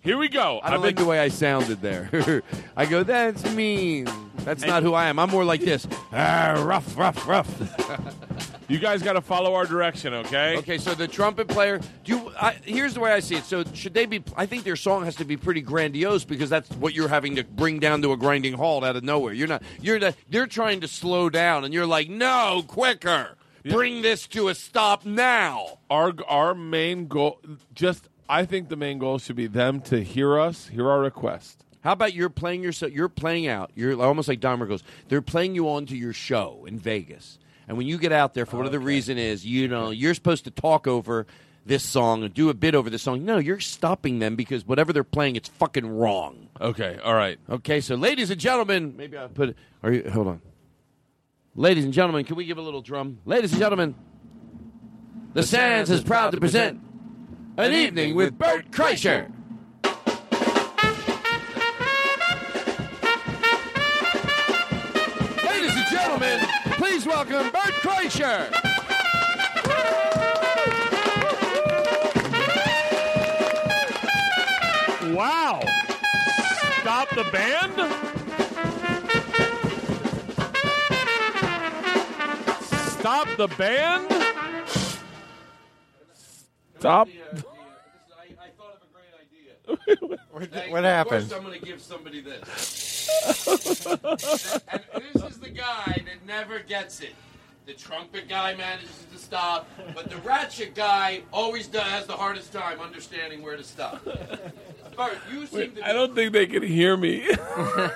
F: Here we go.
B: I don't
F: I've
B: like
F: been
B: the way I sounded there. I go, that's mean. That's not who I am. I'm more like this. Ah, rough, rough, rough.
F: you guys got to follow our direction, okay?
B: Okay, so the trumpet player. Do you, I, here's the way I see it. So should they be? I think their song has to be pretty grandiose because that's what you're having to bring down to a grinding halt out of nowhere. You're not. You're the, They're trying to slow down, and you're like, no, quicker. Bring this to a stop now.
F: our our main goal. Just I think the main goal should be them to hear us, hear our request.
B: How about you're playing yourself? You're playing out. You're almost like Dahmer goes. They're playing you on to your show in Vegas, and when you get out there, for whatever reason is, you know, you're supposed to talk over this song and do a bit over this song. No, you're stopping them because whatever they're playing, it's fucking wrong.
F: Okay, all right.
B: Okay, so ladies and gentlemen, maybe I put. Are you? Hold on. Ladies and gentlemen, can we give a little drum? Ladies and gentlemen, the Sands is proud to present an evening with Bert Kreischer. Ladies and gentlemen, please welcome Bert Kreischer.
F: Wow! Stop the band? Stop the band? Stop.
G: what happened?
B: I'm going to give somebody this. and this is the guy that never gets it. The trumpet guy manages to stop, but the ratchet guy always does, has the hardest time understanding where to stop. Bert, you seem to.
F: I don't think they can hear me.
B: no,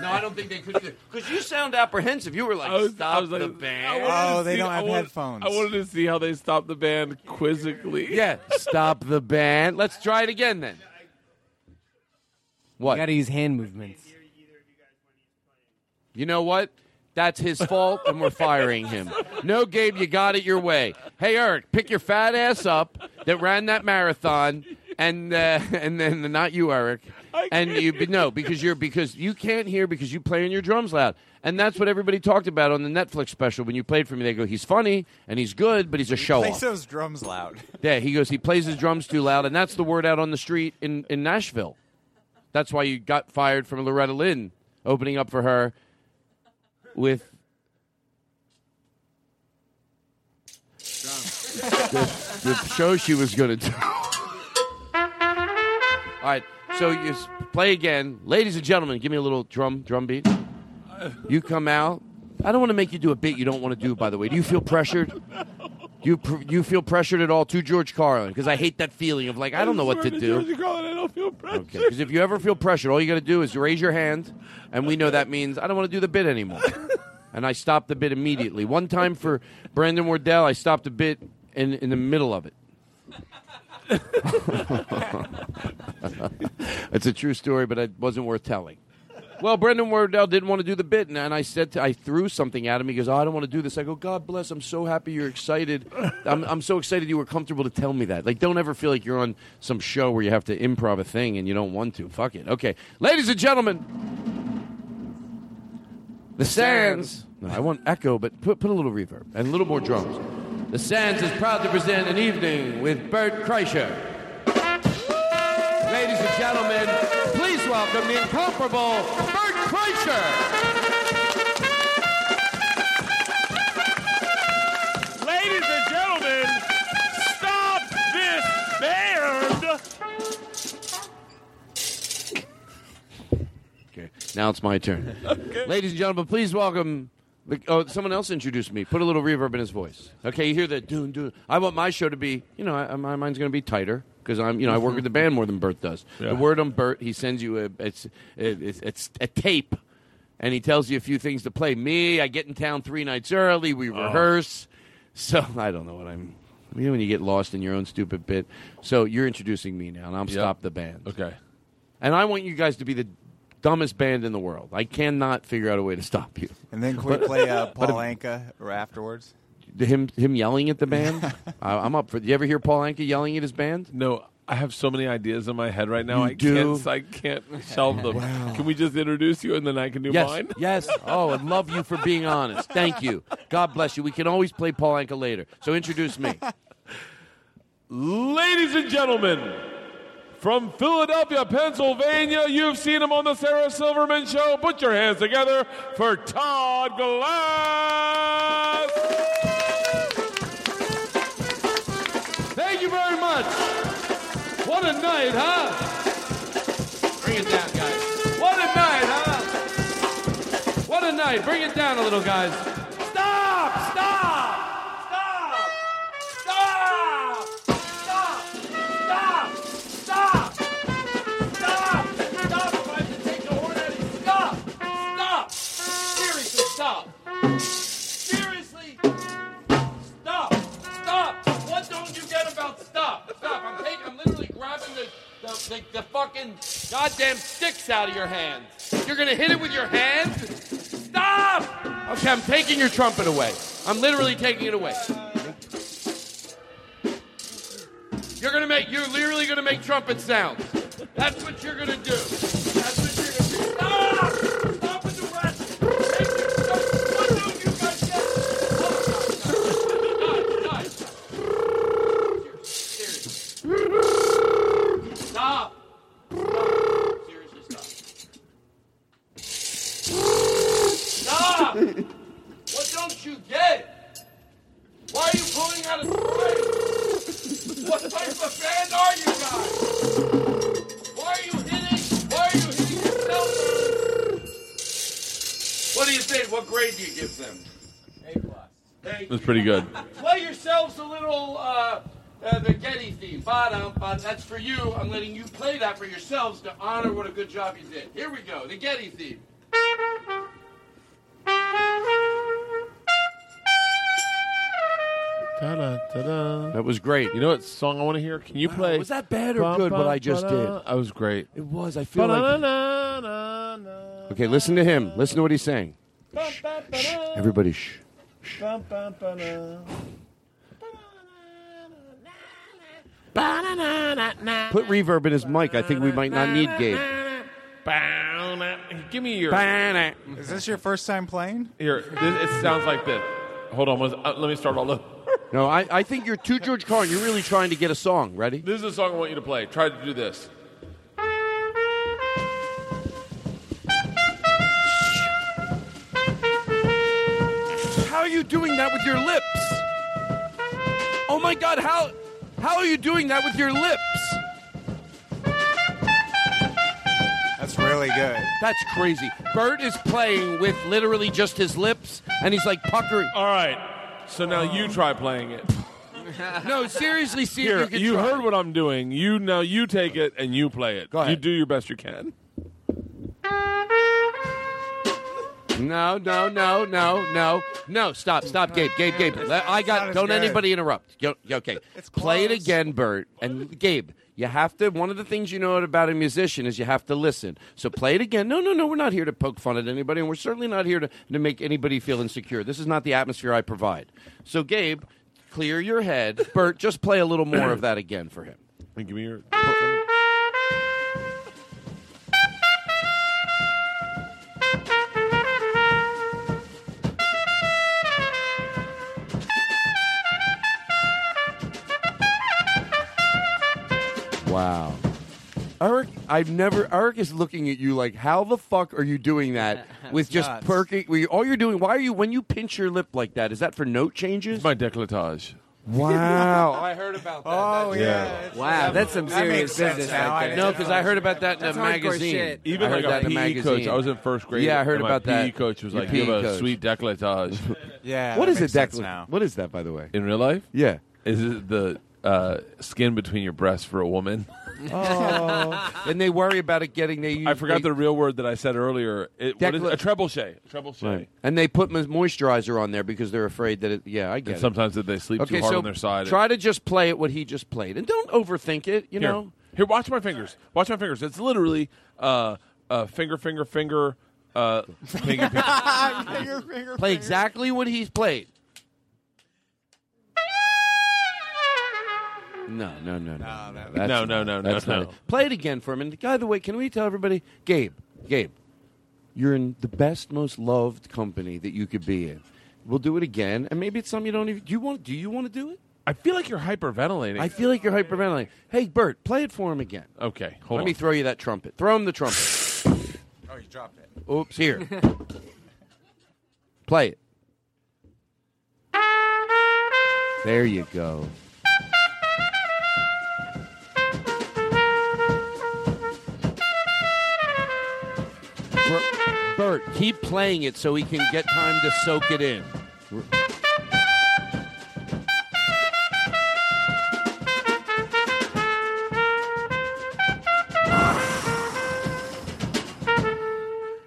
B: I don't think they could. Because you sound apprehensive. You were like, stop the band.
G: Oh, they don't have
F: headphones. I wanted to see how they stop the band quizzically.
B: Yeah, stop the band. Let's try it again then. What?
L: You gotta use hand movements.
B: You know what? That's his fault, and we're firing him. No, Gabe, you got it your way. Hey, Eric, pick your fat ass up that ran that marathon, and uh, and then not you, Eric, and you no because you're because you can't hear because you playing your drums loud, and that's what everybody talked about on the Netflix special when you played for me. They go, he's funny and he's good, but he's a show
G: Play
B: off.
G: those drums loud.
B: Yeah, he goes, he plays his drums too loud, and that's the word out on the street in, in Nashville. That's why you got fired from Loretta Lynn, opening up for her with. the, the show she was going to do. All right, so you s- play again. Ladies and gentlemen, give me a little drum drum beat. You come out. I don't want to make you do a bit you don't want to do, by the way. Do you feel pressured? Do you pr- you feel pressured at all to George Carlin? Because I hate that feeling of like I don't know what to do.
F: I don't feel pressure.
B: Okay. Because if you ever feel pressured, all you got to do is raise your hand, and we know that means I don't want to do the bit anymore. And I stopped the bit immediately. One time for Brandon Wardell, I stopped a bit in in the middle of it. it's a true story, but it wasn't worth telling. Well, Brendan Wardell didn't want to do the bit, and, and I said to, I threw something at him. He goes, oh, "I don't want to do this." I go, "God bless. I'm so happy you're excited. I'm, I'm so excited you were comfortable to tell me that. Like, don't ever feel like you're on some show where you have to improv a thing and you don't want to. Fuck it. Okay, ladies and gentlemen, the Sands. No, I want echo, but put put a little reverb and a little more drums. The Sands is proud to present an evening with Bert Kreischer. Ladies and gentlemen, please welcome the incomparable Bert Kreischer.
F: Ladies and gentlemen, stop this band!
B: Okay, now it's my turn. Ladies and gentlemen, please welcome. The, oh, someone else introduced me. Put a little reverb in his voice. Okay, you hear that? Doon doon. I want my show to be. You know, I, my mind's going to be tighter because I'm. You know, I
H: Mm-hmm.
B: work with the band more than Bert does.
F: Yeah.
B: The word on Bert, he sends you a. It's it's, it's a tape and he tells you a few things to play. Me, I get in town three nights early. We
F: Oh.
B: rehearse. So I don't know what I'm. You know when you get lost in your own stupid bit. So you're introducing me now, and I'm stop the band.
F: Okay.
B: And I want you guys to be the dumbest band in the world. I cannot figure out a way to stop you.
G: And then can we
B: But-
G: play uh,
B: but
G: Paul Anka or afterwards?
B: if- him him yelling at the band. I, I'm up for. You ever hear Paul Anka yelling at his band?
F: No, I have so many ideas in my head right now.
B: You
F: I
B: do?
F: can't. I can't solve them.
B: Wow.
F: Can we just introduce you and then I can do
B: yes,
F: mine?
B: yes. Oh, I love you for being honest. Thank you. God bless you. We can always play Paul Anka later. So introduce me.
F: Ladies and gentlemen, from Philadelphia, Pennsylvania, you've seen him on the Sarah Silverman Show. Put your hands together for Todd Glass.
B: Thank you very much. What a night, huh? Bring it down, guys. What a night, huh? What a night. Bring it down a little, guys. Stop! Stop! Stop! Stop! Stop! Stop! Stop! Stop! If I have to take the horn out of you, stop! Stop! Seriously, stop! Seriously, stop! Stop! What don't you get about stop? Stop! I'm taking. I'm literally grabbing the the, the, the fucking goddamn sticks out of your hands. You're gonna hit it with your hands? Stop! Okay, I'm taking your trumpet away. I'm literally taking it away. You're gonna make. You're literally gonna make trumpet sounds. That's what you're gonna do. That's what you're gonna do. Stop! Stop with the rest. Oh, Stop! Stop! Seriously, stop. Stop! What don't you get? Why are you pulling out a string? What type of band are you guys? Why are you hitting? Why are you hitting yourself? What do you think? What grade do you give them? A plus.
F: That's pretty good.
B: Play yourselves a little uh, uh, the Getty theme. Bottom, bottom. That's for you. I'm letting you play that for yourselves to honor what a good job you did. Here we go. The Getty theme.
F: Ta-da, ta-da.
B: That was great.
F: You know what song I want to hear? Can you play?
B: was that bad or good, what I just did?
F: That was great.
B: It was. I feel like.
F: Ba-da-da-da-da.
B: Okay, listen to him. Listen to what he's saying. Everybody, shh. Put reverb in his mic. I think we might not need Gabe.
F: Give me your.
G: Is this your first time playing?
F: Here, this, it sounds like this. Hold on, one- uh, let me start all over.
B: No, I, I think you're too George Carlin. You're really trying to get a song. Ready?
F: This is a song I want you to play. Try to do this.
B: How are you doing that with your lips? Oh my God! How how are you doing that with your lips?
G: That's really good.
B: That's crazy. Bert is playing with literally just his lips, and he's like puckering.
F: All right. So now you try playing it.
B: No, seriously, see
F: Here,
B: if you can
F: you
B: try.
F: heard what I'm doing. You now you take it and you play it. Go ahead. You do your best you can.
B: No, no, no, no, no, no. Stop, stop, Gabe, Gabe, Gabe. Let- I
G: Oh, not
B: got.
G: as
B: Don't
G: good.
B: anybody interrupt. Yo- okay, play it again, Bert and Gabe. You have to. One of the things you know about a musician is you have to listen. So play it again. No, no, no. We're not here to poke fun at anybody, and we're certainly not here to, to make anybody feel insecure. This is not the atmosphere I provide. So Gabe, clear your head. Bert, just play a little more of that again for him.
F: And give me your.
B: Wow. Eric, I've never. Eric is looking at you like, how the fuck are you doing that with just
G: Nuts.
B: perking? where you- All you're doing, why are you, when you pinch your lip like that, is that for note changes?
F: My décolletage.
B: Wow. I heard about that.
G: Oh yeah.
L: Wow, that's some
G: That
L: serious
G: makes sense
L: business
G: now. I
L: right
G: didn't
L: there.
B: No, because I heard about that in
L: That's
B: a
L: hardcore
B: magazine.
L: shit.
B: I
F: Even
B: heard
F: like
B: that
F: a
B: in a
F: PE
B: magazine.
F: coach. I was in first grade.
B: Yeah, I heard
F: and
B: about
F: my
B: that.
F: PE coach was
B: Your
F: like,
B: PE
F: "You have a
B: coach.
F: sweet décolletage."
G: Yeah.
B: What
G: that
B: is a
G: makes sense
B: decolletage?
G: now.
B: What is that, by the way?
F: In real life,
B: Yeah.
F: is it the uh, skin between your breasts for a woman?
B: Oh. and they worry about it getting they.
F: I forgot the real word that I said earlier. It, what is,
B: Decla-
F: a trebuchet. A trebuchet.
B: Right. And they put mo- moisturizer on there because they're afraid that it. Yeah, I get
F: And
B: it.
F: sometimes if they sleep
B: okay,
F: too hard
B: so
F: on their side.
B: Try to just play it what he just played, and don't overthink it. You
F: Here.
B: know.
F: Here, watch my fingers. Watch my fingers. It's literally uh, uh, finger, finger, finger. Uh, finger, finger.
G: Finger, finger,
B: Play
G: finger.
B: exactly what he's played. No, no, no, no, no, no, that's
F: No, no,
B: not-
F: no, no,
B: that's not
F: no.
B: it. Play it again for him. And by the way, can we tell everybody, Gabe, Gabe, you're in the best, most loved company that you could be in. We'll do it again, and maybe it's something you don't even. Do you want? Do you want to do it?
F: I feel like you're hyperventilating.
B: I feel like you're hyperventilating. Hey, Bert, play it for him again.
F: Okay,
B: Let
F: hold on.
B: me throw you that trumpet. Throw him the trumpet.
G: Oh, you dropped it.
B: Oops, here. Play it. There you go. Bert, Bert, keep playing it so he can get time to soak it in.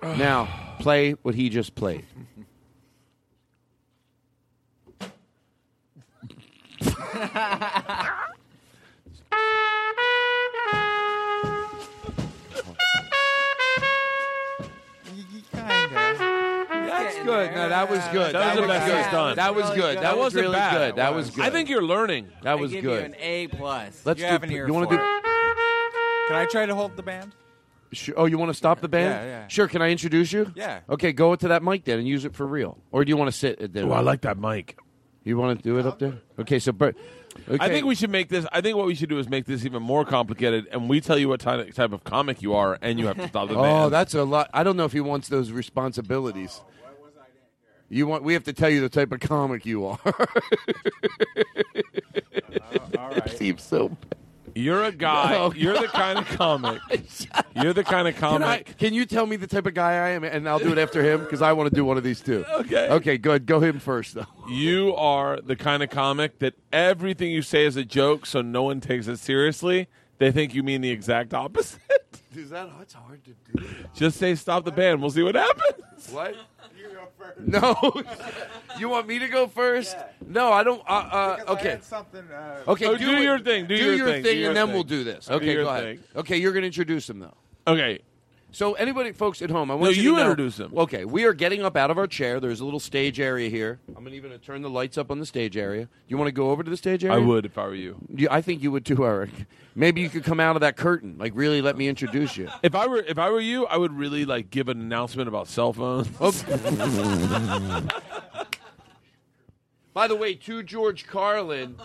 B: Now, play what he just played. That's good. No, that was good.
F: That was the best
B: good.
F: it's done.
B: That was good. That was
F: wasn't
B: really
F: bad.
B: good. That was good.
F: I think you're learning.
B: that was good.
M: A plus.
B: Let's
G: you
B: do.
G: have an ear
B: you want
G: for
B: to do?
G: Can I try to hold the band?
B: Sure. Oh, you want to stop the band?
G: Yeah, yeah.
B: Sure. Can I introduce you?
G: Yeah.
B: Okay, go to that mic then and use it for real. Or do you want to sit at the?
F: Oh, I like that mic.
B: You want to do it up there? Okay. So, Bert. Okay.
F: I think we should make this. I think what we should do is make this even more complicated, and we tell you what ty- type of comic you are, and you have to stop the
B: Oh,
F: band. Oh,
B: that's a lot. I don't know if he wants those responsibilities. You want? We have to tell you the type of comic you
F: Uh,
B: are. It seems so. Bad. Oh,
F: You're a guy.
B: No.
F: You're the kind of comic. you're the kind of
B: Can, I,
F: comic.
B: can you tell me the type of guy I am, and I'll do it after him because I want to do one of these too.
F: Okay.
B: Okay. Good. Go him first though.
F: You are the kind of comic that everything you say is a joke, so no one takes it seriously. They think you mean the exact opposite.
B: Is that that's hard to do?
F: Just say stop the band. We'll see what happens.
B: What? You go first. No. you want me to go first? No, I don't. Uh, uh, okay.
G: something. Uh,
B: Okay,
F: Oh, do
B: it-
F: your thing, do your thing, do your
B: and then
F: thing.
B: we'll do this.
F: Do
B: Okay,
F: your
B: go ahead.
F: thing.
B: Okay, you're going to introduce them though.
F: Okay.
B: So, anybody, folks at home, I want
F: No,
B: you,
F: you
B: to know-
F: introduce them.
B: Okay, we are getting up out of our chair. There's a little stage area here. I'm gonna even gonna turn the lights up on the stage area. You want to go over to the stage area?
F: I would if I were you.
B: You- I think you would too, Eric. Maybe you could come out of that curtain. Like, really, let me introduce you.
F: If I were if I were you, I would really like give an announcement about cell phones.
B: Oh, By the way, to George Carlin,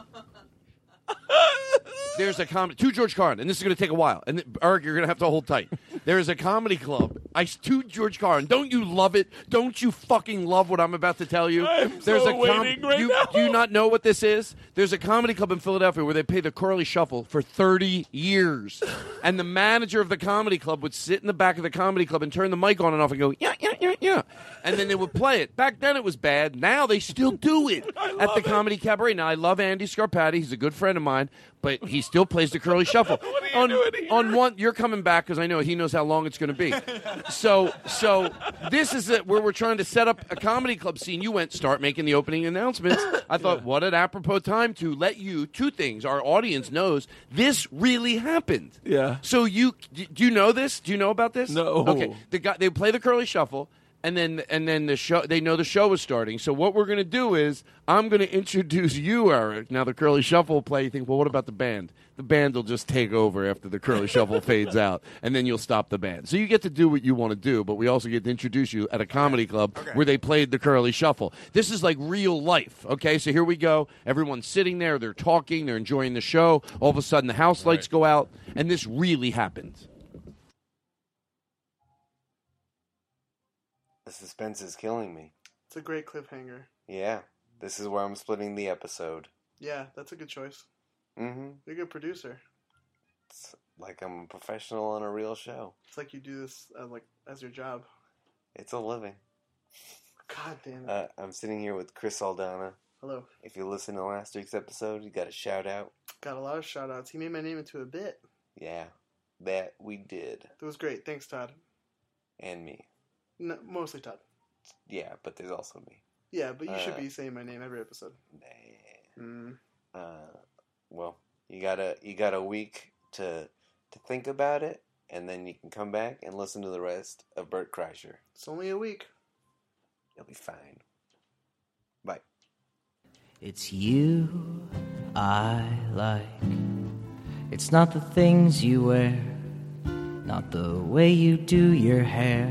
B: there's a comedy. To George Carlin, and this is going to take a while. And Eric, you're going to have to hold tight. There is a comedy club. I to George Carlin. Don't you love it? Don't you fucking love what I'm about to tell you?
F: I'm
B: there's
F: so
B: a
F: waiting right
B: you,
F: now.
B: Do you not know what this is? There's a comedy club in Philadelphia where they pay the Curly Shuffle for 30 years, and the manager of the comedy club would sit in the back of the comedy club and turn the mic on and off and go yeah yeah yeah yeah, and then they would play it. Back then it was bad. Now they still do it at the comedy cabaret. Now I love Andy Scarpati. He's a good friend of mine, but he still plays the Curly Shuffle. on, on one, you're coming back because I know he knows how long it's going to be. so so this is it where we're trying to set up a comedy club scene. You went start making the opening announcements. I thought what an apropos time to let you two things. Our audience knows this really happened.
F: Yeah.
B: So you do you know this? Do you know about this?
F: No.
B: Okay. The guy they play the Curly Shuffle. And then, and then the show. They know the show is starting. So what we're going to do is, I'm going to introduce you, Eric. Now the Curly Shuffle will play. You think, well, what about the band? The band will just take over after the Curly Shuffle fades out, and then you'll stop the band. So you get to do what you want to do, but we also get to introduce you at a comedy club where they played the Curly Shuffle. This is like real life. Okay, so here we go. Everyone's sitting there. They're talking. They're enjoying the show. All of a sudden, the house lights go out, and this really happened.
N: The suspense is killing me.
O: It's a great cliffhanger.
N: Yeah, this is where I'm splitting the episode.
O: Yeah, that's a good choice.
N: hmm
O: You're a good producer.
N: It's like I'm a professional on a real show.
O: It's like you do this uh, like as your job.
N: It's a living.
O: God damn it.
N: Uh, I'm sitting here with Chris Aldana.
O: Hello.
N: If you listened to last week's episode, you got a shout out.
O: Got a lot of shout outs. He made my name into a bit.
L: Yeah, that we did.
O: That was great. Thanks, Todd.
L: And me.
O: No, mostly Todd.
L: Yeah, but there's also me.
O: Yeah, but you should
L: Uh,
O: be saying my name every episode. Mm.
L: Uh, well, you got a you got a week to to think about it, and then you can come back and listen to the rest of Bert Kreischer.
O: It's only a week.
L: You'll be fine.
M: It's you I like. It's not the things you wear, not the way you do your hair,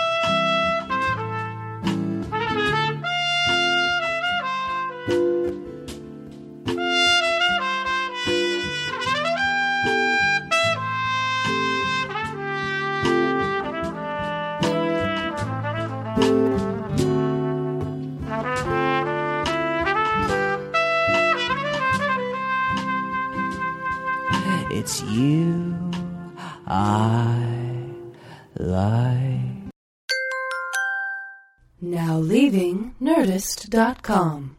M: It's you I like.
K: Now leaving Nerdist.com.